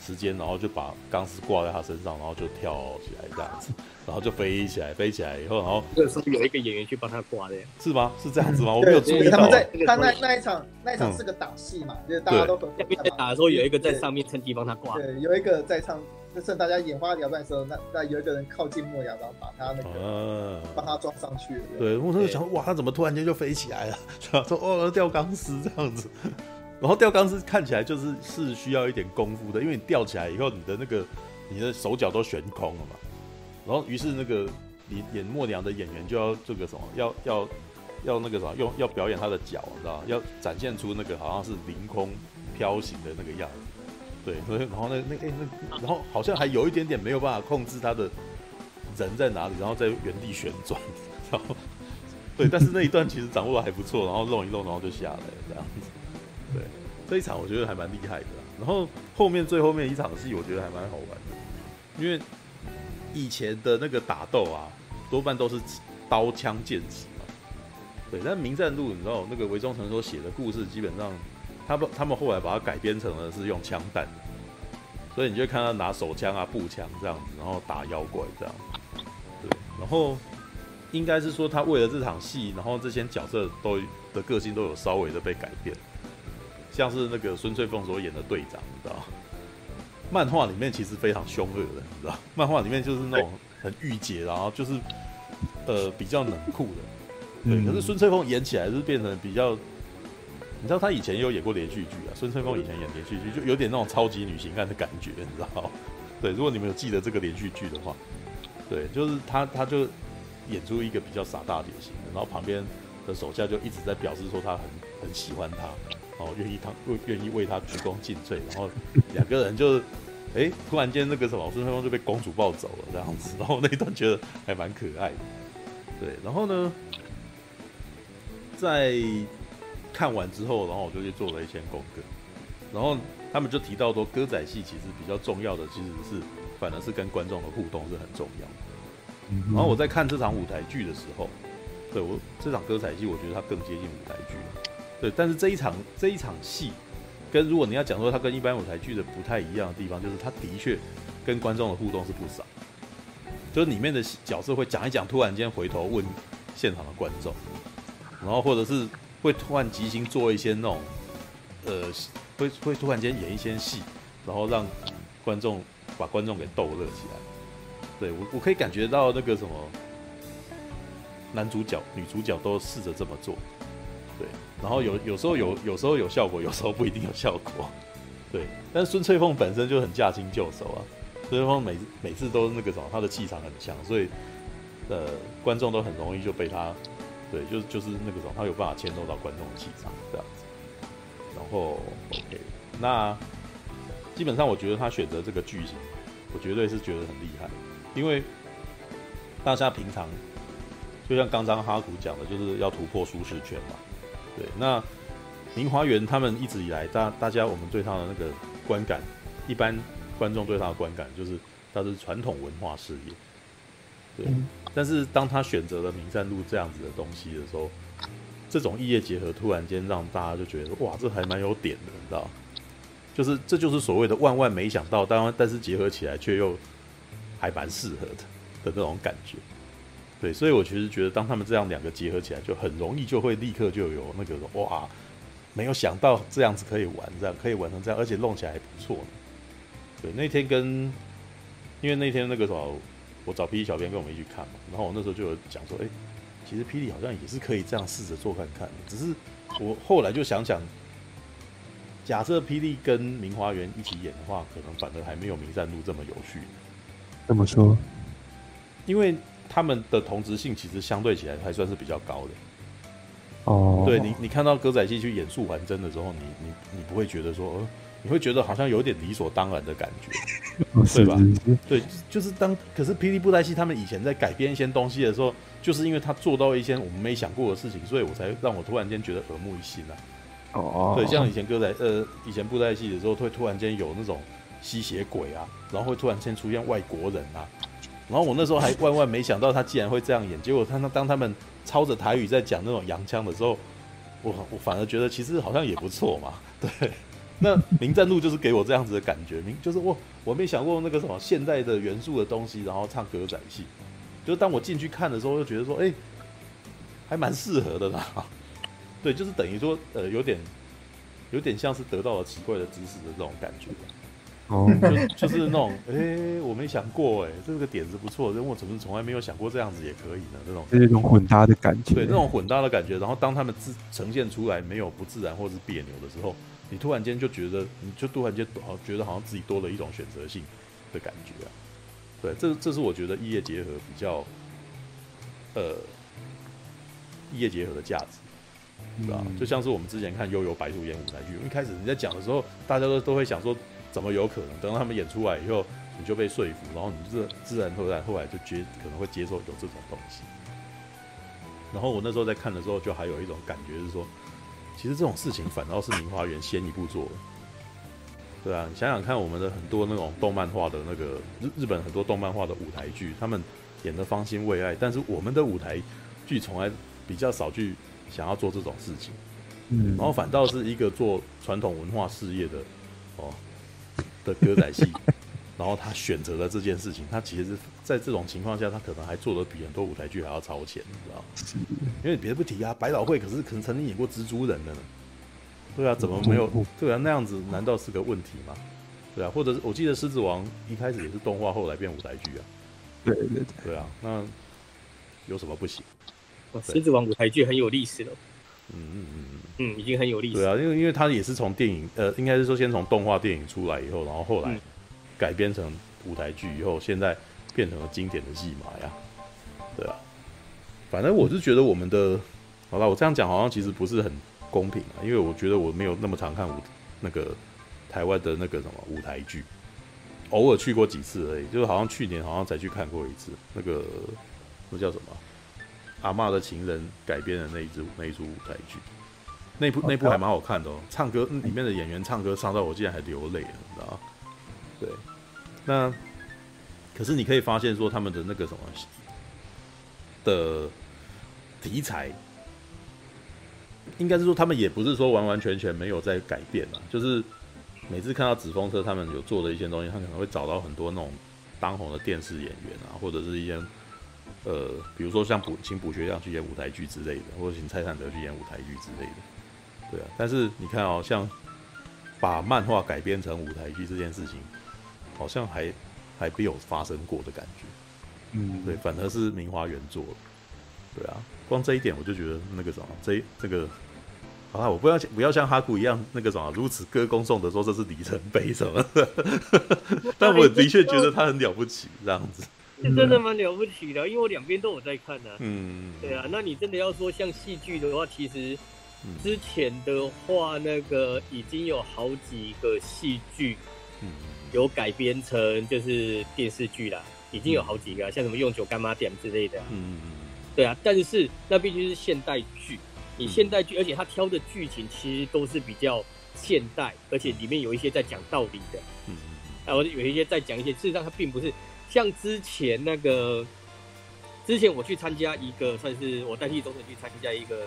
[SPEAKER 1] 时间，然后就把钢丝挂在他身上，然后就跳起来这样子。然后就飞起来，飞起来以后，然后
[SPEAKER 4] 那个时候有一个演员去帮他挂的，
[SPEAKER 1] 是吗？是这样子吗？
[SPEAKER 3] 哦
[SPEAKER 1] 我没有注意
[SPEAKER 2] 对，他
[SPEAKER 1] 到
[SPEAKER 2] 们
[SPEAKER 1] 啊。
[SPEAKER 2] 在他那那一场那一场是个打戏
[SPEAKER 3] 嗯
[SPEAKER 2] 嘛，就是大家都很
[SPEAKER 4] 下面在打的时候有一个在上面趁机帮他挂，
[SPEAKER 2] 对，有一个在唱，就趁大家眼花缭乱的时候，那那有一个人靠近莫雅，然后把他那
[SPEAKER 3] 哦
[SPEAKER 2] 个
[SPEAKER 1] 嗯，
[SPEAKER 2] 帮他装上去了。
[SPEAKER 1] 对，我那时候想，哇，他怎么突然间就飞起来了？ <laughs> 然后说哦，吊钢丝这样子。 <laughs> 然后吊钢丝看起来就是是需要一点功夫的，因为你吊起来以后，你的那个你的手脚都悬空了嘛。然后于是那个演演默娘的演员就要这个什么，要要要那个什么，用要表演他的脚，你知道吗？要展现出那个好像是凌空飘行的那个样子。对，所以然后那那哎、那，然后好像还有一点点没有办法控制他的人在哪里，然后在原地旋转，然后对，但是那一段其实掌握的还不错，然后弄一弄，然后就下来了这样子。对，这一场我觉得还蛮厉害的啦。然后后面最后面一场戏，我觉得还蛮好玩的，因为以前的那个打斗啊，多半都是刀枪剑戟嘛。对，但《名战录》你知道，那个韦忠诚所写的故事，基本上他们他们后来把它改编成了是用枪弹，所以你就看他拿手枪啊、步枪这样子，然后打妖怪这样。对，然后应该是说他为了这场戏，然后这些角色都的个性都有稍微的被改变。像是那个孙翠凤所演的队长，你知道吗？漫画里面其实非常凶恶的，你知道吗？漫画里面就是那种很御姐，然后就是呃比较冷酷的，对。
[SPEAKER 6] 嗯
[SPEAKER 1] 可是孙翠凤演起来是变成比较，你知道她以前也有演过连续剧啊，孙翠凤以前演连续剧就有点那种超级女刑案的感觉，你知道吗？对，如果你们有记得这个连续剧的话，对，就是她，她就演出一个比较傻大姐型的，然后旁边的手下就一直在表示说她很很喜欢她。哦，愿意他为愿意为他鞠躬尽瘁，然后两个人就，哎、突然间那个什么孙翠凤就被公主抱走了这样子，然后那一段觉得还蛮可爱的，对，然后呢，在看完之后，然后我就去做了一些功课，然后他们就提到说，歌仔戏其实比较重要的其实是反而是跟观众的互动是很重要的。然后我在看这场舞台剧的时候，对我这场歌仔戏，我觉得它更接近舞台剧。对，但是这一场这一场戏，跟如果你要讲说它跟一般舞台剧的不太一样的地方，就是它的确跟观众的互动是不少，就是里面的角色会讲一讲，突然间回头问现场的观众，然后或者是会突然即兴做一些那种，呃，会会突然间演一些戏，然后让观众把观众给逗乐起来。对我，我可以感觉到那个什么，男主角、女主角都试着这么做，对，然后有有时候有，有时候有效果，有时候不一定有效果， <laughs> 对。但是孙翠凤本身就很驾轻就熟啊，孙翠凤每每次都那个什么，她的气场很强，所以呃，观众都很容易就被她，对，就就是那个什么，她有办法牵动到观众的气场这样子。然后 OK，那基本上我觉得她选择这个剧情，我绝对是觉得很厉害。因为大家平常就像刚刚哈古讲的，就是要突破舒适圈嘛。对，那明华园他们一直以来，大大家我们对他的那个观感，一般观众对他的观感就是他是传统文化事业。对，但是当他选择了明山路这样子的东西的时候，这种异业结合突然间让大家就觉得哇，这还蛮有点的，你知道？就是这就是所谓的万万没想到，但但是结合起来却又还蛮适合的的那种感觉。对，所以我其实觉得，当他们这样两个结合起来，就很容易就会立刻就有那个哇，没有想到这样子可以玩，这样可以玩成这样，而且弄起来还不错呢。对，那天跟因为那天那个什么，我找霹雳小编跟我们一起看嘛，然后我那时候就有讲说，哎、其实霹雳好像也是可以这样试着做看看的，只是我后来就想想，假设霹雳跟明华园一起演的话，可能反而还没有明善路这么有趣。
[SPEAKER 6] 这么说，
[SPEAKER 1] 因为他们的同质性其实相对起来还算是比较高的。
[SPEAKER 6] 哦，
[SPEAKER 1] 对你，你看到歌仔戏去演素还真的时候，你你你不会觉得说，呃，你会觉得好像有点理所当然的感觉。
[SPEAKER 6] 哦是
[SPEAKER 1] 对吧
[SPEAKER 6] 是是
[SPEAKER 1] 对，就是当可是霹雳布袋戏他们以前在改编一些东西的时候，就是因为他做到一些我们没想过的事情，所以我才让我突然间觉得耳目一新啊。
[SPEAKER 6] 哦哦，
[SPEAKER 1] 对，像以前歌仔呃，以前布袋戏的时候，会突然间有那种吸血鬼啊，然后会突然间出现外国人啊，然后我那时候还万万没想到他竟然会这样演，结果他那当他们操着台语在讲那种洋腔的时候，我我反而觉得其实好像也不错嘛，对。 <laughs> 那《名战路》就是给我这样子的感觉，明就是我我没想过那个什么现代的元素的东西，然后唱歌仔戏，就是当我进去看的时候，就觉得说，哎、还蛮适合的啦。 <laughs> 对，就是等于说，呃，有点有点像是得到了奇怪的知识的这种感觉，
[SPEAKER 6] 哦，
[SPEAKER 1] 就就是那种，哎、我没想过、哎，这个点子不错，因为我怎么从来没有想过这样子也可以呢？这种
[SPEAKER 6] 这是一种混搭的感觉，
[SPEAKER 1] 对那种混搭的感觉，然后当他们自呈现出来没有不自然或是别扭的时候，你突然间就觉得，你就突然间好觉得好像自己多了一种选择性的感觉啊。对，这这是我觉得异业结合比较，呃，异业结合的价值。
[SPEAKER 6] 嗯
[SPEAKER 1] 对吧？就像是我们之前看《悠悠白兔》演舞台剧，一开始你在讲的时候，大家都都会想说怎么有可能？等到他们演出来以后，你就被说服，然后你就自自然而然后来就接可能会接受有这种东西。然后我那时候在看的时候，就还有一种感觉是说，其实这种事情反倒是明华园先一步做的。对啊，你想想看，我们的很多那种动漫化的那个日日本很多动漫化的舞台剧，他们演的方兴未艾，但是我们的舞台剧从来比较少去想要做这种事情。
[SPEAKER 6] 嗯
[SPEAKER 1] 然后反倒是一个做传统文化事业的哦的歌仔戏，然后他选择了这件事情，他其实在这种情况下，他可能还做得比很多舞台剧还要超前，你知道吗？因为别不提啊，百老汇可是可能曾经演过蜘蛛人的呢，对啊，怎么没有？对啊，那样子难道是个问题吗？对啊，或者是我记得《狮子王》一开始也是动画，后来变舞台剧啊。
[SPEAKER 6] 对对对，
[SPEAKER 1] 对啊，那有什么不行？
[SPEAKER 4] 哇狮子王舞台剧很有历史了，
[SPEAKER 1] 嗯嗯嗯嗯。
[SPEAKER 4] 嗯，已经很有历史
[SPEAKER 1] 对。啊，因为因为他也是从电影，呃，应该是说先从动画电影出来以后，然后后来
[SPEAKER 4] 嗯
[SPEAKER 1] 改编成舞台剧以后，现在变成了经典的戏码呀。对啊，反正我是觉得我们的，好吧，我这样讲好像其实不是很公平啊，因为我觉得我没有那么常看舞那个台湾的那个什么舞台剧，偶尔去过几次而已，就是好像去年好像才去看过一次那个那叫什么《阿嬷的情人》改编的那一支那一出舞台剧。那部那部还蛮好看的哦，唱歌嗯里面的演员唱歌唱到我竟然还流泪了，你知道吗？对，那可是你可以发现说他们的那个什么的题材，应该是说他们也不是说完完全全没有在改变啦，就是每次看到纸风车他们有做的一些东西，他可能会找到很多那种当红的电视演员啊，或者是一些呃，比如说像补请补学亮去演舞台剧之类的，或者请蔡灿德去演舞台剧之类的。对啊，但是你看哦，像把漫画改编成舞台剧这件事情，好像还还没有发生过的感觉。
[SPEAKER 6] 嗯，
[SPEAKER 1] 对，反而是明华原作了对啊，光这一点我就觉得那个什么，这一这个，好啦，我不要不要像哈库一样那个什么如此歌功颂德说这是里程碑什么
[SPEAKER 4] <laughs>
[SPEAKER 1] 的，但我的确觉得他很了不起，这样子。
[SPEAKER 4] 这真的蛮了不起的，因为我两边都有在看呢、
[SPEAKER 1] 嗯，
[SPEAKER 4] 对啊，那你真的要说像戏剧的话，其实
[SPEAKER 1] 嗯
[SPEAKER 4] 之前的话，那个已经有好几个戏剧
[SPEAKER 1] 嗯
[SPEAKER 4] 有改编成就是电视剧啦，已经有好几个啊、像什么《用酒干妈点》之类的啊、
[SPEAKER 1] 嗯
[SPEAKER 4] 对啊，但是那毕竟是现代剧，你
[SPEAKER 1] 嗯
[SPEAKER 4] 现代剧，而且他挑的剧情其实都是比较现代，而且里面有一些在讲道理的，
[SPEAKER 1] 嗯
[SPEAKER 4] 啊，或者有一些在讲一些，事实上它并不是像之前那个，之前我去参加一个算是我代替中诚去参加一个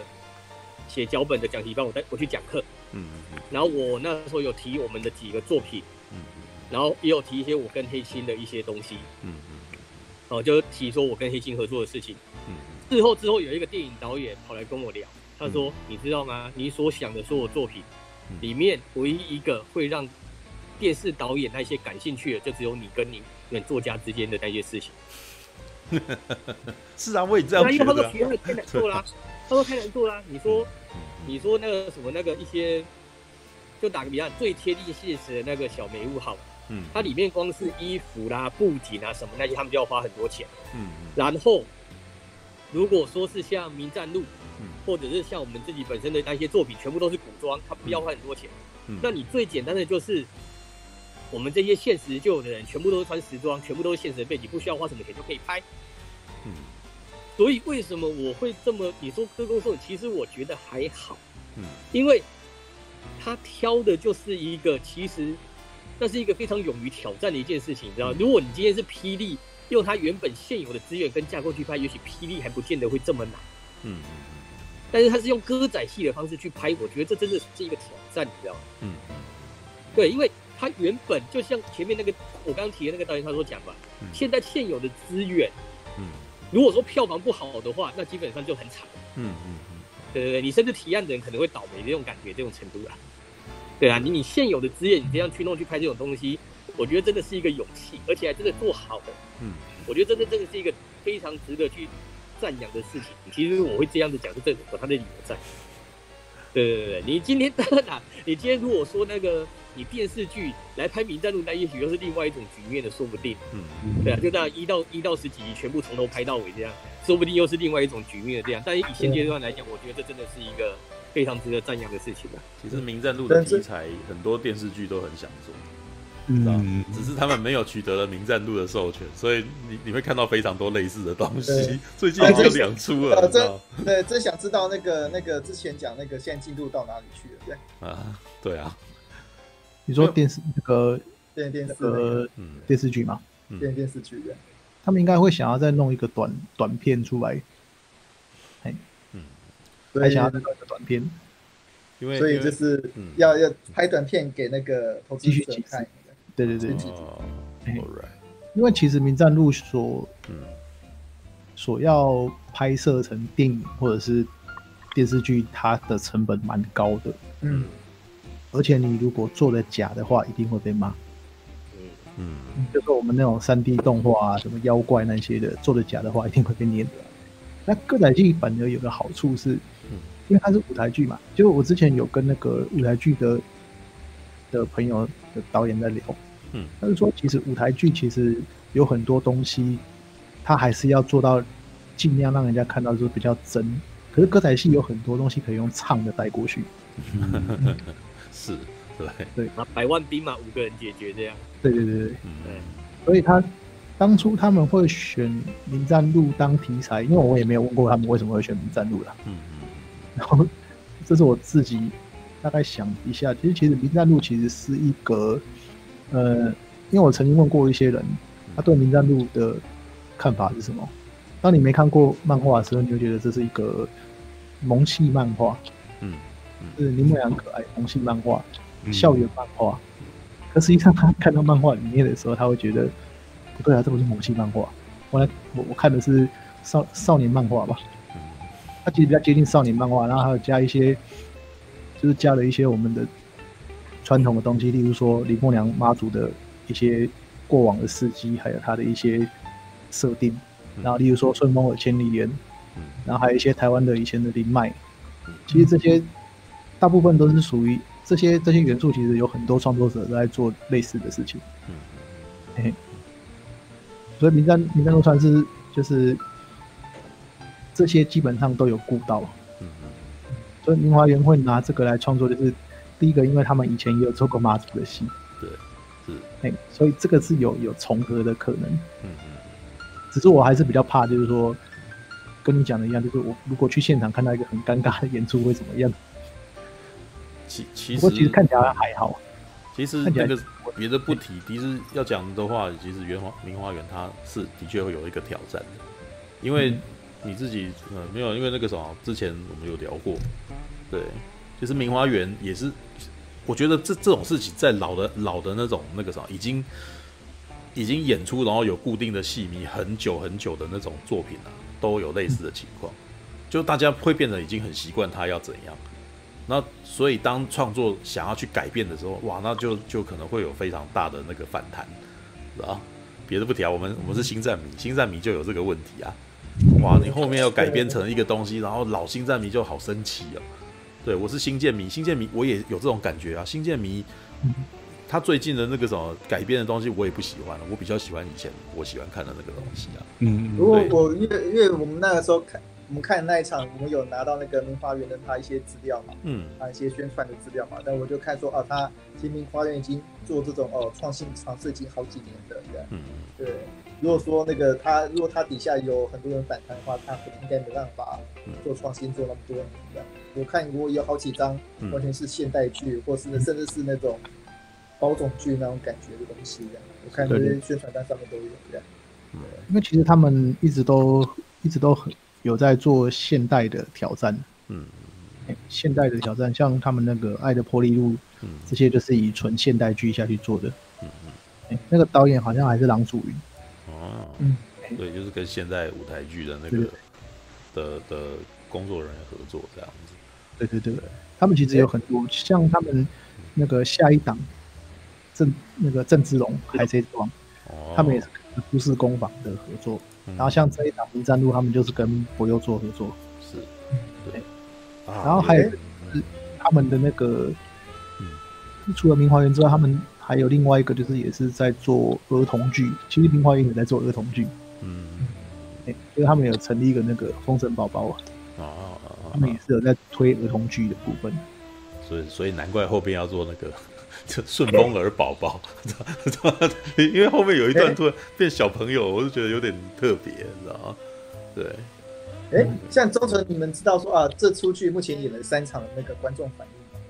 [SPEAKER 4] 写脚本的讲题班，我带我去讲课，
[SPEAKER 1] 嗯
[SPEAKER 4] 然后我那时候有提我们的几个作品，
[SPEAKER 1] 嗯
[SPEAKER 4] 然后也有提一些我跟黑心的一些东西，
[SPEAKER 1] 嗯
[SPEAKER 4] 哦、就提说我跟黑心合作的事情。
[SPEAKER 1] 嗯
[SPEAKER 4] 事后之后有一个电影导演跑来跟我聊，他说：“你知道吗？你所想的所有作品
[SPEAKER 1] 嗯
[SPEAKER 4] 里面，唯一一个会让电视导演那些感兴趣的，就只有你跟你们作家之间的那些事情。
[SPEAKER 1] 是啊，我也”这样
[SPEAKER 4] 那因
[SPEAKER 1] 觉
[SPEAKER 4] 为他
[SPEAKER 1] 得
[SPEAKER 4] 说
[SPEAKER 1] 啊。
[SPEAKER 4] 题目太难做啦，他说太难做啦。你说
[SPEAKER 1] 嗯
[SPEAKER 4] 你说那个什么那个一些，就打个比方，最贴近现实的那个小梅屋好了，
[SPEAKER 1] 嗯，
[SPEAKER 4] 它里面光是衣服啦、布景啊什么那些，他们就要花很多钱。
[SPEAKER 1] 嗯
[SPEAKER 4] 然后，如果说是像《名战录》，
[SPEAKER 1] 嗯
[SPEAKER 4] 或者是像我们自己本身的那些作品，全部都是古装，它不要花很多钱。
[SPEAKER 1] 嗯
[SPEAKER 4] 那你最简单的就是，我们这些现实就有的人，全部都是穿时装，全部都是现实的背景，不需要花什么钱就可以拍。
[SPEAKER 1] 嗯
[SPEAKER 4] 所以为什么我会这么？你说歌功颂，其实我觉得还好，
[SPEAKER 1] 嗯
[SPEAKER 4] 因为他挑的就是一个，其实那是一个非常勇于挑战的一件事情，你知道吗？如果你今天是霹雳，用它原本现有的资源跟架构去拍，也许霹雳还不见得会这么难。
[SPEAKER 1] 嗯
[SPEAKER 4] 但是他是用歌仔戏的方式去拍，我觉得这真的是一个挑战，你知道吗？
[SPEAKER 1] 嗯
[SPEAKER 4] 对，因为他原本就像前面那个我刚刚提的那个导演他所讲吧，
[SPEAKER 1] 嗯
[SPEAKER 4] 现在现有的资源，
[SPEAKER 1] 嗯
[SPEAKER 4] 如果说票房不好的话，那基本上就很惨。
[SPEAKER 1] 嗯
[SPEAKER 4] 对对对，你甚至提案的人可能会倒霉这种感觉，这种程度啦。对啊，你你现有的资源，你这样去弄去拍这种东西，我觉得真的是一个勇气，而且还真的做好了。
[SPEAKER 1] 嗯，
[SPEAKER 4] 我觉得真的真的是一个非常值得去赞扬的事情。其实我会这样子讲，是正有它的理由在。对对对对，你今天 <laughs> 当然啦，你今天如果说那个你电视剧来拍《名战录》，那也许又是另外一种局面的，说不定。
[SPEAKER 1] 嗯
[SPEAKER 4] 对啊，就那一到一到十几集全部从头拍到尾这样，说不定又是另外一种局面这样。但是以现阶段来讲，我觉得这真的是一个非常值得赞扬的事情啊。
[SPEAKER 1] 其实《名战录》的题材很多电视剧都很想做，知道
[SPEAKER 6] 嗯，
[SPEAKER 1] 只是他们没有取得了《名战录》的授权，所以你你会看到非常多类似的东西
[SPEAKER 2] 对。
[SPEAKER 1] 最近已经有两出了，
[SPEAKER 2] 啊
[SPEAKER 1] 你知道
[SPEAKER 2] 对，真想知道那个那个之前讲那个现在进度到哪里去了？对，
[SPEAKER 1] 啊？对啊，
[SPEAKER 3] 你说电视那个
[SPEAKER 2] 电电视
[SPEAKER 3] 那
[SPEAKER 2] 那个
[SPEAKER 3] 个
[SPEAKER 1] 嗯
[SPEAKER 3] 电视剧嘛，
[SPEAKER 2] 电电视剧的，
[SPEAKER 3] 他们应该会想要再弄一个短短片出来，
[SPEAKER 2] 所
[SPEAKER 3] 还
[SPEAKER 2] 以
[SPEAKER 3] 想要再弄一个短片，
[SPEAKER 1] 因为
[SPEAKER 2] 所以
[SPEAKER 1] 因为
[SPEAKER 2] 就是
[SPEAKER 1] 嗯
[SPEAKER 2] 要要拍短片给那个投资者看。
[SPEAKER 3] 对对对，
[SPEAKER 1] 哦
[SPEAKER 3] 哎
[SPEAKER 1] ，all right，
[SPEAKER 3] 因为其实《名战录》所
[SPEAKER 1] 嗯
[SPEAKER 3] 所要拍摄成电影或者是电视剧，它的成本蛮高的，
[SPEAKER 2] 嗯，
[SPEAKER 3] 而且你如果做的假的话，一定会被骂。
[SPEAKER 4] 嗯，
[SPEAKER 1] 嗯，
[SPEAKER 3] 就是我们那种三 D 动画啊，什么妖怪那些的，做的假的话，一定会被念的。那歌仔戏反而有个好处是，因为它是舞台剧嘛，就我之前有跟那个舞台剧的的朋友的导演在聊，
[SPEAKER 1] 嗯，
[SPEAKER 3] 他就说其实舞台剧其实有很多东西，它还是要做到尽量让人家看到就是比较真。可是歌仔戏有很多东西可以用唱的带过去，
[SPEAKER 1] 是，对，
[SPEAKER 4] 啊，百万兵马五个人解决这样，
[SPEAKER 3] 对对对对。
[SPEAKER 1] 嗯
[SPEAKER 4] 对，
[SPEAKER 3] 所以他当初他们会选名战路当题材，因为我也没有问过他们为什么会选名战路啦。
[SPEAKER 1] 嗯
[SPEAKER 3] 然后这是我自己大概想一下，其实其实名战路其实是一个，呃，因为我曾经问过一些人，他对名战路的看法是什么？当你没看过漫画的时候，你会觉得这是一个萌系漫画，
[SPEAKER 1] 嗯
[SPEAKER 3] 就是林木良可爱萌系漫画，校园漫画。可实际上，他看到漫画里面的时候，他会觉得不对啊，这不是萌系漫画，我来我我看的是少少年漫画吧。
[SPEAKER 1] 嗯
[SPEAKER 3] 它其实比较接近少年漫画，然后还有加一些，就是加了一些我们的传统的东西，例如说李默娘妈祖的一些过往的事迹，还有她的一些设定，然后例如说顺风耳千里眼，
[SPEAKER 1] 嗯
[SPEAKER 3] 然后还有一些台湾的以前的灵脉，其实这些大部分都是属于这些这些元素，其实有很多创作者都在做类似的事情。
[SPEAKER 1] 嗯
[SPEAKER 3] 所以名单名单都算是就是这些基本上都有顾到，
[SPEAKER 1] 嗯
[SPEAKER 3] 所以明华园会拿这个来创作，就是第一个，因为他们以前也有做过妈祖的戏，
[SPEAKER 1] 是，
[SPEAKER 3] 哎，所以这个是有有重合的可能。
[SPEAKER 1] 嗯
[SPEAKER 3] 只是我还是比较怕，就是说跟你讲的一样，就是我如果去现场看到一个很尴尬的演出会怎么样？
[SPEAKER 1] 其其
[SPEAKER 3] 不
[SPEAKER 1] 实
[SPEAKER 3] 过其实看起来还好，
[SPEAKER 1] 其实
[SPEAKER 3] 看起
[SPEAKER 1] 那
[SPEAKER 3] 来
[SPEAKER 1] 个别的不提，其实要讲的话，其实原花名花啊园它是的确会有一个挑战的，因为你自己呃没有，因为那个什么，之前我们有聊过，对，就是名花园也是，我觉得这这种事情在老的老的那种那个什么已经已经演出，然后有固定的戏迷很久很久的那种作品啊，都有类似的情况，就大家会变得已经很习惯它要怎样。那所以当创作想要去改变的时候，哇，那就就可能会有非常大的那个反弹，啊，别的不提啊，我们我们是星战迷，星战迷就有这个问题啊，哇，你后面要改编成一个东西，然后老星战迷就好生气哦。对，我是星舰迷，星舰迷我也有这种感觉啊，星舰迷。他最近的那个什么改编的东西，我也不喜欢了。我比较喜欢以前我喜欢看的那个东西啊。
[SPEAKER 6] 嗯
[SPEAKER 2] 如果
[SPEAKER 1] 对
[SPEAKER 2] 我因为因为我们那个时候看我们看那一场，我们有拿到那个明花园的他一些资料嘛，
[SPEAKER 1] 嗯
[SPEAKER 2] 他一些宣传的资料嘛，但我就看说哦，他其实明花园已经做这种哦创新尝试已经好几年了，这样
[SPEAKER 1] 嗯
[SPEAKER 2] 对。啊如果说那个他如果他底下有很多人反弹的话，他应该没办法
[SPEAKER 1] 嗯
[SPEAKER 2] 做创新做那么多年这样。我看过有好几张
[SPEAKER 1] 嗯
[SPEAKER 2] 完全是现代剧，或是甚至是那种包种剧那种感觉的东西这样。我看那些宣传单上面都有这样。
[SPEAKER 3] 因为其实他们一直都一直都很有在做现代的挑战，
[SPEAKER 1] 嗯
[SPEAKER 3] 哎现代的挑战，像他们那个《爱的破例录》
[SPEAKER 1] 嗯
[SPEAKER 3] 这些，就是以纯现代剧下去做的。
[SPEAKER 1] 嗯
[SPEAKER 3] 哎那个导演好像还是郎祖筠，
[SPEAKER 1] 哦，
[SPEAKER 3] 嗯
[SPEAKER 1] 对，就是跟现在舞台剧的那
[SPEAKER 3] 对
[SPEAKER 1] 个的的工作人员合作这样子。
[SPEAKER 3] 对对对，他们其实有很多，像他们那个下一档郑那个郑芝龙、海贼之王，
[SPEAKER 1] 哦，
[SPEAKER 3] 他们也是跟都市工坊的合作。
[SPEAKER 1] 嗯，
[SPEAKER 3] 然后像这一档《名战路》，他们就是跟博佑做合作，
[SPEAKER 1] 是，对，然
[SPEAKER 3] 然后还有
[SPEAKER 1] 嗯
[SPEAKER 3] 他们的那个
[SPEAKER 1] 嗯，
[SPEAKER 3] 除了明华园之外，他们还有另外一个，就是也是在做儿童剧。其实明华园也在做儿童剧，
[SPEAKER 1] 嗯
[SPEAKER 3] 哎，就是他们有成立一个那个《封神宝宝》啊，
[SPEAKER 1] 啊啊啊
[SPEAKER 3] 他们也
[SPEAKER 1] 啊，
[SPEAKER 3] 是有在推儿童剧的部分。
[SPEAKER 1] 所以所以难怪后边要做那个。就顺风耳宝宝，因为后面有一段突然变小朋友，我就觉得有点特别，你知道吗？对，
[SPEAKER 2] 哎，
[SPEAKER 1] 嗯
[SPEAKER 2] 像周成，你们知道说啊，这出剧目前演了三场的那个观众反应吗？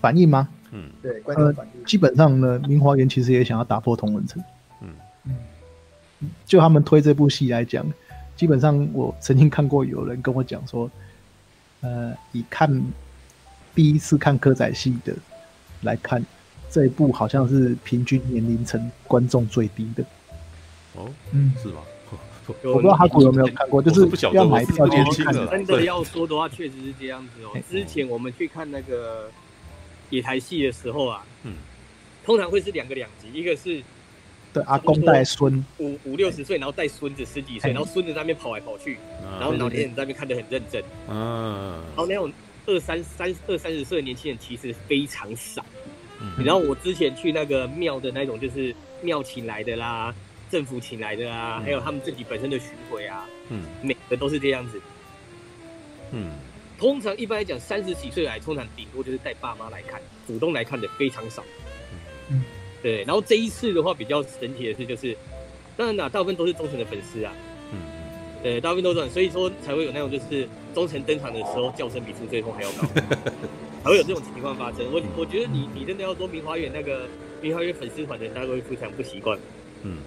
[SPEAKER 3] 反应吗？
[SPEAKER 1] 嗯
[SPEAKER 2] 对，观众反应。
[SPEAKER 3] 基本上呢，明华园其实也想要打破同文层。
[SPEAKER 1] 嗯
[SPEAKER 3] 就他们推这部戏来讲，基本上我曾经看过有人跟我讲说，呃，以看第一次看歌仔戏的来看，这一部好像是平均年龄层观众最低的。
[SPEAKER 1] 哦，
[SPEAKER 2] 嗯，
[SPEAKER 1] 是吗？
[SPEAKER 3] 我不知道哈古有没有看过，就
[SPEAKER 1] 我是不晓得
[SPEAKER 3] 要买票
[SPEAKER 1] 我是不
[SPEAKER 3] 进
[SPEAKER 1] 年
[SPEAKER 3] 去
[SPEAKER 1] 轻啊
[SPEAKER 3] 看
[SPEAKER 1] 的
[SPEAKER 3] 的。
[SPEAKER 1] 啦
[SPEAKER 4] 真
[SPEAKER 1] 对
[SPEAKER 4] <laughs> 的要说的话，确实是这样子哦
[SPEAKER 3] 哎。
[SPEAKER 4] 之前我们去看那个野台戏的时候啊，
[SPEAKER 1] 嗯，
[SPEAKER 4] 通常会是两个两极，一个是
[SPEAKER 3] 对，阿公带孙，
[SPEAKER 4] 五五六十岁，然后带孙子十几岁，
[SPEAKER 3] 哎
[SPEAKER 4] 然后孙子在那边跑来跑去，
[SPEAKER 1] 然
[SPEAKER 3] 啊
[SPEAKER 4] 然后老年人在那边看得很认真，
[SPEAKER 1] 嗯，
[SPEAKER 4] 然后那种二三三二三十岁的年轻人其实非常少。
[SPEAKER 1] 嗯
[SPEAKER 4] 然后我之前去那个庙的那种，就是庙请来的啦，政府请来的啊，
[SPEAKER 1] 嗯
[SPEAKER 4] 还有他们自己本身的巡回啊，
[SPEAKER 1] 嗯
[SPEAKER 4] 每个都是这样子。
[SPEAKER 1] 嗯
[SPEAKER 4] 通常一般来讲，三十几岁来，通常顶多就是带爸妈来看，主动来看的非常少。
[SPEAKER 2] 嗯，
[SPEAKER 4] 对。然后这一次的话，比较神奇的是，就是当然啦，大部分都是忠诚的粉丝啊，
[SPEAKER 1] 嗯，
[SPEAKER 4] 对，呃大部分都是这样，所以说才会有那种就是忠诚登场的时候，叫声比出最后还要高，才会有这种情况发生。我我觉得你你真的要说明华园那个明华园粉丝团的人，大家会非常不习惯。
[SPEAKER 1] 嗯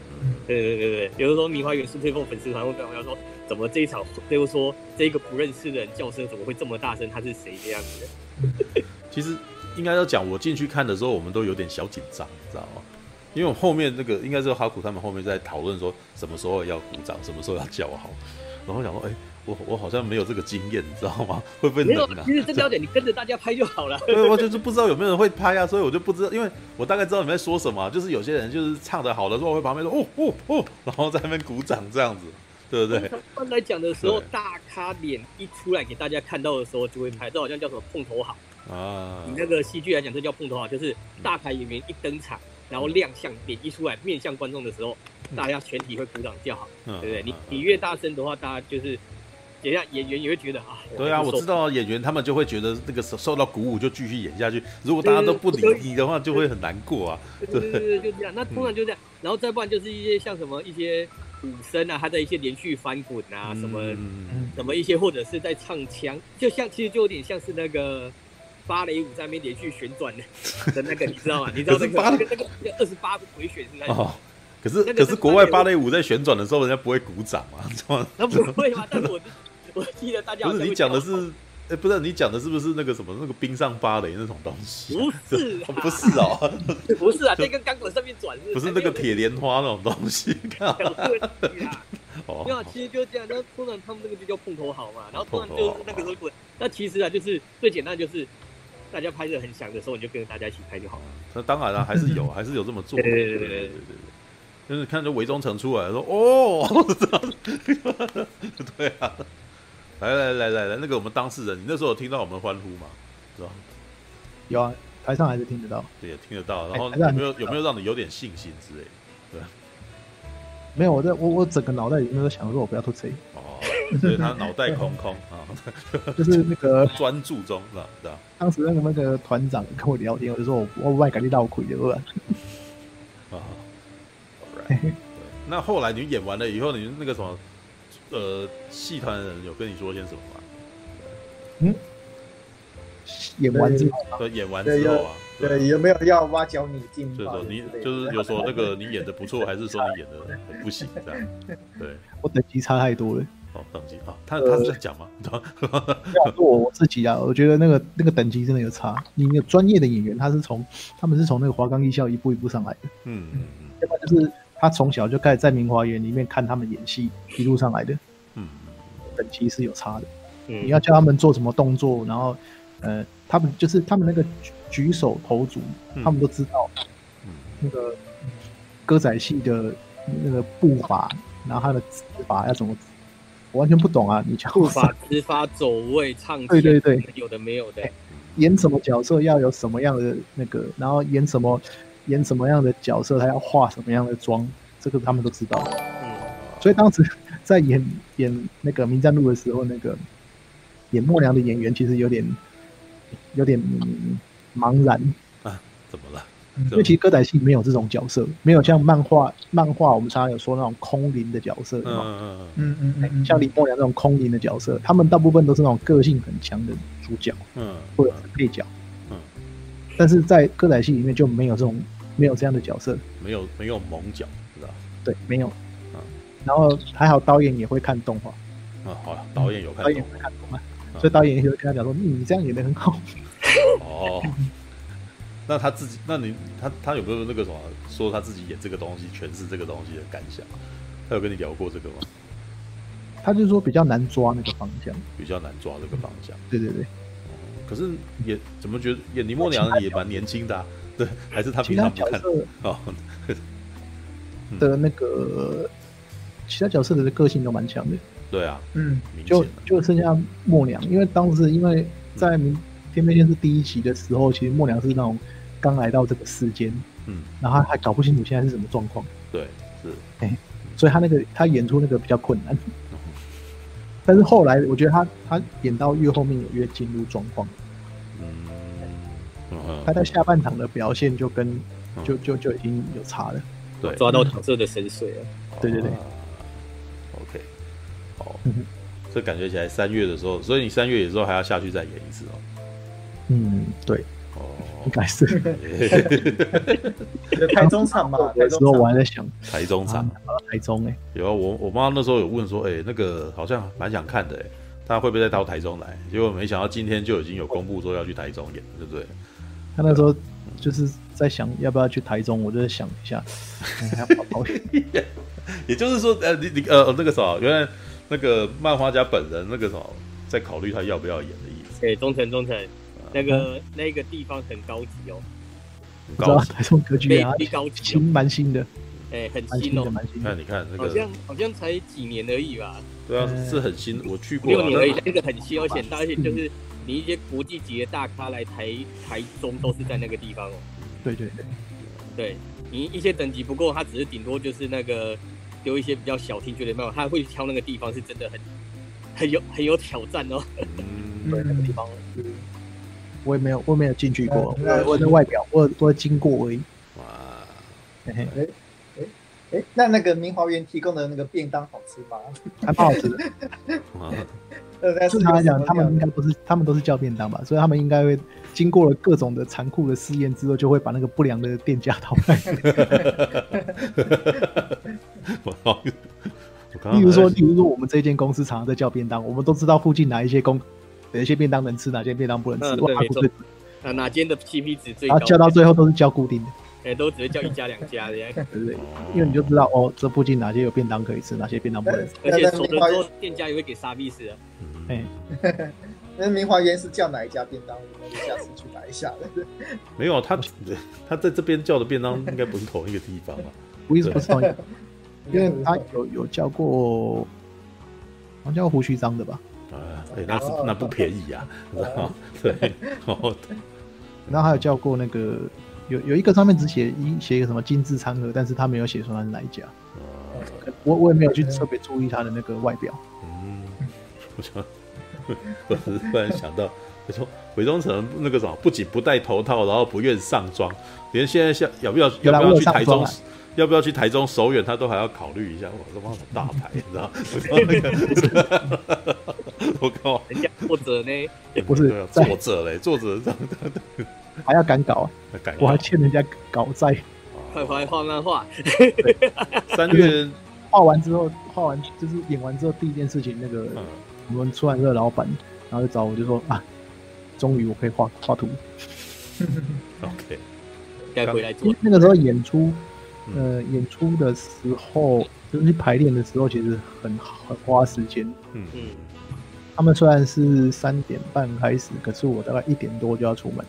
[SPEAKER 4] 对对对对，比如说明花园苏翠凤粉丝团会跟我说，怎么这一场，就是说这一个不认识的人叫声怎么会这么大声？他是谁这样子的？
[SPEAKER 1] 其实应该要讲，我进去看的时候，我们都有点小紧张，你知道吗？因为我后面那个应该是哈古他们后面在讨论说什么时候要鼓掌，什么时候要叫好，然后想说，哎、我我好像没有这个经验，你知道吗？会不会
[SPEAKER 4] 没有
[SPEAKER 1] 冷啊，
[SPEAKER 4] 其？实这标点你跟着大家拍就好了。
[SPEAKER 1] <laughs>
[SPEAKER 4] <laughs>
[SPEAKER 1] 对，我就是不知道有没有人会拍啊，所以我就不知道，因为我大概知道你们在说什么，就是有些人就是唱的好的时候，我会旁边说哦哦哦，然后在那边鼓掌这样子，对不对？
[SPEAKER 4] 刚才讲的时候
[SPEAKER 1] 对，
[SPEAKER 4] 大咖脸一出来给大家看到的时候，就会拍，这好像叫什么碰头好。
[SPEAKER 1] 啊
[SPEAKER 4] 以，那个戏剧来讲，这叫碰头好，啊
[SPEAKER 1] 嗯
[SPEAKER 4] 就是大牌演员一登场，然后亮相脸一出来面向观众的时候，
[SPEAKER 1] 嗯
[SPEAKER 4] 大家全体会鼓掌叫好，
[SPEAKER 1] 对
[SPEAKER 4] 对不对？
[SPEAKER 1] 嗯
[SPEAKER 4] 你你越大声的话，大家就是，等一下演员也会觉得啊，
[SPEAKER 1] 对啊，
[SPEAKER 4] 还不
[SPEAKER 1] 我
[SPEAKER 4] 错
[SPEAKER 1] 知道演员他们就会觉得那个受受到鼓舞就继续演下去，如果大家都不理你的话，就会很难过啊。
[SPEAKER 4] 对对对对，就这样。那
[SPEAKER 1] 嗯
[SPEAKER 4] 通常就这样，然后再不然就是一些像什么一些鼓声啊，他在一些连续翻滚啊，什么
[SPEAKER 1] 嗯
[SPEAKER 4] 什么一些，或者是在唱腔，就像其实就有点像是那个芭蕾舞在那边连续旋转的的那个，你知道吗？你知道
[SPEAKER 1] 可
[SPEAKER 4] 那
[SPEAKER 1] 是芭
[SPEAKER 4] 个
[SPEAKER 1] 蕾
[SPEAKER 4] 那个那个那个二十八回旋是那种，
[SPEAKER 1] 哦，可是
[SPEAKER 4] 哎那个
[SPEAKER 1] 可
[SPEAKER 4] 是
[SPEAKER 1] 是国外芭蕾舞在旋转的时候，人家不会鼓掌啊， <laughs> 知道吗？
[SPEAKER 4] <laughs> 那不会吗？但是我 <laughs> 我记得大家好
[SPEAKER 1] 不是
[SPEAKER 4] 像会
[SPEAKER 1] 你讲的
[SPEAKER 4] 叫
[SPEAKER 1] 是，哎，不是你讲的是不是那个什么那个冰上芭蕾那种东西 <laughs> 啊？
[SPEAKER 4] 不是
[SPEAKER 1] 哦不是哦， <laughs>
[SPEAKER 4] 不是啊，在跟钢管上面转是
[SPEAKER 1] 不是那个铁莲花那种东西， <laughs> 看
[SPEAKER 4] 没有问题啦。没有
[SPEAKER 1] <laughs>
[SPEAKER 4] 啊
[SPEAKER 1] 哦，，
[SPEAKER 4] 其实就这样。那突然他们那个就叫碰头好嘛，然后突然
[SPEAKER 1] 碰
[SPEAKER 4] 就
[SPEAKER 1] 头好
[SPEAKER 4] 是那个时候滚。那其实啊，就是最简单就是大家拍的很响的时候，你就跟着大家一起拍就好了。
[SPEAKER 1] 那当然了，还是有，还是有这么做的，
[SPEAKER 4] 对对对对对
[SPEAKER 1] 对就是看着韦忠诚出来说哦， <laughs> 对啊，来来来来来，那个我们当事人，你那时候有听到我们欢呼吗？是吧？
[SPEAKER 3] 有啊，台上还是听得到。
[SPEAKER 1] 对，也听得到。然后
[SPEAKER 3] 哎那
[SPEAKER 1] 有没有有没有让你有点信心之类的？
[SPEAKER 3] 没有，我在我我整个脑袋里面都想说，我不要吐谁，
[SPEAKER 1] 哦，所以他脑袋空空啊，
[SPEAKER 3] 就是那个
[SPEAKER 1] 专注中，是吧？是吧？
[SPEAKER 3] 当时那个那个团长跟我聊天，我就说我我外赶紧闹亏了，
[SPEAKER 1] 啊，alright，对。那后来你演完了以后，你那个什么，呃，戏团的人有跟你说些什么吗？
[SPEAKER 3] 演完之后
[SPEAKER 1] 说演完之后啊，啊
[SPEAKER 2] 对，有没有要挖角你进
[SPEAKER 1] 所以
[SPEAKER 2] 化
[SPEAKER 1] 说
[SPEAKER 2] 之类
[SPEAKER 1] 你
[SPEAKER 2] 的？
[SPEAKER 1] 就是有说那个你演的不错，还是说你演的很不行这样？对，
[SPEAKER 3] 我等级差太多了。
[SPEAKER 1] 好，等级啊，他他是这样讲吗？ <laughs>
[SPEAKER 3] <laughs> 要是我我自己啊，我觉得那个那个等级真的有差。你那个专业的演员，他是从他们是从那个华冈艺校一步一步上来的，
[SPEAKER 1] 嗯嗯嗯
[SPEAKER 3] 要不然就是他从小就开始在明华园里面看他们演戏，一路上来的
[SPEAKER 1] 嗯
[SPEAKER 3] 等级是有差的。
[SPEAKER 4] 嗯，
[SPEAKER 3] 你要叫他们做什么动作，然后呃，他们就是他们那个举举手投足，
[SPEAKER 1] 嗯
[SPEAKER 3] 他们都知道
[SPEAKER 1] 嗯
[SPEAKER 3] 那个歌仔戏的那个步伐，然后他的指法要怎么，我完全不懂啊！你讲
[SPEAKER 4] 步伐、指法、走位、唱腔，
[SPEAKER 3] 对对对，
[SPEAKER 4] 有的没有的
[SPEAKER 3] 哎。 <laughs> 演什么角色要有什么样的那个，然后演什么演什么样的角色，他要化什么样的妆，这个他们都知道。
[SPEAKER 4] 嗯，
[SPEAKER 3] 所以当时 <laughs> 在演演那个《名战录》的时候，那个演默娘的演员其实有点有点、嗯茫然，
[SPEAKER 1] 怎么了？
[SPEAKER 3] 因为其实歌仔戏没有这种角色，没有像漫画漫画我们常常有说那种空灵的角色，有没
[SPEAKER 1] 嗯嗯
[SPEAKER 3] 有
[SPEAKER 2] 嗯嗯嗯嗯，
[SPEAKER 3] 哎像李默娘这种空灵的角色，他们大部分都是那种个性很强的主角。
[SPEAKER 1] 嗯
[SPEAKER 3] 或者是配角。
[SPEAKER 1] 嗯
[SPEAKER 3] 但是在歌仔戏里面就没有这种没有这样的角色，
[SPEAKER 1] 没有没有猛脚，知道？
[SPEAKER 3] 对，没有。
[SPEAKER 1] 嗯
[SPEAKER 3] 然后还好导演也会看动画，
[SPEAKER 1] 啊，好了，导演有看
[SPEAKER 3] 导演
[SPEAKER 1] 懂
[SPEAKER 3] 会看动
[SPEAKER 1] 嗯
[SPEAKER 3] <laughs> 画，所以导演也会跟他讲说：“嗯，你这样演的很好。
[SPEAKER 1] 哦。那他自己，那你他他有没有那个什么说他自己演这个东西诠释这个东西的感想？他有跟你聊过这个吗？”
[SPEAKER 3] 他就说比较难抓那个方向。
[SPEAKER 1] 比较难抓这个方向。
[SPEAKER 3] 对对对，
[SPEAKER 1] 可是也怎么觉得也林默娘也蛮年轻的、啊， <laughs> 对，还是他
[SPEAKER 3] 其
[SPEAKER 1] 平
[SPEAKER 3] 他
[SPEAKER 1] 常不
[SPEAKER 3] 角
[SPEAKER 1] 看
[SPEAKER 3] 色
[SPEAKER 1] 哦，
[SPEAKER 3] 的那个，其他角色的个性都蛮强的，
[SPEAKER 1] <laughs> 对啊，
[SPEAKER 2] 嗯，
[SPEAKER 1] 明显嗯
[SPEAKER 3] 就
[SPEAKER 1] 啊
[SPEAKER 3] 就剩下默娘，因为当时因为在明天边线是第一集的时候，其实默娘是那种刚来到这个世间，
[SPEAKER 1] 嗯，
[SPEAKER 3] 然后她还搞不清楚现在是什么状况，
[SPEAKER 1] 对是
[SPEAKER 3] 所以她那个她演出那个比较困难
[SPEAKER 1] 嗯。
[SPEAKER 3] 但是后来我觉得她她演到越后面有越进入状况，
[SPEAKER 1] 嗯嗯
[SPEAKER 3] 她在下半场的表现就跟
[SPEAKER 1] 嗯
[SPEAKER 3] 就就就已经有差了。
[SPEAKER 1] 对
[SPEAKER 4] 抓到角色的神髓了。
[SPEAKER 3] 对对对
[SPEAKER 1] 啊，OK，哦
[SPEAKER 3] 嗯哼，
[SPEAKER 1] 这感觉起来三月的时候，所以你三月的时候还要下去再演一次
[SPEAKER 3] 嗯，对，
[SPEAKER 1] 哦，
[SPEAKER 3] 应该是。
[SPEAKER 1] 哦，
[SPEAKER 2] 对台中场嘛，台
[SPEAKER 3] 有时候
[SPEAKER 2] 中
[SPEAKER 3] 我
[SPEAKER 2] 场
[SPEAKER 3] 还在想，
[SPEAKER 1] <laughs> 台中场
[SPEAKER 3] 啊跑到台中哎、
[SPEAKER 1] 有啊，我我妈那时候有问说，哎、那个好像蛮想看的、哎，她会不会再到台中来？结果没想到今天就已经有公布说要去台中演，对不对？
[SPEAKER 3] 他那时候就是在想要不要去台中，我就在想一
[SPEAKER 4] <laughs>
[SPEAKER 3] 下，嗯还要跑跑远
[SPEAKER 1] 也就是说，呃，你你呃那个什么，原来那个漫画家本人那个什么，在考虑他要不要演的意思，
[SPEAKER 4] 对，哎忠诚忠诚，那个那个地方很高级哦，
[SPEAKER 1] 很
[SPEAKER 3] 不知道
[SPEAKER 1] 高级。
[SPEAKER 3] 台中格局
[SPEAKER 4] 非
[SPEAKER 3] 啊，
[SPEAKER 4] 常高级
[SPEAKER 3] 新
[SPEAKER 4] 哦，
[SPEAKER 3] 蛮新的，
[SPEAKER 4] 哎，很
[SPEAKER 3] 蛮
[SPEAKER 4] 新
[SPEAKER 3] 新的，
[SPEAKER 4] 哦，
[SPEAKER 3] 蛮新
[SPEAKER 1] 你看，
[SPEAKER 3] 的。
[SPEAKER 1] 你看那
[SPEAKER 4] 好
[SPEAKER 1] 个
[SPEAKER 4] 像，好像才几年而已吧，
[SPEAKER 1] 对啊，
[SPEAKER 3] 嗯
[SPEAKER 1] 是很新，我去过
[SPEAKER 4] 六
[SPEAKER 1] 啊，
[SPEAKER 4] 年而已，
[SPEAKER 1] 但
[SPEAKER 4] 那个很新，而
[SPEAKER 1] <laughs>
[SPEAKER 4] 且大，而且就是你一些国际级的大咖来台台中都是在那个地方哦。
[SPEAKER 3] 对对对，
[SPEAKER 4] 对你一些等级不够，他只是顶多就是那个丢一些比较小听觉的漫画，他会挑那个地方是真的很很有很有挑战哦。
[SPEAKER 1] 嗯，
[SPEAKER 3] 那个地方我也没有，我也没有进去过，
[SPEAKER 2] 嗯
[SPEAKER 3] 我我的外表，我我经过而已。
[SPEAKER 1] 哇，
[SPEAKER 3] 嘿嘿
[SPEAKER 2] 哎，那那个明华园提供的那个便当好吃吗？
[SPEAKER 4] 啊
[SPEAKER 3] 还蛮好吃的。
[SPEAKER 1] 哇
[SPEAKER 2] 呃，那
[SPEAKER 3] 正常来讲，
[SPEAKER 2] 是
[SPEAKER 3] <laughs> 他们
[SPEAKER 2] 用
[SPEAKER 3] 应
[SPEAKER 2] 什么料
[SPEAKER 3] 该不是，他们都是叫便当吧，所以他们应该会经过了各种的残酷的试验之后，就会把那个不良的店家淘汰。
[SPEAKER 1] 我好，我
[SPEAKER 4] 嗯
[SPEAKER 1] 刚刚
[SPEAKER 3] 例如说，
[SPEAKER 1] 还在
[SPEAKER 3] 例如说，我们这间公司常常在叫便当，我们都知道附近哪一些公哪一些便当能吃，哪些便当不能
[SPEAKER 4] 嗯
[SPEAKER 3] 吃，
[SPEAKER 4] 对
[SPEAKER 3] 哇，
[SPEAKER 4] 没
[SPEAKER 3] 固
[SPEAKER 4] 错
[SPEAKER 3] 定
[SPEAKER 4] 那哪间的 CP 值最
[SPEAKER 1] 啊
[SPEAKER 3] 然啊
[SPEAKER 4] 高
[SPEAKER 3] 后？叫到最后都是叫固定的，
[SPEAKER 4] <laughs> 哎、都只会叫一家两家这样，
[SPEAKER 1] <laughs>
[SPEAKER 3] 对不对？
[SPEAKER 1] 哦
[SPEAKER 3] 因为你就知道哦，这附近哪些有便当可以吃，哪些便当不能吃。
[SPEAKER 4] 而且
[SPEAKER 2] 那那
[SPEAKER 4] 熟了
[SPEAKER 2] 明
[SPEAKER 4] 之
[SPEAKER 2] 华
[SPEAKER 4] 后
[SPEAKER 2] 园，，
[SPEAKER 4] 店家也会给啊杀必死的。
[SPEAKER 1] 嗯
[SPEAKER 3] 哎
[SPEAKER 2] 那明华园是叫哪一家便当？我们下次去买一下。
[SPEAKER 1] 没有他，他在这边叫的便当应该不是同一个地方吧？
[SPEAKER 3] 不是不是同一个，因为他有有叫过，好像叫胡须章的吧，
[SPEAKER 1] 啊，哎，那是那不便宜啊，你知道吗？对，哦，
[SPEAKER 3] 然后还有叫过那个有有一个上面只写一写一个什么精致餐盒，但是他没有写出他是哪一家，
[SPEAKER 1] 呃
[SPEAKER 3] 我我也没有去特别注意他的那个外表。
[SPEAKER 1] 嗯，我想， <laughs> 我只是突然想到，我说韦忠诚那个什么，不仅不戴头套，然后不愿上妆，连现在像要不要
[SPEAKER 3] 有
[SPEAKER 1] 要
[SPEAKER 3] 啦
[SPEAKER 1] 不要去
[SPEAKER 3] 我有
[SPEAKER 1] 台
[SPEAKER 3] 上妆
[SPEAKER 1] 中
[SPEAKER 3] 啊，
[SPEAKER 1] 要不要去台中首远，他都还要考虑一下。我他妈什么大牌，你知道？我那个 <laughs> 我靠，
[SPEAKER 4] 人家或者呢，
[SPEAKER 3] 不是
[SPEAKER 1] 对啊
[SPEAKER 3] 在
[SPEAKER 1] 作者嘞，作者这样
[SPEAKER 3] 还要赶稿，啊
[SPEAKER 1] 的感觉
[SPEAKER 3] 我还欠人家稿债。
[SPEAKER 4] 快快画漫画，
[SPEAKER 1] 三月，
[SPEAKER 3] 画完之后，画完就是演完之后，第一件事情，那个、
[SPEAKER 1] 嗯，
[SPEAKER 3] 我们出版社的老板，然后就找我，就说啊，终于我可以画画图。
[SPEAKER 1] OK，
[SPEAKER 4] 该回来做。
[SPEAKER 3] 那个时候演出，呃，演出的时候，就是排练的时候，其实很很花时间。
[SPEAKER 1] 嗯
[SPEAKER 4] 嗯，
[SPEAKER 3] 他们虽然是三点半开始，可是我大概一点多就要出门，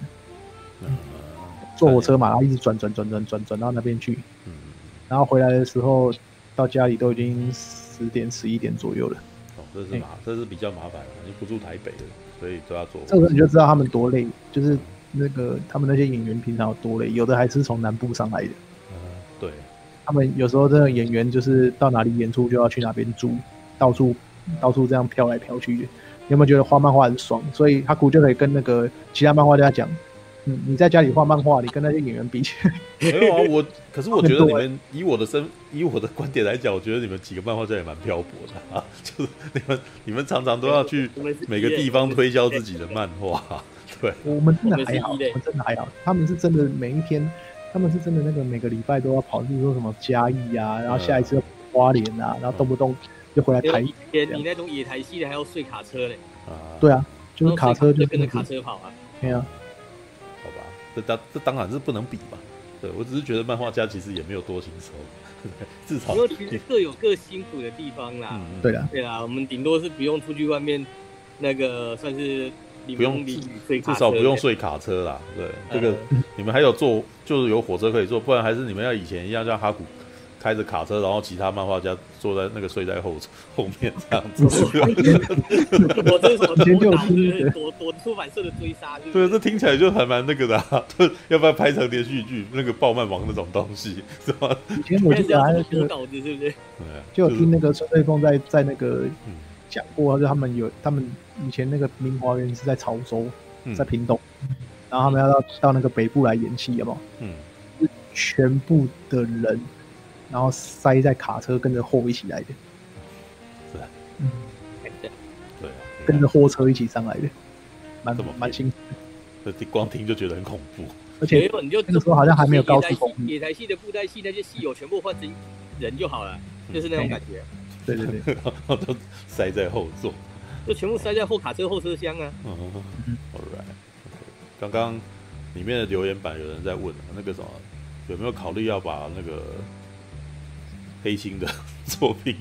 [SPEAKER 1] 嗯
[SPEAKER 3] 坐火车嘛，然后一直转转转转转转到那边去，
[SPEAKER 1] 嗯，
[SPEAKER 3] 然后回来的时候到家里都已经十点十一点左右了。
[SPEAKER 1] 哦，这是麻，这是比较麻烦了，你不住台北了，所以都要坐火车。
[SPEAKER 3] 这个时候你就知道他们多累，就是那个他们那些演员平常有多累，有的还是从南部上来的。
[SPEAKER 1] 嗯对，
[SPEAKER 3] 他们有时候真的演员就是到哪里演出就要去哪边住，到处到处这样飘来飘去的。你有没有觉得画漫画很爽？所以哈库就可以跟那个其他漫画家讲，嗯，你在家里画漫画，你跟那些演员比起来，
[SPEAKER 1] 没有啊，
[SPEAKER 3] <laughs>
[SPEAKER 1] 我可是我觉得
[SPEAKER 3] 很
[SPEAKER 1] 你
[SPEAKER 3] 多
[SPEAKER 1] 们以我的身以我的观点来讲，我觉得你们几个漫画家也蛮漂泊的啊， <laughs> 就是你们你们常常都要去
[SPEAKER 4] 我们是
[SPEAKER 1] 每个地方推销自己的漫画，对，
[SPEAKER 3] 我们真的
[SPEAKER 4] 我们是
[SPEAKER 3] 还好，我
[SPEAKER 4] 异类
[SPEAKER 3] 们真的还好。他们是真的每一天，他们是真的那个每个礼拜都要跑，例如说什么嘉义啊， <laughs> 然后下一
[SPEAKER 1] 嗯
[SPEAKER 3] 次又花莲啊，然后动不动就回来
[SPEAKER 4] 因
[SPEAKER 3] 台
[SPEAKER 4] 为以前你那种野台系的还要睡卡车嘞，
[SPEAKER 1] 啊，
[SPEAKER 3] 对啊，就是卡车就
[SPEAKER 4] 就是跟着卡，车跑啊。
[SPEAKER 3] 对啊，
[SPEAKER 1] 好吧，这当这当然是不能比嘛，对我只是觉得漫画家其实也没有多轻松， <laughs> 对至
[SPEAKER 3] 哦
[SPEAKER 1] 少
[SPEAKER 4] 因为其实各有各辛苦的地方啦。啊
[SPEAKER 1] 嗯
[SPEAKER 3] 对，的，
[SPEAKER 4] 对啦，我们顶多是不用出去外面那个算是淋
[SPEAKER 1] 不用
[SPEAKER 4] 风淋雨睡卡
[SPEAKER 1] 至少
[SPEAKER 4] 车
[SPEAKER 1] 不用
[SPEAKER 4] 的
[SPEAKER 1] 睡卡车啦。对，这个你们还有坐，就是有火车可以坐，不然还是你们要以前一样，像哈古开着卡车，然后其他漫画家坐在那个睡在后后面这样子。 <laughs> 啊
[SPEAKER 3] <laughs>
[SPEAKER 4] 呃我这是什么
[SPEAKER 3] 以前 <laughs> 就
[SPEAKER 4] 多
[SPEAKER 3] 有
[SPEAKER 4] 打就是
[SPEAKER 3] 听
[SPEAKER 4] 躲躲出版社的追杀，就是
[SPEAKER 1] 对，这听起来就还蛮那个的、啊，对，要不要拍成连续剧那个暴漫王那种东西是吧？
[SPEAKER 3] 以前我记得还
[SPEAKER 4] 还
[SPEAKER 3] 有就
[SPEAKER 4] 是读
[SPEAKER 3] 是
[SPEAKER 4] 稿子，是
[SPEAKER 3] <laughs>
[SPEAKER 4] 不是？
[SPEAKER 1] 对啊，
[SPEAKER 3] 就有
[SPEAKER 1] 是
[SPEAKER 3] 听那个孙瑞凤在在那个
[SPEAKER 1] 嗯
[SPEAKER 3] 讲过，就是他们有他们以前那个明华园是在潮州
[SPEAKER 1] 嗯，
[SPEAKER 3] 在屏东，然后他们要到到那个北部来演戏，有没有？
[SPEAKER 1] 嗯
[SPEAKER 3] 全部的人，然后塞在卡车跟着货一起来的，嗯
[SPEAKER 1] 对啊，
[SPEAKER 3] 跟着货车一起上来的，蛮
[SPEAKER 1] 这么
[SPEAKER 3] 蛮辛苦。
[SPEAKER 1] 啊这光听就觉得很恐怖。 <laughs>
[SPEAKER 3] 而
[SPEAKER 4] 没
[SPEAKER 3] 且
[SPEAKER 4] 有，你就
[SPEAKER 3] 那个时候好像还没有高速公路
[SPEAKER 4] 野台戏的布袋戏那些戏友全部换成人就好了，就是那种
[SPEAKER 3] 嗯
[SPEAKER 4] 感觉，
[SPEAKER 3] 对对
[SPEAKER 1] <laughs>
[SPEAKER 3] 对，
[SPEAKER 1] 然后就塞在后座。
[SPEAKER 4] 就全部塞在后卡车后车厢啊。
[SPEAKER 1] 嗯，All right，OK。刚刚里面的留言板有人在问、啊、那个什么，有没有考虑要把那个黑心的作品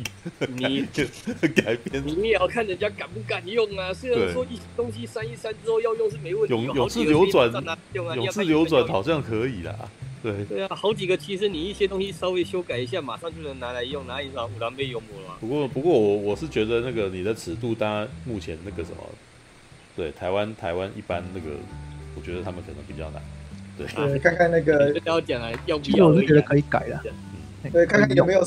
[SPEAKER 4] 你
[SPEAKER 1] <laughs> 改编
[SPEAKER 4] 你也要看人家敢不敢用啊。虽然
[SPEAKER 1] 对
[SPEAKER 4] 说一东西删一删之后要用是没问题，
[SPEAKER 1] 永
[SPEAKER 4] 有好几个
[SPEAKER 1] 永世流转
[SPEAKER 4] 可以照拿去用啊
[SPEAKER 1] 永世
[SPEAKER 4] 你要
[SPEAKER 1] 流
[SPEAKER 4] 看
[SPEAKER 1] 转
[SPEAKER 4] 你要
[SPEAKER 1] 好像可以啦，对。
[SPEAKER 4] 对啊，好几个其实你一些东西稍微修改一下，马上就能拿来用，拿来让五郎被用过了啊。
[SPEAKER 1] 不过不过我我是觉得那个你的尺度，当然目前那个什么，对台湾台湾一般那个，我觉得他们可能比较难，对。
[SPEAKER 2] 对，看看那
[SPEAKER 4] 你
[SPEAKER 2] 个
[SPEAKER 4] 就，要讲啊，要不
[SPEAKER 3] 其实
[SPEAKER 4] 要
[SPEAKER 3] 我
[SPEAKER 4] 而
[SPEAKER 3] 是觉
[SPEAKER 4] 已
[SPEAKER 3] 得
[SPEAKER 4] 啊。
[SPEAKER 3] 可以改
[SPEAKER 1] 嗯
[SPEAKER 3] 的。
[SPEAKER 2] 对，看看有没有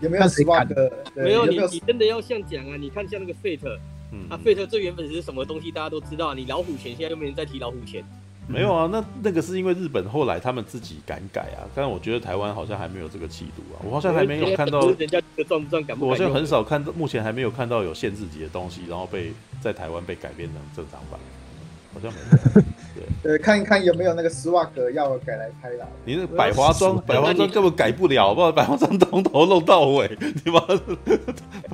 [SPEAKER 2] 有没有
[SPEAKER 3] 看谁
[SPEAKER 2] swag，
[SPEAKER 3] 敢
[SPEAKER 2] 对
[SPEAKER 4] 没有
[SPEAKER 2] 有没
[SPEAKER 4] 你
[SPEAKER 2] 有，
[SPEAKER 4] 你真的要像讲啊，你看像那个 Fate，
[SPEAKER 1] 嗯
[SPEAKER 4] 啊，Fate 最原本是什么东西大家都知道啊，你老虎钳现在又没人再提老虎钳。
[SPEAKER 1] 没有啊，那那个是因为日本后来他们自己敢改啊，但我觉得台湾好像还没有这个气度啊，我好像还没有看到，
[SPEAKER 4] 人家这个赚不赚，敢不敢
[SPEAKER 1] 我好像
[SPEAKER 4] 用
[SPEAKER 1] 很少看到，目前还没有看到有限制级的东西，然后被在台湾被改编成正常版，好像没有。
[SPEAKER 2] 对，看一看有没有那个 swag 要改来拍啦。
[SPEAKER 1] 你那百花庄，百花
[SPEAKER 4] 那
[SPEAKER 1] 庄
[SPEAKER 4] 你
[SPEAKER 1] 根本改不了，好不好？百花庄从头弄到尾，你把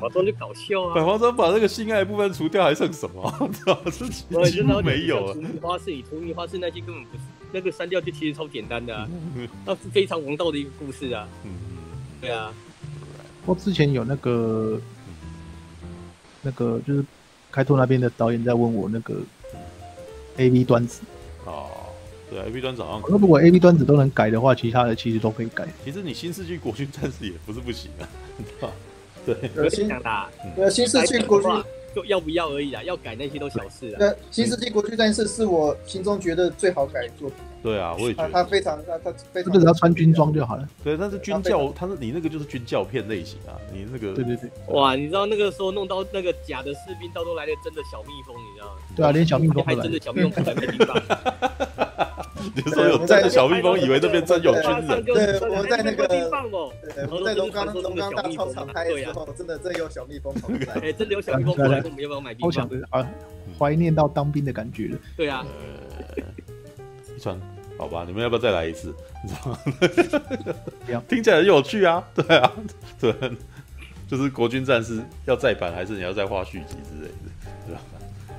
[SPEAKER 4] 搞装就搞笑
[SPEAKER 1] <laughs> 百
[SPEAKER 4] 啊。
[SPEAKER 1] 花庄把那个性爱部分除掉，还剩什么？ <laughs> 是
[SPEAKER 4] 我
[SPEAKER 1] 几
[SPEAKER 4] 真的
[SPEAKER 1] 乎没有啊了
[SPEAKER 4] 图。泥花市里，图泥花市那些根本不是那个删掉，就其实超简单的、啊，那是非常王道的一个故事啊。
[SPEAKER 1] 嗯，
[SPEAKER 4] 对啊，
[SPEAKER 3] 我之前有那个那个就是开拓那边的导演在问我那个 A V 端子，
[SPEAKER 1] 哦，对，A B 端早上
[SPEAKER 3] 我说如果 A V 端子都能改的话，其他的其实都可以改。
[SPEAKER 1] 其实你新世纪国军战士也不是不行啊， <laughs> 你知道吗对，
[SPEAKER 4] 我
[SPEAKER 2] 对，
[SPEAKER 4] 跟你
[SPEAKER 2] 新
[SPEAKER 4] 讲啦，
[SPEAKER 2] 呃新世纪国
[SPEAKER 4] 改的
[SPEAKER 2] 军
[SPEAKER 4] 话，就要不要而已啦，要改那些都小事啊。
[SPEAKER 2] 呃新世纪国军战士是我心中觉得最好改的作品，
[SPEAKER 1] 对啊，我也觉
[SPEAKER 2] 他
[SPEAKER 4] 嗯
[SPEAKER 1] 得。
[SPEAKER 2] 他非常他他非
[SPEAKER 3] 他
[SPEAKER 2] 常，
[SPEAKER 3] 就只要穿军装就好了。
[SPEAKER 1] 对，但是军
[SPEAKER 2] 浪费
[SPEAKER 1] 教，他是你那个就是军教片类型啊，你那个 <laughs>
[SPEAKER 3] 对对对，
[SPEAKER 4] 哇，你知道那个时候弄到那个假的士兵，到时候来了真的小蜜蜂，你知道吗？
[SPEAKER 3] 对啊，连小蜜蜂
[SPEAKER 4] 还
[SPEAKER 3] 都来
[SPEAKER 4] 真
[SPEAKER 3] 了
[SPEAKER 4] 的。小蜜蜂出来没地方。
[SPEAKER 1] 你说有真的小蜜蜂，以为那边真有军人，
[SPEAKER 2] 对我在那个
[SPEAKER 4] 地方哦，
[SPEAKER 2] 对我在龙岗龙岗大操场拍的时
[SPEAKER 4] 啊
[SPEAKER 2] 候，真的真的有小蜜蜂跑出来。
[SPEAKER 4] 哎，真的有小蜜蜂过来，问我们要不要买冰
[SPEAKER 3] 超想
[SPEAKER 4] 棒？
[SPEAKER 3] 的啊，怀念到当兵的感觉了。
[SPEAKER 4] 对啊，
[SPEAKER 1] 一传，好吧，你们要不要再来一次？你知道吗
[SPEAKER 3] 不 <laughs> 要？
[SPEAKER 1] 听起来很有趣啊，对啊， <laughs> 对，就是国军战士要再版，还是你要再画续集之类的，对吧？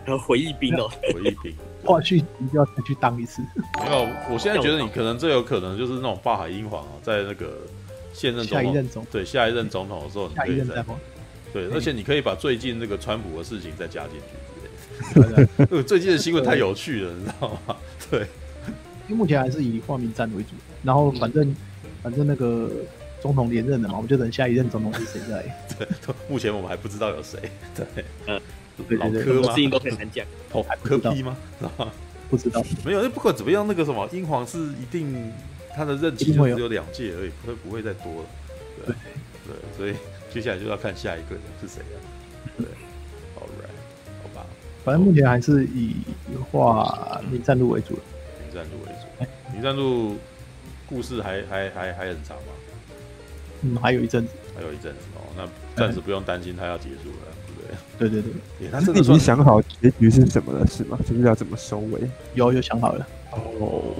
[SPEAKER 4] 然后回忆兵哦，
[SPEAKER 1] 回忆品。
[SPEAKER 3] 话去一定要再去当一次。
[SPEAKER 1] 没有，我现在觉得你可能最有可能就是那种法海英皇啊，在那个现任
[SPEAKER 3] 下一任
[SPEAKER 1] 总
[SPEAKER 3] 总
[SPEAKER 1] 统，对下一任总统的时候，你
[SPEAKER 3] 下
[SPEAKER 1] 可
[SPEAKER 3] 一
[SPEAKER 1] 以
[SPEAKER 3] 任
[SPEAKER 1] 再
[SPEAKER 3] 再换。
[SPEAKER 1] 哦对，而且你可以把最近那个川普的事情再加进去
[SPEAKER 3] 对啊对啊
[SPEAKER 1] 之类的。
[SPEAKER 3] <laughs>
[SPEAKER 1] 因为呃最近的新闻太有趣了，你知道吗？ <laughs> 对，
[SPEAKER 3] 因为目前还是以化名战为主，然后
[SPEAKER 1] 嗯
[SPEAKER 3] 反正反正那个总统连任了嘛，我们就等下一任总统是谁再来。
[SPEAKER 1] 目前我们还不知道有谁。对，
[SPEAKER 4] 嗯
[SPEAKER 1] 老
[SPEAKER 3] 对对
[SPEAKER 1] 柯
[SPEAKER 4] 什么
[SPEAKER 1] 吗
[SPEAKER 4] 事？情都很难讲。
[SPEAKER 1] 头
[SPEAKER 3] 哦
[SPEAKER 1] 柯批吗？
[SPEAKER 3] 不知道，
[SPEAKER 1] 没有，不管怎么样，那个什么英皇是一定他的任期
[SPEAKER 3] 一定
[SPEAKER 1] 就
[SPEAKER 3] 会有
[SPEAKER 1] 只有两届而已，不会不会再多了。对啊对，所以接下来就要看下一个人是谁了、对，All right，好吧，
[SPEAKER 3] 反正目前还是以化名战路为主。
[SPEAKER 1] 名战路为
[SPEAKER 3] 哎
[SPEAKER 1] 主，名战路故事还还还还很长吗？
[SPEAKER 3] 嗯，还有一阵子。
[SPEAKER 1] 还有一阵子哦，那暂时不用担心它要结束了，对不对？ <laughs>
[SPEAKER 3] 对对对，
[SPEAKER 1] 耶，他
[SPEAKER 6] 是
[SPEAKER 1] 真
[SPEAKER 6] 你
[SPEAKER 1] 的
[SPEAKER 6] 已
[SPEAKER 1] 算
[SPEAKER 6] 经想好结局是什么了，是吗？就是要怎么收尾？
[SPEAKER 3] 有有想好了。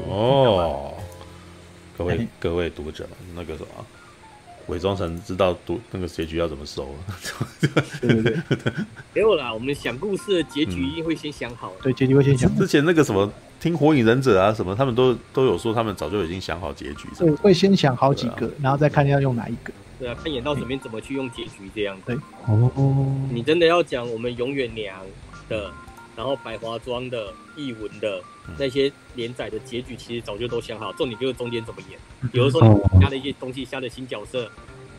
[SPEAKER 1] 哦。各位
[SPEAKER 3] 哎
[SPEAKER 1] 各位读者，那个什么，伪装成知道读那个结局要怎么收啊了。
[SPEAKER 3] 对对对
[SPEAKER 4] 没有啦，我们想故事的结局一定会先想好。
[SPEAKER 3] 对，结局会先想，
[SPEAKER 1] 之前那个什么，听火影忍者啊什么，他们都都有说他们早就已经想好结局什
[SPEAKER 3] <laughs> 对，
[SPEAKER 1] 么。
[SPEAKER 3] 会先想好几个，然后再看要用哪一个。
[SPEAKER 4] 对啊，看演到什么怎么去用结局这样子。
[SPEAKER 6] 哦，
[SPEAKER 4] 你真的要讲我们永远娘的然后百花庄的、译文的
[SPEAKER 1] 嗯
[SPEAKER 4] 那些连载的结局，其实早就都想好，重点就是中间怎么演。
[SPEAKER 1] 嗯
[SPEAKER 4] 有的时候
[SPEAKER 1] 哦
[SPEAKER 4] 你加了一些东西，加了新角色，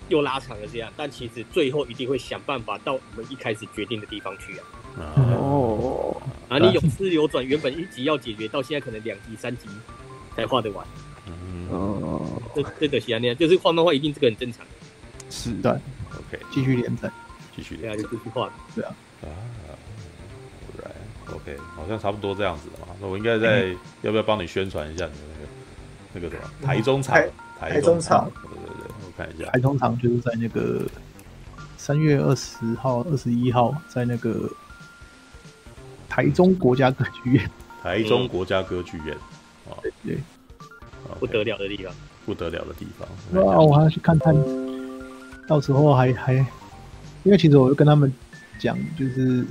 [SPEAKER 4] 又拉长了这样，但其实最后一定会想办法到我们一开始决定的地方去啊！
[SPEAKER 1] 哦，
[SPEAKER 6] 哦，
[SPEAKER 4] 啊，你永世流转原本一集要解决，到现在可能两集、三集才画得完，
[SPEAKER 1] 嗯
[SPEAKER 6] 哦，
[SPEAKER 4] 这这的是啊，那样就是画漫画一定这个很正常，
[SPEAKER 6] 是
[SPEAKER 3] 对
[SPEAKER 1] ，OK，
[SPEAKER 3] 继续连载。
[SPEAKER 1] 继续
[SPEAKER 4] 对
[SPEAKER 1] 聊
[SPEAKER 4] 啊，就继续画。
[SPEAKER 1] 啊，Right，OK，好像差不多这样子了嘛。那我应该在、要不要帮你宣传一下你的那个那个什么台中场？台
[SPEAKER 2] 台中
[SPEAKER 1] 场
[SPEAKER 2] 场，
[SPEAKER 1] 对对对，我看一下
[SPEAKER 3] 台。中场就是在那个三月二十号、二十一号，在那个台中国家歌剧院。
[SPEAKER 1] 台中国家歌剧院，啊，
[SPEAKER 3] 对，
[SPEAKER 1] OK，
[SPEAKER 4] 不得了的地方。
[SPEAKER 1] 不得了的地方。
[SPEAKER 3] 哇，我还要去看看，到时候还还，因为其实我就跟他们讲，就是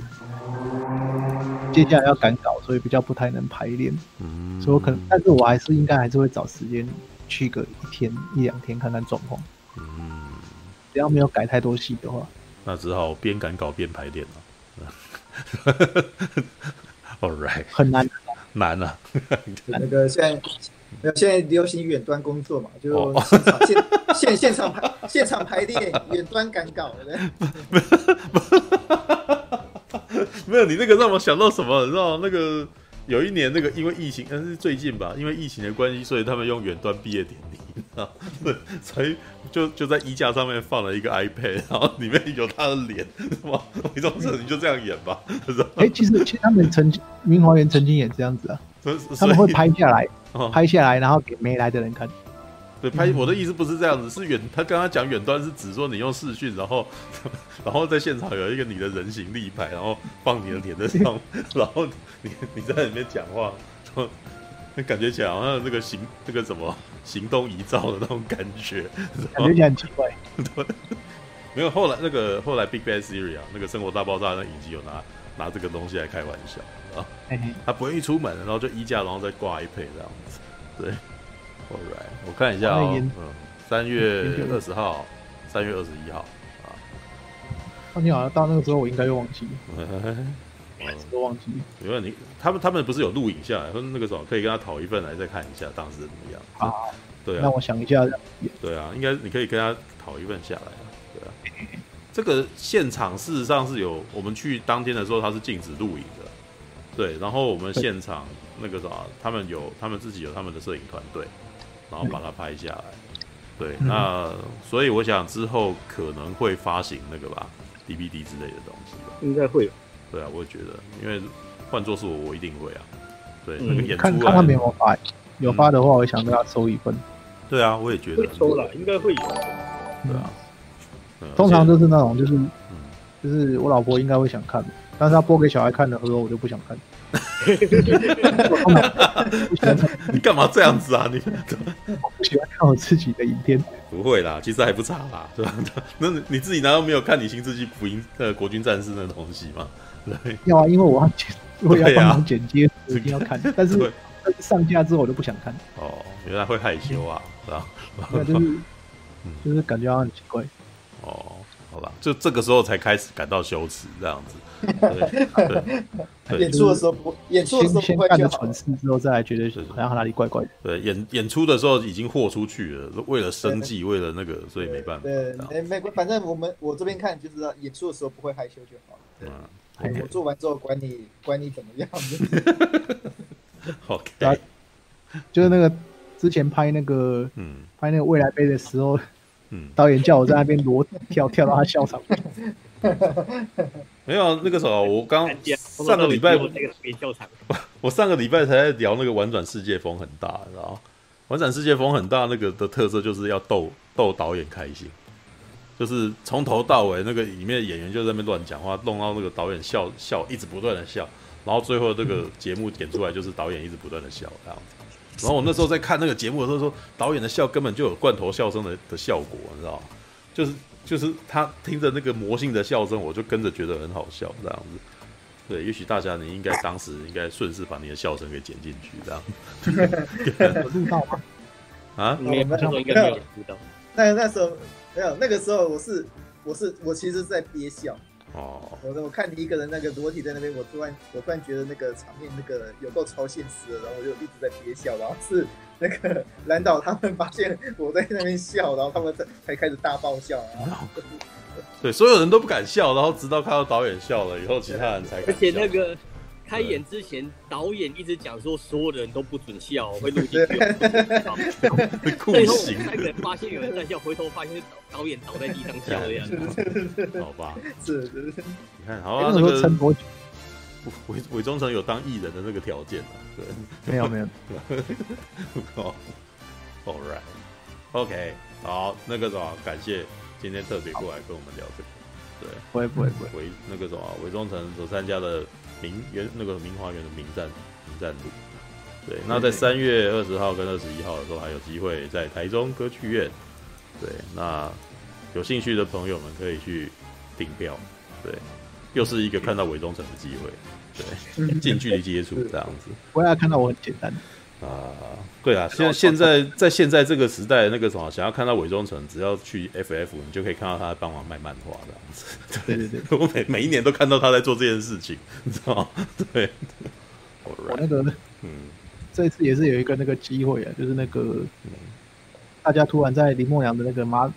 [SPEAKER 3] 接下来要赶稿，所以比较不太能排练，
[SPEAKER 1] 嗯
[SPEAKER 3] 所以我可能，但是我还是应该还是会找时间去个一天一两天看看状况，
[SPEAKER 1] 嗯，
[SPEAKER 3] 只要没有改太多戏的话，
[SPEAKER 1] 那只好边赶稿边排练了。All right，<laughs>
[SPEAKER 3] 很难。
[SPEAKER 1] 难啊，
[SPEAKER 2] 那个现在没有，现在流行远端工作嘛，就是
[SPEAKER 1] 哦
[SPEAKER 2] 我现场现现现场排现场排练，远端赶稿的。
[SPEAKER 1] 没有你那个让我想到什么？你知道那个有一年那个因为疫情，但是最近吧，因为疫情的关系，所以他们用远端毕业典礼，你知道，所以就就在衣架上面放了 <laughs> 一个 iPad，然后里面有他的脸，是吗？李宗盛，你就这样演 <laughs> 吧，是吧？
[SPEAKER 3] 哎、其实其实他们曾经明华园曾经也这样
[SPEAKER 1] <laughs>
[SPEAKER 3] 子啊，
[SPEAKER 1] 所以所以
[SPEAKER 3] 他们会拍下来，
[SPEAKER 1] 哦
[SPEAKER 3] 拍下来，然后给没来的人看。
[SPEAKER 1] 对，拍我的意思不是这样子，是远。他刚刚讲远端是指说你用视讯，然后 <laughs> 然后在现场有一个你的人形立牌，然后放你的脸在上， <laughs> 然后你你在里面讲话，然后那感觉起来好像那个行那个什么行动遗照的那种感觉，
[SPEAKER 3] 感觉起来很奇怪。
[SPEAKER 1] 没有，后来那个后来 Big Bang Theory 啊，那个《生活大爆炸》那影集有拿拿这个东西来开玩笑啊，
[SPEAKER 3] 嘿嘿，
[SPEAKER 1] 他不愿意出门，然后就衣架，然后再挂一配这样子。对，All right，我看一下
[SPEAKER 3] 那
[SPEAKER 1] 哦，
[SPEAKER 3] 研
[SPEAKER 1] 嗯，三月
[SPEAKER 3] 研究
[SPEAKER 1] 二十号，三月二十
[SPEAKER 3] <laughs>
[SPEAKER 1] 一号啊，
[SPEAKER 3] 哦，你好像到那个时候，我应该又忘记了，
[SPEAKER 1] 嗯
[SPEAKER 3] 都忘记了。
[SPEAKER 1] 没问题。他们他们不是有录影下来，说那个什么可以跟他讨一份来再看一下当时怎么样
[SPEAKER 3] 啊？
[SPEAKER 1] 对
[SPEAKER 3] 让
[SPEAKER 1] 啊，
[SPEAKER 3] 我想一下，嗯
[SPEAKER 1] 对啊，应该你可以跟他讨一份下来啊，对啊。这个现场事实上是有，我们去当天的时候他是禁止录影的，对。然后我们
[SPEAKER 3] 对
[SPEAKER 1] 现场那个啥，他们有他们自己有他们的摄影团队，然后把它拍下来。对，
[SPEAKER 3] 嗯
[SPEAKER 1] 那所以我想之后可能会发行那个吧，DVD 之类的东西吧。
[SPEAKER 4] 应该会有。
[SPEAKER 1] 对啊，我也觉得，因为换做是我，我一定会啊。对，
[SPEAKER 4] 嗯
[SPEAKER 1] 那个演
[SPEAKER 3] 看
[SPEAKER 1] 出啊嗯
[SPEAKER 3] 看他们有
[SPEAKER 1] 来
[SPEAKER 3] 没，有发，有发的话，我想跟他收一份。
[SPEAKER 1] 对啊，我也觉得
[SPEAKER 4] 会，收了，应该会有。
[SPEAKER 1] 对啊。嗯
[SPEAKER 3] 通
[SPEAKER 1] 而
[SPEAKER 3] 常
[SPEAKER 1] 且
[SPEAKER 3] 都是那种，就是
[SPEAKER 1] 嗯
[SPEAKER 3] 就是我老婆应该会想看的，但是她播给小孩看的，和我就不想看。不喜欢看，
[SPEAKER 1] 你干嘛这样子啊？你
[SPEAKER 3] 不喜欢看我自己的影片。
[SPEAKER 1] 不会啦，其实还不差啦， <laughs> 对吧？那你你自己难道没有看你新世纪福音呃国军战士那东西吗？对
[SPEAKER 3] 要啊，因为我要剪，我也
[SPEAKER 1] 对
[SPEAKER 3] 要
[SPEAKER 1] 啊
[SPEAKER 3] 帮忙剪接，我一定要
[SPEAKER 1] <laughs>
[SPEAKER 3] 看。但是
[SPEAKER 1] 对
[SPEAKER 3] 但是上架之后我就不想
[SPEAKER 1] <laughs>
[SPEAKER 3] 看，
[SPEAKER 1] 哦，原来会害羞啊，是吧？
[SPEAKER 3] 对啊，就是
[SPEAKER 1] 嗯
[SPEAKER 3] 就是感觉好像很奇怪。
[SPEAKER 1] 哦，好吧，就这个时候才开始感到羞耻，这样子。对对对
[SPEAKER 2] 演 <laughs> 出的时候不演出的时候不
[SPEAKER 3] 先先
[SPEAKER 2] 会
[SPEAKER 3] 干
[SPEAKER 2] 就
[SPEAKER 3] 了
[SPEAKER 2] 好
[SPEAKER 3] 蠢
[SPEAKER 2] 了。
[SPEAKER 3] 事之后，再来觉得
[SPEAKER 1] 是是
[SPEAKER 3] 好像哪里怪怪的。
[SPEAKER 1] 对，演演出的时候已经豁出去了，为了生计，为了那个，所以没办法。
[SPEAKER 2] 对
[SPEAKER 1] 这，样
[SPEAKER 2] 没没关，反正我们我这边看就知道，演出的时候不会害羞就好。
[SPEAKER 1] 嗯
[SPEAKER 2] 我做完之后管你管你怎么样， <laughs>
[SPEAKER 1] ，OK，
[SPEAKER 3] 大家就是那个之前拍那个
[SPEAKER 1] 嗯
[SPEAKER 3] 拍那个未来杯的时候，
[SPEAKER 1] 嗯，
[SPEAKER 3] 导演叫我在那边裸跳跳到他
[SPEAKER 1] <laughs>
[SPEAKER 3] 笑场。
[SPEAKER 1] 没有啊那个时候，我刚
[SPEAKER 4] 参加
[SPEAKER 1] 上个礼拜
[SPEAKER 4] 哎我那个别笑场，
[SPEAKER 1] 我上个礼拜才在聊那个《玩转世界》风很大，你知道吗？《玩转世界》风很大，那个的特色就是要逗逗导演开心，就是从头到尾那个里面的演员就在那边乱讲话，弄到那个导演笑笑，一直不断的笑，然后最后这个节目点出来就是导演一直不断的笑这样子。然后我那时候在看那个节目的时候说，导演的笑根本就有罐头笑声的的效果，你知道吗？就是就是他听着那个魔性的笑声，我就跟着觉得很好笑这样子。对，也许大家你应该当时应该顺势把你的笑声给剪进去，这样
[SPEAKER 3] 有录到吗？
[SPEAKER 1] 啊？
[SPEAKER 4] 没有，那时候应该没有人知道。
[SPEAKER 2] 那那时候没有，那个时候我是我是我其实是在憋笑，
[SPEAKER 1] 哦，
[SPEAKER 2] 我我看你一个人那个裸体在那边，我突然我突然觉得那个场面那个有够超现实的，然后我就一直在憋笑，然后是那个蓝岛他们发现我在那边笑，然后他们才才开始大爆笑啊。
[SPEAKER 1] 对，所有人都不敢笑，然后直到看到导演笑了以后，其他人才敢笑。
[SPEAKER 4] 而且那个开演之前，导演一直讲说所有的人都不准笑，会录进去。
[SPEAKER 1] 被 <laughs> 酷
[SPEAKER 4] 最后我
[SPEAKER 1] 刑
[SPEAKER 4] 们，三个人发现有人在笑，回头发现是导导演倒在地上笑的样子。 <laughs>
[SPEAKER 1] 好吧？
[SPEAKER 2] 是是是，
[SPEAKER 1] 你看，好啊
[SPEAKER 3] 哎那，
[SPEAKER 1] 那
[SPEAKER 3] 时候
[SPEAKER 1] 个
[SPEAKER 3] 撑多久？
[SPEAKER 1] 伪伪装成有当艺人的那个条件啊，对。 <laughs>
[SPEAKER 3] 没有没有，
[SPEAKER 1] 哦，All right。OK，好，那个什么，感谢今天特别过来跟我们聊这个。对，
[SPEAKER 3] 不会不会不
[SPEAKER 1] <laughs>
[SPEAKER 3] 会。
[SPEAKER 1] 伪那个什么，伪装成所参加的明原那个明华园的明战明战路。对，那在三月二十号跟二十一号的时候，还有机会在台中歌剧院。对，那有兴趣的朋友们可以去订票。对，又是一个看到伪装成的机会。对，近距离接 <laughs> 触这样子。
[SPEAKER 3] 我也看到我很简
[SPEAKER 1] <laughs>
[SPEAKER 3] 单，
[SPEAKER 1] 啊，对啊，现在现在在现在这个时代，那个什么，想要看到伪装城，只要去 FF，你就可以看到他帮忙卖漫画这样子。
[SPEAKER 3] 对对对，
[SPEAKER 1] <laughs> 我每每一年都看到他在做这件事情，你知道吗？ <laughs> 对
[SPEAKER 3] 我
[SPEAKER 1] ，Alright，
[SPEAKER 3] 那个
[SPEAKER 1] 嗯，
[SPEAKER 3] 这次也是有一个那个机会啊，就是那个大家突然在林默阳的那个马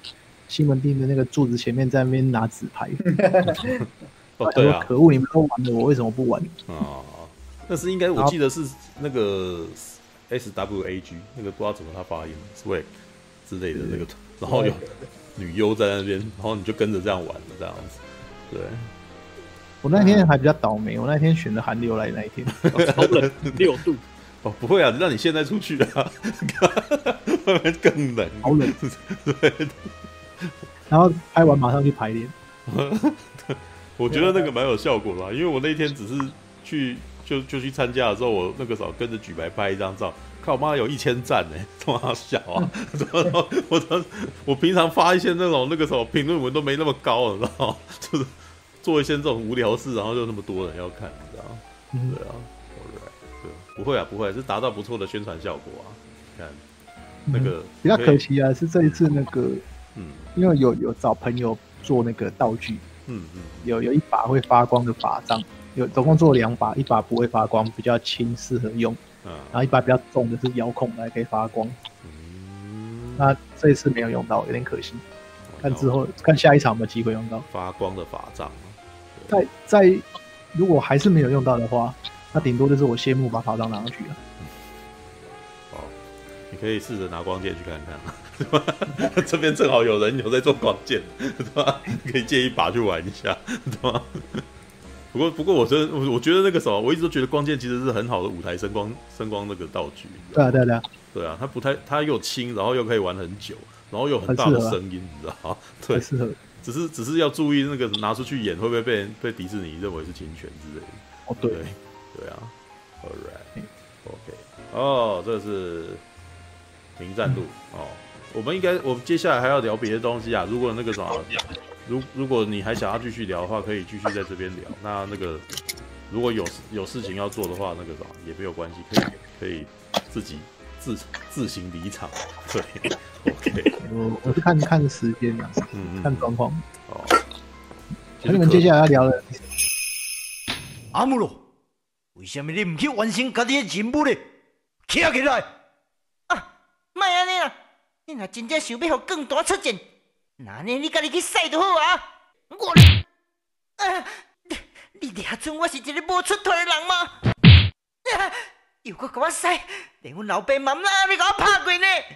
[SPEAKER 3] 西门町的那个柱子前面在那边拿纸牌，
[SPEAKER 1] 哦，嗯对啊，
[SPEAKER 3] 可恶，你们都玩了，我为什么不玩？
[SPEAKER 1] 啊，那是应该我记得是那个 SWAG 那个不知道怎么他发音 swag 之类的那个，然后有女优在那边，然后你就跟着这样玩了这样子，对。
[SPEAKER 3] 我那
[SPEAKER 1] 啊
[SPEAKER 3] 天还比较倒霉，我那天选的寒流来那一天，
[SPEAKER 4] 超冷，六度，
[SPEAKER 1] 哦，不会啊，让你现在出去啊， <laughs> 外面更冷。啊
[SPEAKER 3] 好冷，
[SPEAKER 1] <laughs> 对，
[SPEAKER 3] 然后拍完马上去排练，
[SPEAKER 1] 我觉得那个蛮有效果啦，因为我那天只是去就就去参加的时候，我那个时候跟着举白拍一张照，看我妈有一千赞呢、欸， <laughs> 他妈小
[SPEAKER 3] <laughs>
[SPEAKER 1] 啊！怎么我我我平常发一些那种那个时候评论文都没那么高，你知道吗？ <laughs> 就是做一些这种无聊事，然后就那么多人要看，你知道吗？
[SPEAKER 3] 嗯，
[SPEAKER 1] 对啊，alright，对，不会啊，不会，是达到不错的宣传效果啊。你看那个
[SPEAKER 3] 嗯比较可，惜啊，是这一次那个
[SPEAKER 1] 嗯
[SPEAKER 3] 因为有有找朋友做那个道具，
[SPEAKER 1] 嗯嗯，
[SPEAKER 3] 有有一把会发光的法杖，有总共做两把，一把不会发光，比较轻，适合用，然后
[SPEAKER 1] 啊，
[SPEAKER 3] 一把比较重的是遥控的，还可以发光。
[SPEAKER 1] 嗯，
[SPEAKER 3] 那这一次没有用到，有点可惜。啊看之
[SPEAKER 1] 然
[SPEAKER 3] 后看下一场有没有机会用到。
[SPEAKER 1] 发光的法杖，啊
[SPEAKER 3] 在在如果还是没有用到的话，那顶多就是我谢幕把法杖拿上去了。
[SPEAKER 1] 哦，你可以试着拿光剑去看看， <laughs> 是吧？ <laughs> 这边正好有人有在做光剑， <laughs> 是吧？可以借一把去玩一下， <laughs> 是吧？不过不过我真的我我觉得那个什么，我一直都觉得光剑其实是很好的舞台声光声光那个道具，你知
[SPEAKER 3] 对
[SPEAKER 1] 道吗
[SPEAKER 3] 啊对啊对啊，
[SPEAKER 1] 对啊，它不太它又轻，然后又可以玩很久，然后又有很大的
[SPEAKER 3] 很适合啊
[SPEAKER 1] 声音，你知道吗？对
[SPEAKER 3] 很，适合。
[SPEAKER 1] 只是只是要注意那个拿出去演会不会被人被迪士尼认为是侵权之类的。
[SPEAKER 3] 哦对，
[SPEAKER 1] 对啊，All right,
[SPEAKER 3] 嗯
[SPEAKER 1] OK，哦，这是名战路哦。我们应该，我们接下来还要聊别的东西啊。如果那个什么，如如果你还想要继续聊的话，可以继续在这边聊。那那个如果有有事情要做的话，那个什么也没有关系，可以可以自己自自行离场。对，OK，
[SPEAKER 3] 我我是看看时间啊，
[SPEAKER 1] 嗯
[SPEAKER 3] 看
[SPEAKER 1] 嗯，
[SPEAKER 3] 状况。
[SPEAKER 1] 哦。其
[SPEAKER 3] 那
[SPEAKER 1] 实
[SPEAKER 3] 你们接
[SPEAKER 1] 可
[SPEAKER 3] 下来要聊的
[SPEAKER 7] 阿姆罗，为什么你唔去完成家己的任务呢？起来起来！
[SPEAKER 8] 啊，莫安尼啦！你若真正想要互更大出战，那呢你家己去使就好啊！我咧，啊，你你掠准我是一个无出头的人吗？啊，又搁甲我使，连阮老爸妈妈也咧甲我拍过呢！